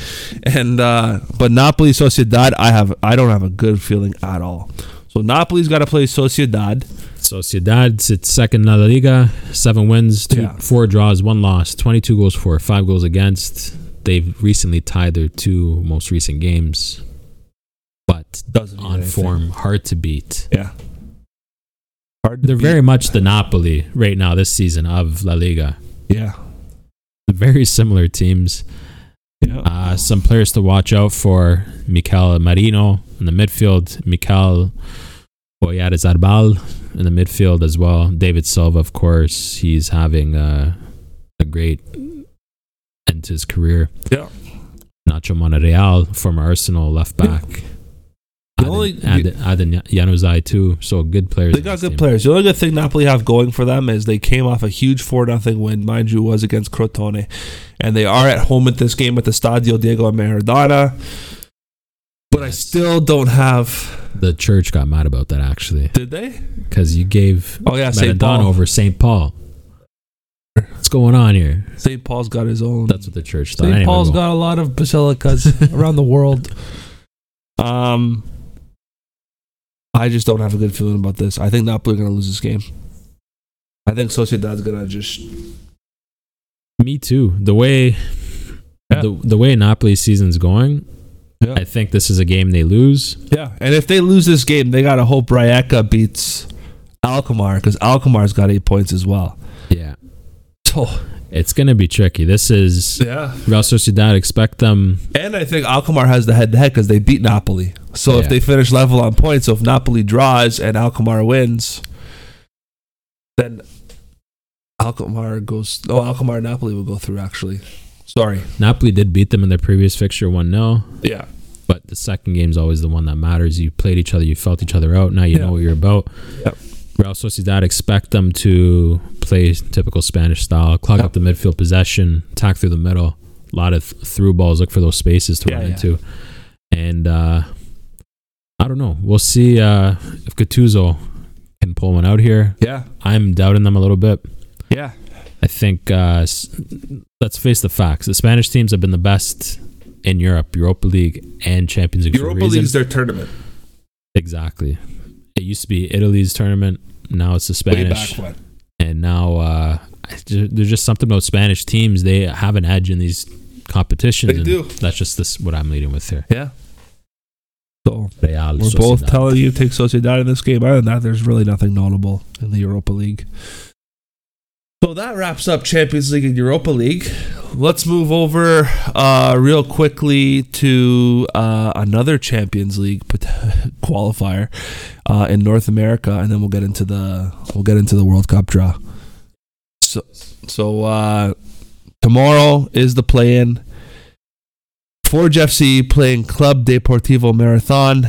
[SPEAKER 1] and uh, but Napoli Sociedad, I have I don't have a good feeling at all. So Napoli's got to play Sociedad.
[SPEAKER 2] Sociedad sits second in La Liga, seven wins, two,
[SPEAKER 1] Yeah.
[SPEAKER 2] four draws, one loss, 22 goals for, five goals against. They've recently tied their two most recent games, but
[SPEAKER 1] Doesn't mean
[SPEAKER 2] on
[SPEAKER 1] anything.
[SPEAKER 2] form, hard to beat.
[SPEAKER 1] Yeah. Hard to
[SPEAKER 2] They're
[SPEAKER 1] beat.
[SPEAKER 2] very much the Napoli right now this season of La Liga.
[SPEAKER 1] yeah.
[SPEAKER 2] Very similar teams.
[SPEAKER 1] Yeah.
[SPEAKER 2] Uh, some players to watch out for Mikel Marino in the midfield, Mikel Oyares Arbal in the midfield as well. David Silva, of course, he's having uh, a great end to his career.
[SPEAKER 1] Yeah.
[SPEAKER 2] Nacho Monreal, former Arsenal left
[SPEAKER 1] Yeah.
[SPEAKER 2] back.
[SPEAKER 1] The
[SPEAKER 2] Aden,
[SPEAKER 1] only-
[SPEAKER 2] Aden, Aden Januzaj too. So good players.
[SPEAKER 1] They
[SPEAKER 2] in
[SPEAKER 1] got
[SPEAKER 2] this
[SPEAKER 1] good
[SPEAKER 2] team.
[SPEAKER 1] players. The only good thing Napoli have going for them is they came off a huge 4 0 win, mind you, was against Crotone. And they are at home at this game at the Stadio Diego Maradona. But I
[SPEAKER 2] Yes.
[SPEAKER 1] still don't have.
[SPEAKER 2] The church got mad about that actually
[SPEAKER 1] Did they?
[SPEAKER 2] because you gave
[SPEAKER 1] Oh, yeah. St.
[SPEAKER 2] Maradona
[SPEAKER 1] Paul.
[SPEAKER 2] over St. Paul. What's going on here?
[SPEAKER 1] St. Paul's got his own.
[SPEAKER 2] That's what the church thought.
[SPEAKER 1] St.
[SPEAKER 2] Anyway,
[SPEAKER 1] Paul's
[SPEAKER 2] we'll-
[SPEAKER 1] got a lot of
[SPEAKER 2] (laughs)
[SPEAKER 1] basilicas around the world. Um, I just don't have a good feeling about this. I think Napoli are going to lose this game. I think Sociedad's going to just.
[SPEAKER 2] Me too. The way
[SPEAKER 1] Yeah.
[SPEAKER 2] the the way Napoli season's going,
[SPEAKER 1] Yeah.
[SPEAKER 2] I think this is a game they lose.
[SPEAKER 1] Yeah, and if they lose this game, they got to hope Rijeka beats Alkmaar because Alkmaar's got eight points as well.
[SPEAKER 2] Yeah.
[SPEAKER 1] So
[SPEAKER 2] It's gonna be tricky. This is
[SPEAKER 1] yeah,
[SPEAKER 2] Real Sociedad. Expect them.
[SPEAKER 1] and I think Alkmaar has the head-to-head because they beat Napoli. So if
[SPEAKER 2] Yeah.
[SPEAKER 1] they finish level on points, so if Napoli draws and Alkmaar wins, then Alkmaar goes. Oh, Alkmaar and Napoli will go through. Actually, sorry.
[SPEAKER 2] Napoli did beat them in their previous fixture one 0
[SPEAKER 1] Yeah,
[SPEAKER 2] but the second game's always the one that matters. You played each other. You felt each other out. Now you
[SPEAKER 1] Yeah.
[SPEAKER 2] know what you're about.
[SPEAKER 1] Yep.
[SPEAKER 2] Real Sociedad expect them to play typical Spanish style, clog
[SPEAKER 1] Yep.
[SPEAKER 2] up the midfield possession, attack through the middle, a lot of th- through balls, look for those spaces to
[SPEAKER 1] Yeah,
[SPEAKER 2] run
[SPEAKER 1] yeah.
[SPEAKER 2] into. And uh, I don't know. We'll see uh, if if Gattuso can pull one out here,
[SPEAKER 1] Yeah.
[SPEAKER 2] I'm doubting them a little bit.
[SPEAKER 1] Yeah.
[SPEAKER 2] I think uh, s- let's face the facts. The Spanish teams have been the best in Europe, Europa League and Champions League. for a
[SPEAKER 1] Europa
[SPEAKER 2] reason.
[SPEAKER 1] League's their tournament.
[SPEAKER 2] exactly. It used to be Italy's tournament. Now it's the Spanish,
[SPEAKER 1] Way back when.
[SPEAKER 2] and now uh, I ju- there's just something about Spanish teams. They have an edge in these competitions.
[SPEAKER 1] They
[SPEAKER 2] and
[SPEAKER 1] do.
[SPEAKER 2] That's just this what I'm leading with here.
[SPEAKER 1] Yeah. So
[SPEAKER 2] Real
[SPEAKER 1] we're both
[SPEAKER 2] Sociedad.
[SPEAKER 1] telling you take Sociedad in this game. Other than that, there's really nothing notable in the Europa League. So that wraps up Champions League and Europa League. Let's move over uh, real quickly to uh, another Champions League (laughs) pot- qualifier uh, in North America, and then we'll get into the we'll get into the World Cup draw. So so uh, tomorrow is the play-in. Forge FC playing Club Deportivo Marathon.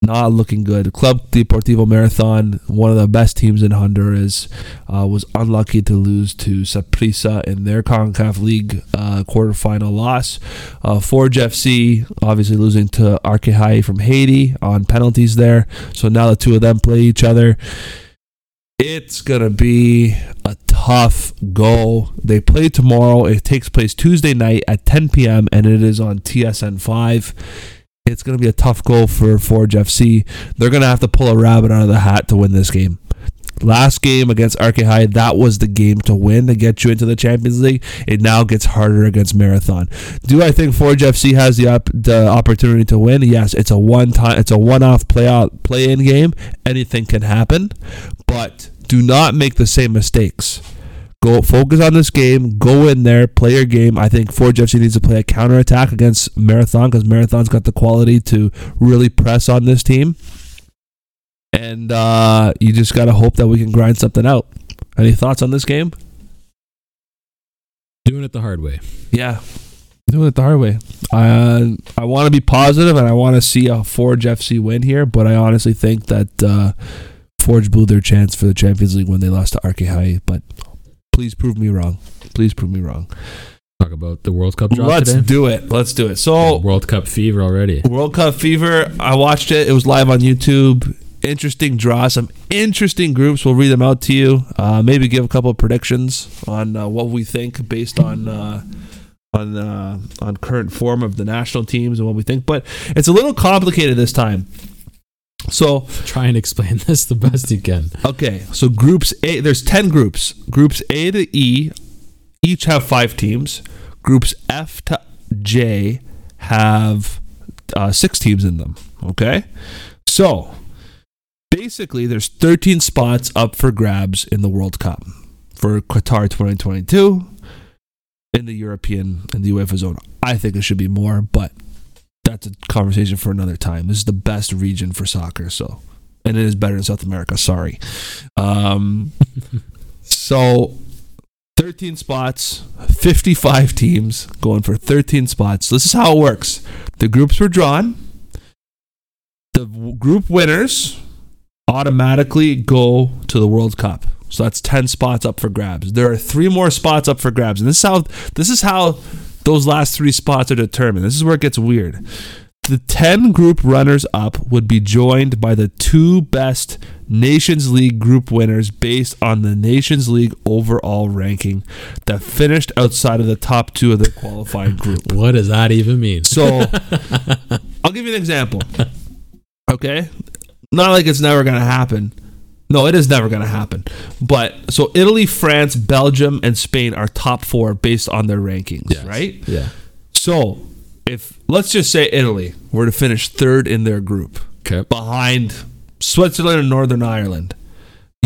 [SPEAKER 1] Not looking good. Club Deportivo Marathon, one of the best teams in Honduras, uh, was unlucky to lose to Saprissa in their CONCACAF League uh, quarterfinal loss. Uh, Forge FC obviously losing to Arquehai from Haiti on penalties there. So now the two of them play each other. It's going to be a tough go. They play tomorrow. It takes place Tuesday night at 10 p.m. and it is on TSN 5. It's going to be a tough goal for Forge FC. They're going to have to pull a rabbit out of the hat to win this game. Last game against Arcade, that was the game to win to get you into the Champions League. It now gets harder against Marathon. Do I think Forge FC has the, op- the opportunity to win? Yes, it's a one time, it's a one off play out play in game. Anything can happen, but do not make the same mistakes. Go focus on this game. Go in there, play your game. I think Forge FC needs to play a counter attack against Marathon because Marathon's got the quality to really press on this team. And uh, you just got to hope that we can grind something out. Any thoughts on this game?
[SPEAKER 2] doing it the hard way.
[SPEAKER 1] Yeah, doing it the hard way. I uh, I want to be positive and I want to see a Forge FC win here, but I honestly think that uh, Forge blew their chance for the Champions League when they lost to Arkehai. But please prove me wrong. Please prove me wrong.
[SPEAKER 2] Talk about the World Cup drop
[SPEAKER 1] Let's
[SPEAKER 2] today.
[SPEAKER 1] do it. Let's do it. So
[SPEAKER 2] World Cup fever already. (laughs)
[SPEAKER 1] World Cup fever. I watched it. It was live on YouTube. Interesting draw. Some interesting groups. We'll read them out to you. Uh, maybe give a couple of predictions on uh, what we think based on uh, on uh, on current form of the national teams and what we think. But it's a little complicated this time. So
[SPEAKER 2] Try and explain (laughs) this the best you can.
[SPEAKER 1] Okay, so groups A, there's 10 groups. Groups A to E each have five teams. Groups F to J have uh, six teams in them. Okay, so basically, there's 13 spots up for grabs in the World Cup for Qatar 2022 in the European and the UEFA zone. I think it should be more, but that's a conversation for another time. This is the best region for soccer, so and it is better in South America. Sorry. Um, so 13 spots, 55 teams going for 13 spots. So this is how it works. The groups were drawn. The w- group winners automatically go to the World Cup. So that's 10 spots up for grabs. There are three more spots up for grabs. And this is how this is how those last three spots are determined. This is where it gets weird. The 10 group runners up would be joined by the two best Nations League group winners based on the Nations League overall ranking that finished outside of the top two of the qualifying group.
[SPEAKER 2] What does that even
[SPEAKER 1] (laughs)
[SPEAKER 2] mean?
[SPEAKER 1] So I'll give you an example. Okay? Not like it's never going to happen. No, it is never going to happen. But so Italy, France, Belgium, and Spain are top four based on their rankings,
[SPEAKER 2] Yes.
[SPEAKER 1] right?
[SPEAKER 2] Yeah.
[SPEAKER 1] So if let's just say Italy were to finish third in their group
[SPEAKER 2] Okay.
[SPEAKER 1] behind Switzerland and Northern Ireland,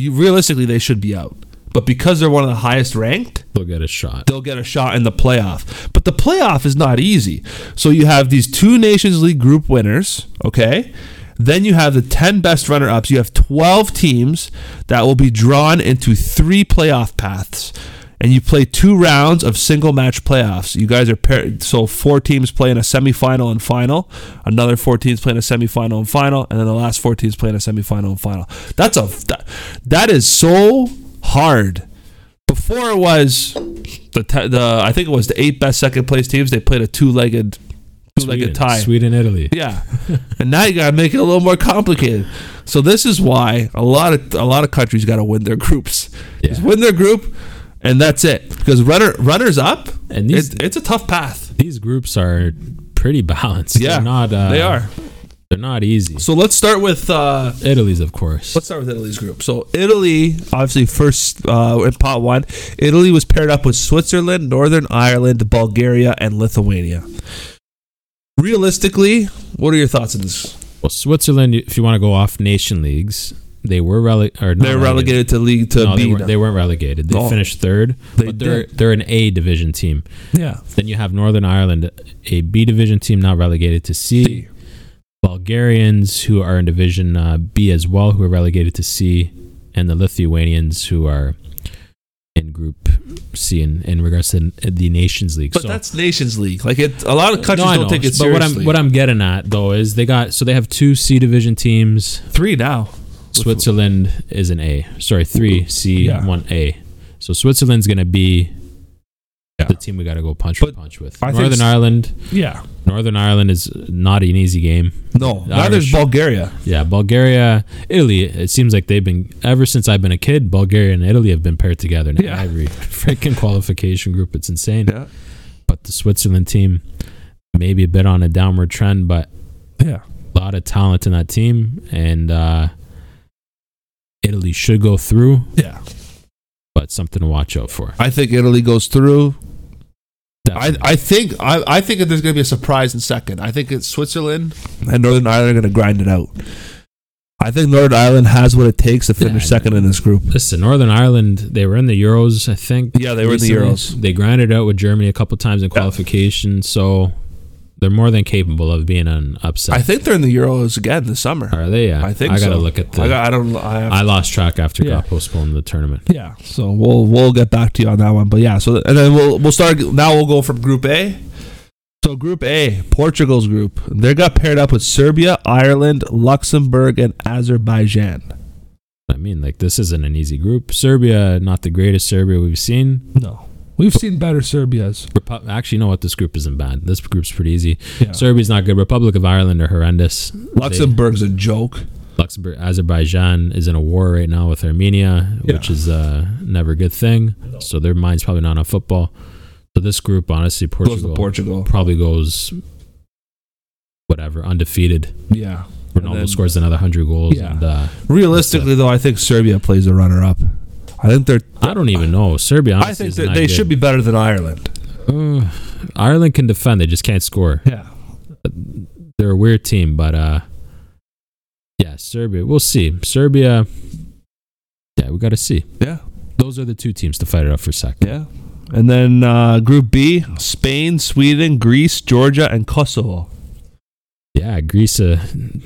[SPEAKER 1] you realistically they should be out. But because they're one of the highest ranked,
[SPEAKER 2] They'll get a shot.
[SPEAKER 1] they'll get a shot in the playoff. But the playoff is not easy. So you have these two Nations League group winners, okay? Then you have the 10 best runner ups. You have 12 teams that will be drawn into three playoff paths. And you play two rounds of single match playoffs. You guys are paired. So, four teams play in a semifinal and final. Another four teams play in a semifinal and final. And then the last four teams play in a semifinal and final. That's a. That, that is so hard before it was the te- the I think it was the eight best second place teams. They played a two legged seemed like a tie.
[SPEAKER 2] Sweden, Italy.
[SPEAKER 1] Yeah, and now you gotta make it a little more complicated. So this is why a lot of a lot of countries gotta win their groups. Just
[SPEAKER 2] Yeah.
[SPEAKER 1] win their group, and that's it. Because runner runners up,
[SPEAKER 2] And
[SPEAKER 1] it's,
[SPEAKER 2] these
[SPEAKER 1] it's a tough path.
[SPEAKER 2] these groups are pretty balanced.
[SPEAKER 1] Yeah,
[SPEAKER 2] they're not. Uh,
[SPEAKER 1] they are.
[SPEAKER 2] They're not easy.
[SPEAKER 1] So let's start with uh,
[SPEAKER 2] Italy's, of course.
[SPEAKER 1] let's start with Italy's group. So Italy, obviously first uh, in pot one, Italy was paired up with Switzerland, Northern Ireland, Bulgaria, and Lithuania. Realistically, what are your thoughts on this?
[SPEAKER 2] well, Switzerland, if you want to go off nation leagues, they were rele- or not
[SPEAKER 1] They're relegated to league to
[SPEAKER 2] No, they,
[SPEAKER 1] B.
[SPEAKER 2] weren't, they weren't relegated. They
[SPEAKER 1] No.
[SPEAKER 2] finished third.
[SPEAKER 1] They
[SPEAKER 2] but they're
[SPEAKER 1] did.
[SPEAKER 2] they're an A division team.
[SPEAKER 1] yeah.
[SPEAKER 2] Then you have Northern Ireland, a B division team, not relegated to C.
[SPEAKER 1] C.
[SPEAKER 2] Bulgarians, who are in Division uh, B as well, who are relegated to C, and the Lithuanians, who are in Group C in, in regards to the Nations League.
[SPEAKER 1] But
[SPEAKER 2] so,
[SPEAKER 1] that's Nations League. Like it, a lot of countries
[SPEAKER 2] No, I
[SPEAKER 1] don't
[SPEAKER 2] know,
[SPEAKER 1] take it
[SPEAKER 2] But
[SPEAKER 1] seriously.
[SPEAKER 2] what I'm what I'm getting at though is they got so they have two C division teams.
[SPEAKER 1] three now.
[SPEAKER 2] Switzerland is an A. Sorry, three C,
[SPEAKER 1] Yeah.
[SPEAKER 2] one A. So Switzerland's gonna be
[SPEAKER 1] Yeah.
[SPEAKER 2] the team we got to go punch
[SPEAKER 1] But
[SPEAKER 2] for punch with.
[SPEAKER 1] I think
[SPEAKER 2] Northern
[SPEAKER 1] s-
[SPEAKER 2] Ireland.
[SPEAKER 1] Yeah.
[SPEAKER 2] Northern Ireland is not an easy game.
[SPEAKER 1] No. Neither is
[SPEAKER 2] Irish.
[SPEAKER 1] Bulgaria.
[SPEAKER 2] Yeah, Bulgaria, Italy. It seems like they've been ever since I've been a kid. Bulgaria and Italy have been paired together in
[SPEAKER 1] Yeah.
[SPEAKER 2] every (laughs) freaking qualification group. It's insane.
[SPEAKER 1] Yeah.
[SPEAKER 2] But the Switzerland team, maybe a bit on a downward trend, but
[SPEAKER 1] Yeah.
[SPEAKER 2] a lot of talent in that team, and uh, Italy should go through.
[SPEAKER 1] Yeah.
[SPEAKER 2] But something to watch out for.
[SPEAKER 1] I think Italy goes through. I,
[SPEAKER 2] Definitely.
[SPEAKER 1] I think I, I think that there's going to be a surprise in second. I think it's Switzerland and Northern Ireland are going to grind it out. I think Northern Ireland has what it takes to finish
[SPEAKER 2] Yeah.
[SPEAKER 1] second in this group.
[SPEAKER 2] Listen, Northern Ireland, they were in the Euros, I think.
[SPEAKER 1] Yeah, they were in the Euros.
[SPEAKER 2] They grinded out with Germany a couple times in qualification, so they're more than capable of being an upset.
[SPEAKER 1] I think they're in the Euros again this summer.
[SPEAKER 2] Are they? Yeah.
[SPEAKER 1] I think
[SPEAKER 2] I gotta
[SPEAKER 1] so.
[SPEAKER 2] look at the.
[SPEAKER 1] I,
[SPEAKER 2] I,
[SPEAKER 1] got, I don't. I have
[SPEAKER 2] lost track after it
[SPEAKER 1] Yeah.
[SPEAKER 2] got postponed the tournament.
[SPEAKER 1] Yeah, so we'll we'll get back to you on that one. But yeah, so and then we'll we'll start now. We'll go from Group A. So Group A, Portugal's group. They got paired up with Serbia, Ireland, Luxembourg, and Azerbaijan.
[SPEAKER 2] I mean, like this isn't an easy group. Serbia, not the greatest Serbia we've seen.
[SPEAKER 1] No, we've seen better Serbias.
[SPEAKER 2] Repu- Actually, you know what? This group isn't bad. This group's pretty easy.
[SPEAKER 1] Yeah.
[SPEAKER 2] Serbia's not good. Republic of Ireland are horrendous.
[SPEAKER 1] Luxembourg's a joke.
[SPEAKER 2] Luxembourg, Azerbaijan is in a war right now with Armenia,
[SPEAKER 1] Yeah.
[SPEAKER 2] which is uh, never a good thing. So their mind's probably not on football. So this group, honestly,
[SPEAKER 1] Goes to
[SPEAKER 2] Portugal
[SPEAKER 1] Portugal.
[SPEAKER 2] probably goes whatever undefeated.
[SPEAKER 1] Yeah. And
[SPEAKER 2] Ronaldo
[SPEAKER 1] then-
[SPEAKER 2] scores another hundred goals,
[SPEAKER 1] Yeah.
[SPEAKER 2] and uh,
[SPEAKER 1] Realistically, though, I think Serbia plays the runner-up. I think they're.
[SPEAKER 2] I don't even know Serbia. Honestly,
[SPEAKER 1] I think
[SPEAKER 2] is
[SPEAKER 1] that
[SPEAKER 2] not
[SPEAKER 1] they
[SPEAKER 2] good.
[SPEAKER 1] should be better than Ireland.
[SPEAKER 2] Uh, Ireland can defend; they just can't score.
[SPEAKER 1] Yeah.
[SPEAKER 2] They're a weird team, but uh, yeah, Serbia. We'll see. Serbia. Yeah, we got to see.
[SPEAKER 1] Yeah.
[SPEAKER 2] Those are the two teams to fight it out for second.
[SPEAKER 1] Yeah. And then uh, Group B: Spain, Sweden, Greece, Georgia, and Kosovo.
[SPEAKER 2] Yeah, Greece, a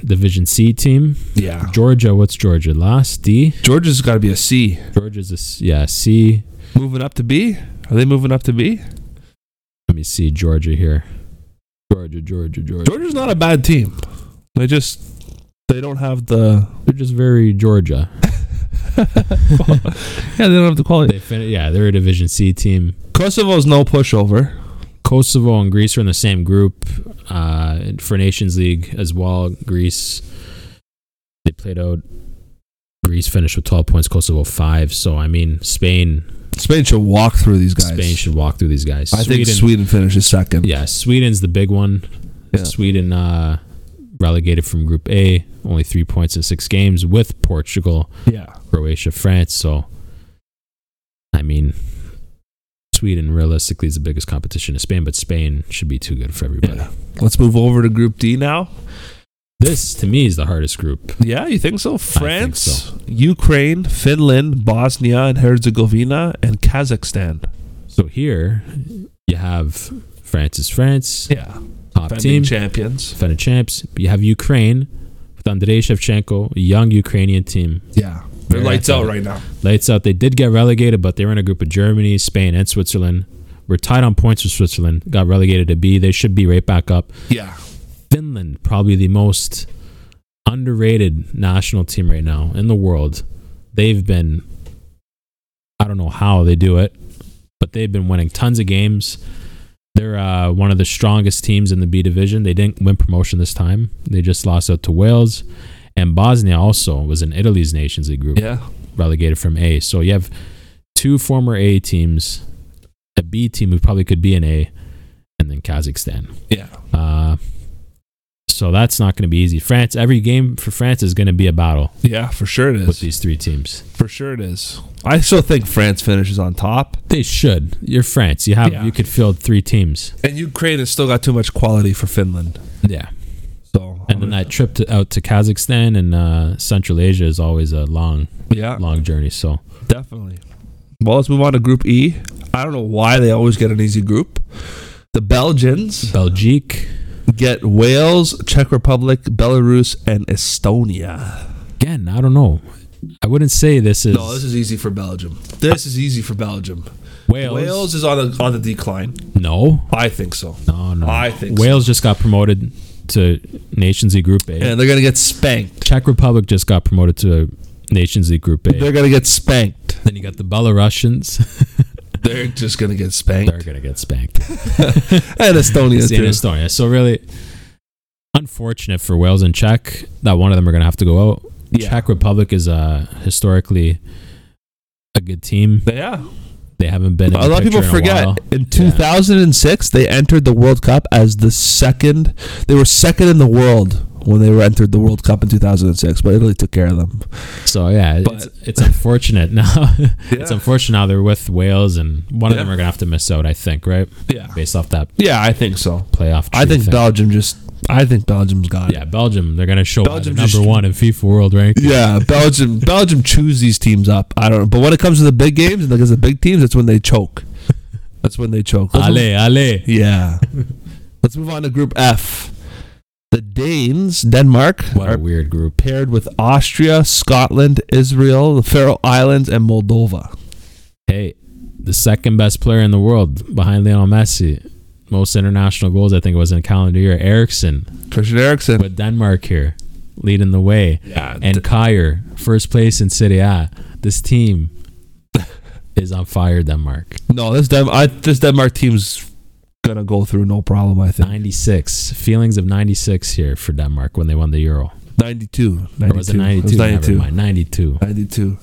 [SPEAKER 2] Division C team.
[SPEAKER 1] Yeah.
[SPEAKER 2] Georgia, what's Georgia? Last D.
[SPEAKER 1] Georgia's got to be a C.
[SPEAKER 2] Georgia's a s- yeah C.
[SPEAKER 1] Moving up to B? Are they moving up to B?
[SPEAKER 2] Let me see Georgia here. Georgia, Georgia, Georgia.
[SPEAKER 1] Georgia's not a bad team. They just they don't have (laughs) the
[SPEAKER 2] They're just very Georgia.
[SPEAKER 1] yeah they don't have the quality.
[SPEAKER 2] They fin- yeah, they're a Division C team.
[SPEAKER 1] Kosovo's no pushover.
[SPEAKER 2] Kosovo and Greece are in the same group uh, for Nations League as well. Greece, they played out. Greece finished with 12 points, Kosovo 5. So, I mean, Spain
[SPEAKER 1] Spain should walk through these guys.
[SPEAKER 2] Spain should walk through these guys.
[SPEAKER 1] I think Sweden finishes second.
[SPEAKER 2] Yeah, Sweden's the big one.
[SPEAKER 1] Yeah.
[SPEAKER 2] Sweden uh, relegated from Group A, only three points in six games with Portugal,
[SPEAKER 1] Yeah.
[SPEAKER 2] Croatia, France. So, I mean, Sweden realistically is the biggest competition to Spain, but Spain should be too good for everybody.
[SPEAKER 1] Yeah. Let's move over to Group D now.
[SPEAKER 2] This to me is the hardest group.
[SPEAKER 1] Yeah, you think so? France,
[SPEAKER 2] so.
[SPEAKER 1] Ukraine, Finland, Bosnia and Herzegovina, and Kazakhstan.
[SPEAKER 2] So here you have France is France,
[SPEAKER 1] Yeah.
[SPEAKER 2] top
[SPEAKER 1] Defending
[SPEAKER 2] team,
[SPEAKER 1] champions.
[SPEAKER 2] defending champs. But you have Ukraine with Andrei Shevchenko, a young Ukrainian team.
[SPEAKER 1] Yeah. They're
[SPEAKER 2] Very
[SPEAKER 1] lights out
[SPEAKER 2] athletic.
[SPEAKER 1] right now.
[SPEAKER 2] Lights out. They did get relegated, but they were in a group of Germany, Spain, and Switzerland. We're tied on points with Switzerland. Got relegated to B. They should be right back up.
[SPEAKER 1] Yeah.
[SPEAKER 2] Finland, probably the most underrated national team right now in the world. They've been, I don't know how they do it, but they've been winning tons of games. They're uh, one of the strongest teams in the B division. They didn't win promotion this time. They just lost out to Wales, and Bosnia also was in Italy's Nations League group,
[SPEAKER 1] Yeah.
[SPEAKER 2] relegated from A. So you have two former A teams, a B team who probably could be an A, and then Kazakhstan.
[SPEAKER 1] Yeah.
[SPEAKER 2] Uh, so that's not going to be easy. France, every game for France is going to be a battle
[SPEAKER 1] Yeah, for sure it
[SPEAKER 2] with
[SPEAKER 1] is.
[SPEAKER 2] these three teams.
[SPEAKER 1] For sure it is. I still think France finishes on top.
[SPEAKER 2] They should. You're France. You have
[SPEAKER 1] Yeah.
[SPEAKER 2] you could field three teams.
[SPEAKER 1] And Ukraine has still got too much quality for Finland.
[SPEAKER 2] Yeah.
[SPEAKER 1] So
[SPEAKER 2] And then that trip to, out to Kazakhstan and uh, Central Asia is always a long,
[SPEAKER 1] Yeah.
[SPEAKER 2] long journey. So
[SPEAKER 1] Definitely. Well, let's move on to Group E. I don't know why they always get an easy group. The Belgians
[SPEAKER 2] Belgique
[SPEAKER 1] get Wales, Czech Republic, Belarus, and Estonia.
[SPEAKER 2] again. I don't know. I wouldn't say this is,
[SPEAKER 1] No, this is easy for Belgium. This is easy for Belgium.
[SPEAKER 2] Wales.
[SPEAKER 1] Wales is on the on the decline.
[SPEAKER 2] No,
[SPEAKER 1] I think so.
[SPEAKER 2] no, no.
[SPEAKER 1] I think so.
[SPEAKER 2] Wales just got promoted to Nations League Group A.
[SPEAKER 1] And they're gonna get spanked.
[SPEAKER 2] Czech Republic just got promoted to Nations League Group A.
[SPEAKER 1] They're gonna get (laughs) spanked.
[SPEAKER 2] Then you got the Belarusians. (laughs)
[SPEAKER 1] They're just gonna get
[SPEAKER 2] They're
[SPEAKER 1] spanked.
[SPEAKER 2] gonna get spanked.
[SPEAKER 1] (laughs) And Estonia
[SPEAKER 2] Same
[SPEAKER 1] too.
[SPEAKER 2] Estonia. So really unfortunate for Wales and Czech that one of them are gonna have to go out.
[SPEAKER 1] Yeah.
[SPEAKER 2] Czech Republic is uh, historically a good team.
[SPEAKER 1] Yeah.
[SPEAKER 2] They haven't been. In
[SPEAKER 1] A lot of people forget in 2006 they entered the World Cup as the second. They were second in the world when they were entered the World Cup in 2006, but Italy took care of them.
[SPEAKER 2] So yeah,
[SPEAKER 1] But-
[SPEAKER 2] it's, it's unfortunate now. (laughs) it's unfortunate now they're with Wales, and one of
[SPEAKER 1] Yeah.
[SPEAKER 2] them are gonna have to miss out. I think, right?
[SPEAKER 1] Yeah,
[SPEAKER 2] Based off that
[SPEAKER 1] yeah, I think so.
[SPEAKER 2] playoff.
[SPEAKER 1] I
[SPEAKER 2] tree
[SPEAKER 1] think
[SPEAKER 2] thing.
[SPEAKER 1] Belgium just. I think Belgium's got it.
[SPEAKER 2] Yeah, Belgium. They're gonna show why
[SPEAKER 1] Belgium
[SPEAKER 2] they're number
[SPEAKER 1] just-
[SPEAKER 2] one in FIFA World Rank.
[SPEAKER 1] Yeah, Belgium. Belgium chews these teams up. I don't know, but when it comes to the big games and against the big teams, that's when they choke. That's when they choke. Let's move-
[SPEAKER 2] Ale, ale. (laughs)
[SPEAKER 1] Yeah. Let's move on to Group F. The Danes, Denmark,
[SPEAKER 2] What
[SPEAKER 1] are
[SPEAKER 2] a weird group.
[SPEAKER 1] paired with Austria, Scotland, Israel, the Faroe Islands, and Moldova.
[SPEAKER 2] hey, the second best player in the world behind Lionel Messi. Most international goals, I think it was in a calendar year. Eriksson
[SPEAKER 1] Christian Eriksen.
[SPEAKER 2] with Denmark here, leading the way.
[SPEAKER 1] yeah,
[SPEAKER 2] And Kyer, first place in Serie A. This team (laughs) is on fire, Denmark.
[SPEAKER 1] no, this Dem- I, this Denmark team's gonna go through no problem. I think
[SPEAKER 2] 96. Feelings of 96 here for Denmark when they won the Euro.
[SPEAKER 1] 92, 92.
[SPEAKER 2] Or was it 92?
[SPEAKER 1] It was 92.
[SPEAKER 2] Never mind. 92.
[SPEAKER 1] 92.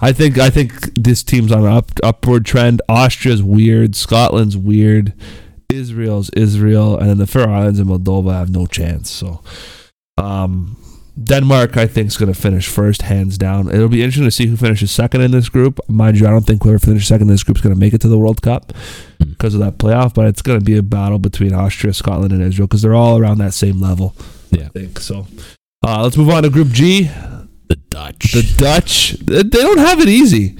[SPEAKER 1] I think I think this team's on an up, upward trend. Austria's weird. Scotland's weird. Israel's Israel, and then the Faroe Islands and Moldova have no chance. So, um, Denmark, I think, is going to finish first, hands down. It'll be interesting to see who finishes second in this group. Mind you, I don't think whoever finishes second in this group is going to make it to the World Cup
[SPEAKER 2] Hmm.
[SPEAKER 1] because of that playoff. But it's going to be a battle between Austria, Scotland, and Israel because they're all around that same level.
[SPEAKER 2] Yeah.
[SPEAKER 1] I think so. Uh, let's move on to Group G.
[SPEAKER 2] The Dutch.
[SPEAKER 1] The Dutch, they don't have it easy.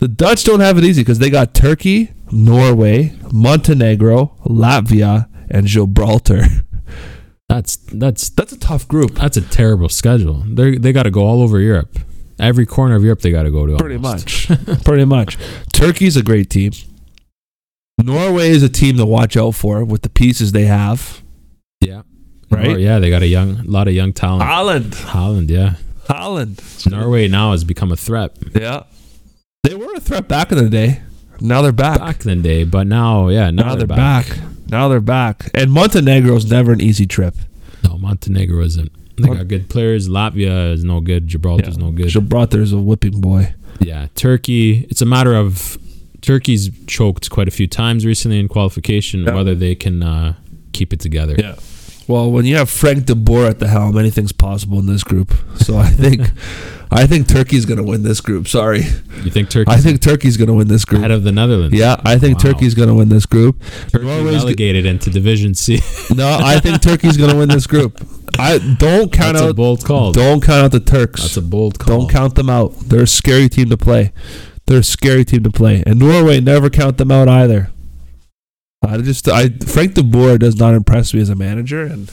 [SPEAKER 1] The Dutch don't have it easy because they got Turkey, Norway, Montenegro, Latvia, and Gibraltar. (laughs)
[SPEAKER 2] that's that's
[SPEAKER 1] That's a tough group. (laughs)
[SPEAKER 2] that's a terrible schedule. They they got to go all over Europe. Every corner of Europe they got to go to.
[SPEAKER 1] Pretty
[SPEAKER 2] almost.
[SPEAKER 1] much.
[SPEAKER 2] (laughs)
[SPEAKER 1] Pretty much. Turkey's a great team. Norway is a team to watch out for with the pieces they have.
[SPEAKER 2] Yeah.
[SPEAKER 1] Right?
[SPEAKER 2] Nor- yeah, they got a young, lot of young talent.
[SPEAKER 1] Holland.
[SPEAKER 2] Holland, yeah.
[SPEAKER 1] Holland.
[SPEAKER 2] Norway now has become a threat
[SPEAKER 1] Yeah. They were a threat back in the day. Now they're back.
[SPEAKER 2] back then day, but now, yeah, now,
[SPEAKER 1] now, they're back. Now they're back. And Montenegro's never an easy trip.
[SPEAKER 2] No, Montenegro isn't. They
[SPEAKER 1] Mon-
[SPEAKER 2] got good players. Latvia is no good. Gibraltar's no good.
[SPEAKER 1] Gibraltar's a whipping boy.
[SPEAKER 2] yeah, Turkey. It's a matter of Turkey's choked quite a few times recently in qualification.
[SPEAKER 1] Yeah.
[SPEAKER 2] Whether they can uh, keep it together.
[SPEAKER 1] Yeah. Well, when you have Frank De Boer at the helm, anything's possible in this group. So I
[SPEAKER 2] (laughs)
[SPEAKER 1] think, I think Turkey's going to win this group. Sorry,
[SPEAKER 2] You think Turkey
[SPEAKER 1] I think Turkey's going to win this
[SPEAKER 2] ahead
[SPEAKER 1] group.
[SPEAKER 2] of the Netherlands?
[SPEAKER 1] Yeah, I think
[SPEAKER 2] Wow.
[SPEAKER 1] Turkey's going to win this group.
[SPEAKER 2] Turkey
[SPEAKER 1] Norway's
[SPEAKER 2] relegated into Division C.
[SPEAKER 1] No, I think Turkey's going to win this group. I (laughs) don't count
[SPEAKER 2] That's a
[SPEAKER 1] out.
[SPEAKER 2] bold call.
[SPEAKER 1] Don't count out the
[SPEAKER 2] That's
[SPEAKER 1] Turks.
[SPEAKER 2] a bold call.
[SPEAKER 1] Don't count them out. They're a scary team to play. They're a scary team to play, and Norway never count them out either. I just, I Frank De Boer does not impress me as a manager, and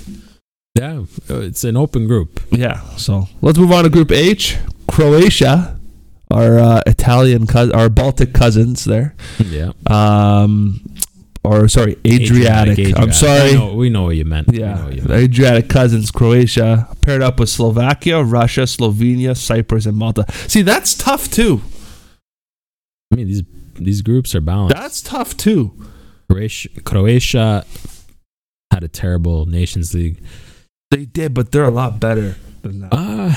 [SPEAKER 2] Yeah, uh, it's an
[SPEAKER 1] (laughs)
[SPEAKER 2] open group.
[SPEAKER 1] Yeah. So let's move on to Group H. Croatia, our uh, Italian, cous- our Baltic cousins there.
[SPEAKER 2] Yeah.
[SPEAKER 1] Um, or sorry, Adriatic. I'm
[SPEAKER 2] Adriatic.
[SPEAKER 1] sorry.
[SPEAKER 2] We know, we know what you meant. We know
[SPEAKER 1] Yeah,
[SPEAKER 2] what you meant.
[SPEAKER 1] Adriatic cousins, Croatia, paired up with Slovakia, Russia, Slovenia, Cyprus, and Malta. See, that's tough too.
[SPEAKER 2] I mean, these these groups are balanced.
[SPEAKER 1] That's tough too.
[SPEAKER 2] Croatia, Croatia had a terrible Nations League.
[SPEAKER 1] They did, but they're a lot better than that.
[SPEAKER 2] Uh,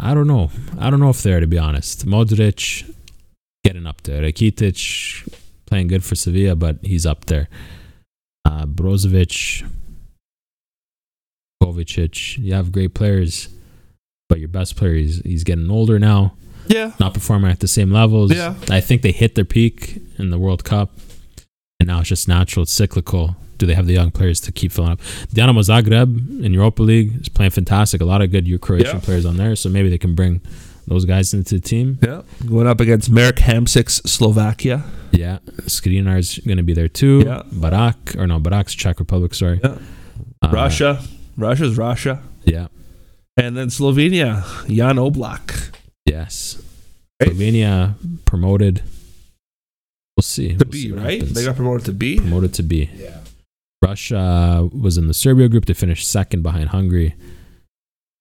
[SPEAKER 2] I don't know. I don't know if they're to be honest. Modric getting up there. Rakitic playing good for Sevilla, but he's up there. Uh, Brozovic, Kovacic, you have great players, but your best player is he's getting older now,
[SPEAKER 1] yeah.
[SPEAKER 2] not performing at the same levels.
[SPEAKER 1] Yeah.
[SPEAKER 2] I think they hit their peak in the World Cup, and now it's just natural, it's cyclical. Do they have the young players to keep filling up? Dinamo Zagreb in Europa League is playing fantastic. A lot of good Croatian
[SPEAKER 1] Yeah.
[SPEAKER 2] players on there, so maybe they can bring those guys into the team.
[SPEAKER 1] Yeah. Going up against Marek Hamsik's Slovakia.
[SPEAKER 2] Yeah, Skriniar's going to be there too.
[SPEAKER 1] Yeah.
[SPEAKER 2] Barak or no, Barak's Czech Republic. Sorry,
[SPEAKER 1] Yeah.
[SPEAKER 2] Uh,
[SPEAKER 1] Russia. Russia's Russia.
[SPEAKER 2] Yeah.
[SPEAKER 1] And then Slovenia, Jan Oblak.
[SPEAKER 2] Yes.
[SPEAKER 1] Right?
[SPEAKER 2] Slovenia promoted. We'll see.
[SPEAKER 1] To
[SPEAKER 2] We'll
[SPEAKER 1] B,
[SPEAKER 2] see what
[SPEAKER 1] right?
[SPEAKER 2] happens.
[SPEAKER 1] They got promoted to B.
[SPEAKER 2] promoted to B.
[SPEAKER 1] Yeah.
[SPEAKER 2] Russia was in the Serbia group to finish second behind Hungary,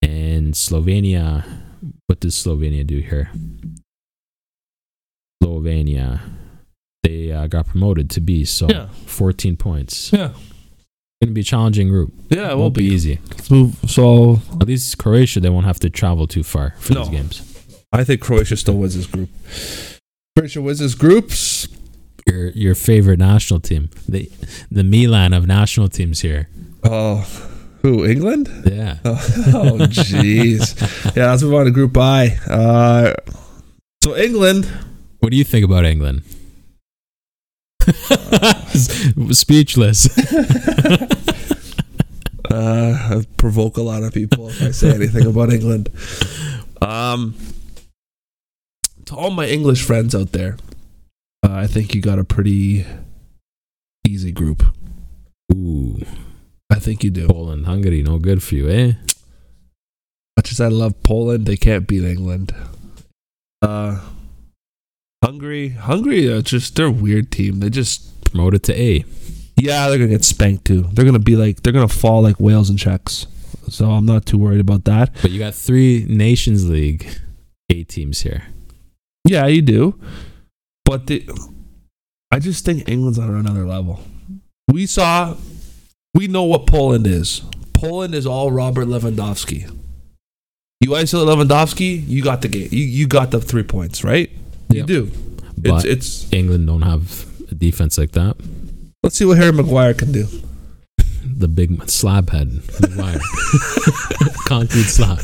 [SPEAKER 2] and Slovenia. What does Slovenia do here? Slovenia, they uh, got promoted to B, so
[SPEAKER 1] Yeah.
[SPEAKER 2] 14 points.
[SPEAKER 1] Yeah.
[SPEAKER 2] Going to be a challenging group.
[SPEAKER 1] Yeah, it
[SPEAKER 2] won't
[SPEAKER 1] won't
[SPEAKER 2] be
[SPEAKER 1] be.
[SPEAKER 2] easy.
[SPEAKER 1] So
[SPEAKER 2] At least Croatia, they won't have to travel too far for
[SPEAKER 1] No.
[SPEAKER 2] these games.
[SPEAKER 1] I think Croatia still wins this group. Croatia wins this groups.
[SPEAKER 2] Your your favorite national team, the the Milan of national teams here.
[SPEAKER 1] Oh, who? England? (laughs)
[SPEAKER 2] Yeah,
[SPEAKER 1] Oh, oh, (laughs) jeez. yeah, let's move on to Group I. Uh, so England.
[SPEAKER 2] what do you think about England? (laughs)
[SPEAKER 1] (laughs)
[SPEAKER 2] Speechless.
[SPEAKER 1] Uh, I provoke a lot of people if I say anything about England. Um, to all my English friends out there, uh, I think you got a pretty easy group.
[SPEAKER 2] Ooh,
[SPEAKER 1] I think you do.
[SPEAKER 2] Poland, Hungary, no good for you, eh?
[SPEAKER 1] much as I love Poland, they can't beat England. Uh, Hungary, Hungary, uh, just they're a weird team. They just
[SPEAKER 2] Promoted to A.
[SPEAKER 1] yeah, they're gonna get spanked too. They're gonna be like they're gonna fall like whales and checks. So I'm not too worried about that.
[SPEAKER 2] But you got three Nations League A teams here.
[SPEAKER 1] Yeah, you do, but the, I just think England's on another level. We saw, we know what Poland is. Poland is all Robert Lewandowski. You isolate Lewandowski, you got the game. You you got the three points, right? You
[SPEAKER 2] Yep.
[SPEAKER 1] do.
[SPEAKER 2] But
[SPEAKER 1] it's it's.
[SPEAKER 2] England don't have a defense like that.
[SPEAKER 1] Let's see what Harry Maguire can do.
[SPEAKER 2] The big slab head, the wire, (laughs) concrete slab.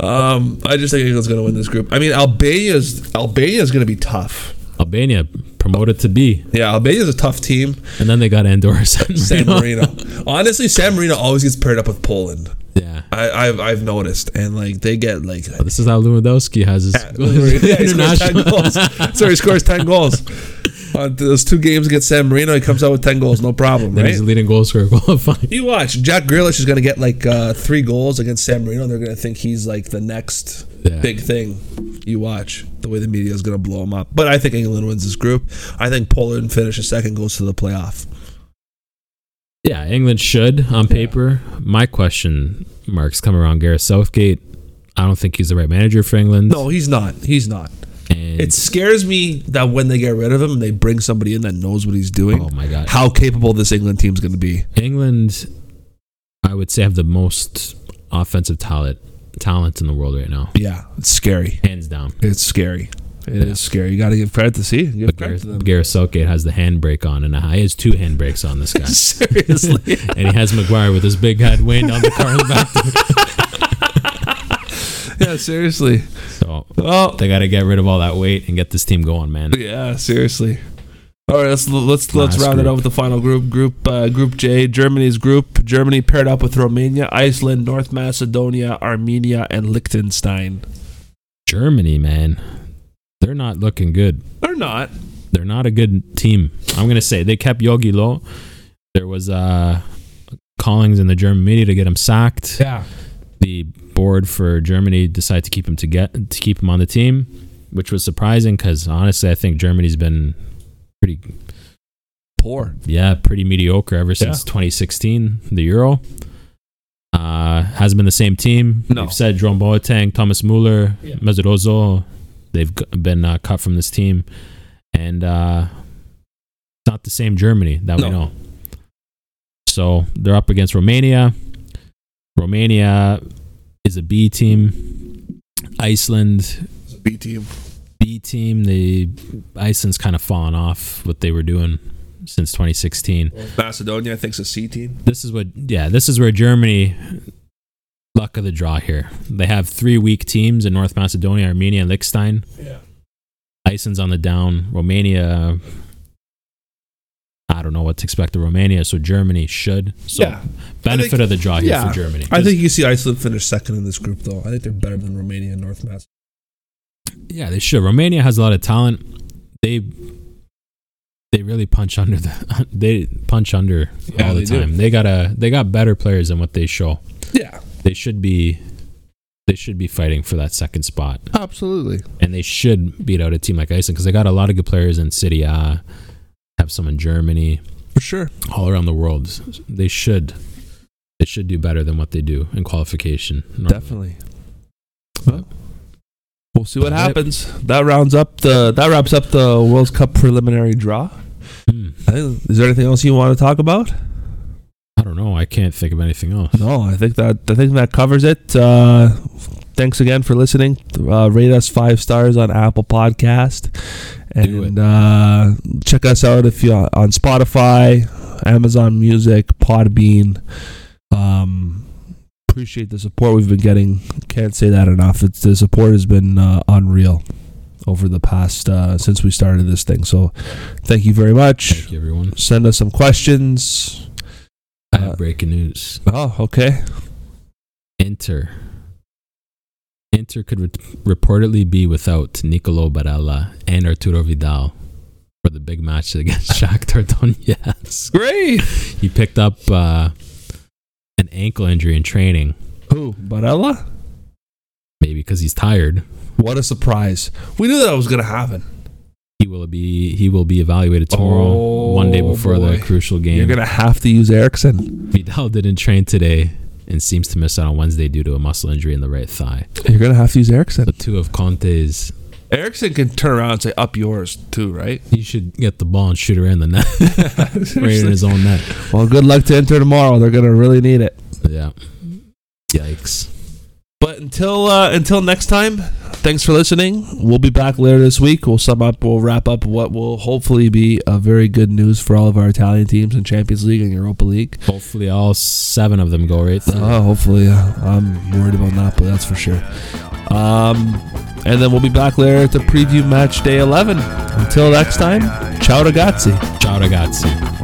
[SPEAKER 1] Um, I just think England's going to win this group. I mean, Albania's Albania's going to be tough.
[SPEAKER 2] Albania promoted to B,
[SPEAKER 1] Yeah, Albania's a tough team.
[SPEAKER 2] and then they got Andorra, (laughs)
[SPEAKER 1] (laughs)
[SPEAKER 2] San
[SPEAKER 1] San
[SPEAKER 2] Marino.
[SPEAKER 1] Marino. Honestly, San Marino always gets paired up with Poland.
[SPEAKER 2] Yeah,
[SPEAKER 1] I, I've I've noticed, and like they get like.
[SPEAKER 2] this is how Lewandowski has his
[SPEAKER 1] (laughs) Yeah, he scores ten
[SPEAKER 2] Oh, (laughs) international.
[SPEAKER 1] goals. Sorry, he scores ten goals. On those two games against San Marino, he comes out with ten goals, no problem,
[SPEAKER 2] Then
[SPEAKER 1] right?
[SPEAKER 2] he's the leading goal scorer (laughs) qualifying.
[SPEAKER 1] You watch. Jack Grealish is going to get like uh, three goals against San Marino. They're going to think he's like the next
[SPEAKER 2] Yeah.
[SPEAKER 1] big thing. You watch the way the media is going to blow him up. But I think England wins this group. I think Poland finishes second, goes to the playoff.
[SPEAKER 2] Yeah, England should on paper. My question marks come around Gareth Southgate. I don't think he's the right manager for England.
[SPEAKER 1] No, he's not. He's not.
[SPEAKER 2] and
[SPEAKER 1] It scares me that when they get rid of him, they bring somebody in that knows what he's doing.
[SPEAKER 2] oh my god,
[SPEAKER 1] How capable this England team's going to be.
[SPEAKER 2] England, I would say have the most offensive talent talent in the world right now,
[SPEAKER 1] Yeah, it's scary.
[SPEAKER 2] hands down.
[SPEAKER 1] It's scary. It is
[SPEAKER 2] Yeah.
[SPEAKER 1] scary. You got to give credit to see. Give
[SPEAKER 2] But
[SPEAKER 1] credit
[SPEAKER 2] Gareth,
[SPEAKER 1] to them. (laughs)
[SPEAKER 2] Gareth Southgate has the handbrake on, and he has two handbrakes on
[SPEAKER 1] (laughs)
[SPEAKER 2] this guy.
[SPEAKER 1] Seriously.
[SPEAKER 2] and he has Maguire with his big head weighing down
[SPEAKER 1] (laughs)
[SPEAKER 2] the car in the back.
[SPEAKER 1] yeah, seriously.
[SPEAKER 2] So
[SPEAKER 1] Well,
[SPEAKER 2] they got to get rid of all that weight and get this team going, man.
[SPEAKER 1] Yeah, seriously. All right, let's let's let's
[SPEAKER 2] Last
[SPEAKER 1] round it
[SPEAKER 2] group.
[SPEAKER 1] out with the final group. Group uh, Group J, Germany's group. Germany paired up with Romania, Iceland, North Macedonia, Armenia, and Liechtenstein.
[SPEAKER 2] Germany, man, they're not looking good.
[SPEAKER 1] They're not.
[SPEAKER 2] They're not a good team. I'm gonna say they kept Yogi low. There was uh, callings in the German media to get him sacked.
[SPEAKER 1] Yeah.
[SPEAKER 2] The board for Germany decided to keep him to get to keep him on the team, which was surprising because honestly, I think Germany's been pretty
[SPEAKER 1] Poor.
[SPEAKER 2] yeah, pretty mediocre ever since 2016, the Euro. Uh, hasn't been the same team.
[SPEAKER 1] No.
[SPEAKER 2] We've said Jerome Boateng, Thomas Muller,
[SPEAKER 1] Yeah.
[SPEAKER 2] Mazzurozo, they've g- been uh, cut from this team. And uh, not the same Germany that we
[SPEAKER 1] No.
[SPEAKER 2] know. So they're up against Romania. Romania is a B team. Iceland
[SPEAKER 1] B team.
[SPEAKER 2] B team. They Iceland's kind of fallen off what they were doing since 2016.
[SPEAKER 1] Macedonia, I think, is a C team.
[SPEAKER 2] This is what yeah. This is where Germany luck of the draw here. They have three weak teams in North Macedonia, Armenia, and Liechtenstein.
[SPEAKER 1] Yeah.
[SPEAKER 2] Iceland's on the down. Romania. I don't know what to expect of Romania, so Germany should. So
[SPEAKER 1] Yeah.
[SPEAKER 2] benefit
[SPEAKER 1] think-
[SPEAKER 2] of the draw here
[SPEAKER 1] yeah.
[SPEAKER 2] for Germany.
[SPEAKER 1] I think you can see Iceland finish second in this group, though. I think they're better than Romania and North Macedonia.
[SPEAKER 2] yeah, they should. Romania has a lot of talent. They they really punch under the (laughs) they punch under
[SPEAKER 1] Yeah,
[SPEAKER 2] all the
[SPEAKER 1] they do.
[SPEAKER 2] time. They got a they got better players than what they show.
[SPEAKER 1] Yeah,
[SPEAKER 2] They should be they should be fighting for that second spot.
[SPEAKER 1] absolutely.
[SPEAKER 2] and they should beat out a team like Iceland because they got a lot of good players in City A, have some in Germany,
[SPEAKER 1] For sure.
[SPEAKER 2] all around the world. They should, they should do better than what they do in qualification. normally.
[SPEAKER 1] Definitely. But we'll see what
[SPEAKER 2] But-
[SPEAKER 1] happens. That rounds up the that wraps up the World Cup preliminary draw.
[SPEAKER 2] Hmm.
[SPEAKER 1] I think, is there anything else you want to talk about?
[SPEAKER 2] I don't know. I can't think of anything else.
[SPEAKER 1] No, I think that I think that covers it. Uh, thanks again for listening. Uh, rate us five stars on Apple Podcast,
[SPEAKER 2] Do
[SPEAKER 1] and uh, check us out if you on Spotify, Amazon Music, Podbean. Um, appreciate the support we've been getting. Can't say that enough. It's the support has been uh, unreal over the past uh, since we started this thing. So, thank you very much.
[SPEAKER 2] Thank you, everyone.
[SPEAKER 1] Send us some questions.
[SPEAKER 2] I have
[SPEAKER 1] Uh,
[SPEAKER 2] breaking news.
[SPEAKER 1] Oh, okay.
[SPEAKER 2] Inter. Inter could re- reportedly be without Nicolo Barella and Arturo Vidal for the big match against (laughs) Shakhtar Donetsk.
[SPEAKER 1] Great.
[SPEAKER 2] He picked up uh, an ankle injury in training.
[SPEAKER 1] Who? Barella?
[SPEAKER 2] maybe because he's tired.
[SPEAKER 1] What a surprise. We knew that was going to happen.
[SPEAKER 2] He will be he will be evaluated tomorrow,
[SPEAKER 1] Oh,
[SPEAKER 2] one day before the
[SPEAKER 1] boy.
[SPEAKER 2] crucial game.
[SPEAKER 1] You're going to have to use Erickson.
[SPEAKER 2] Vidal didn't train today and seems to miss out on Wednesday due to a muscle injury in the right thigh.
[SPEAKER 1] You're going to have to use Erickson.
[SPEAKER 2] The two of Conte's
[SPEAKER 1] Erickson can turn around and say, up yours, too, right?
[SPEAKER 2] he should get the ball and shoot her in the net, (laughs) right in his own net.
[SPEAKER 1] (laughs) well, good luck to Inter tomorrow. They're going to really need it.
[SPEAKER 2] Yeah, yikes.
[SPEAKER 1] But until uh, until next time, thanks for listening. We'll be back later this week. We'll sum up, we'll wrap up what will hopefully be a very good news for all of our Italian teams in Champions League and Europa League.
[SPEAKER 2] Hopefully, all seven of them go right through.
[SPEAKER 1] Uh, hopefully, uh, I'm worried about that, but that's for sure. Um, and then we'll be back later to preview match day 11. Until next time, ciao ragazzi.
[SPEAKER 2] Ciao, ragazzi.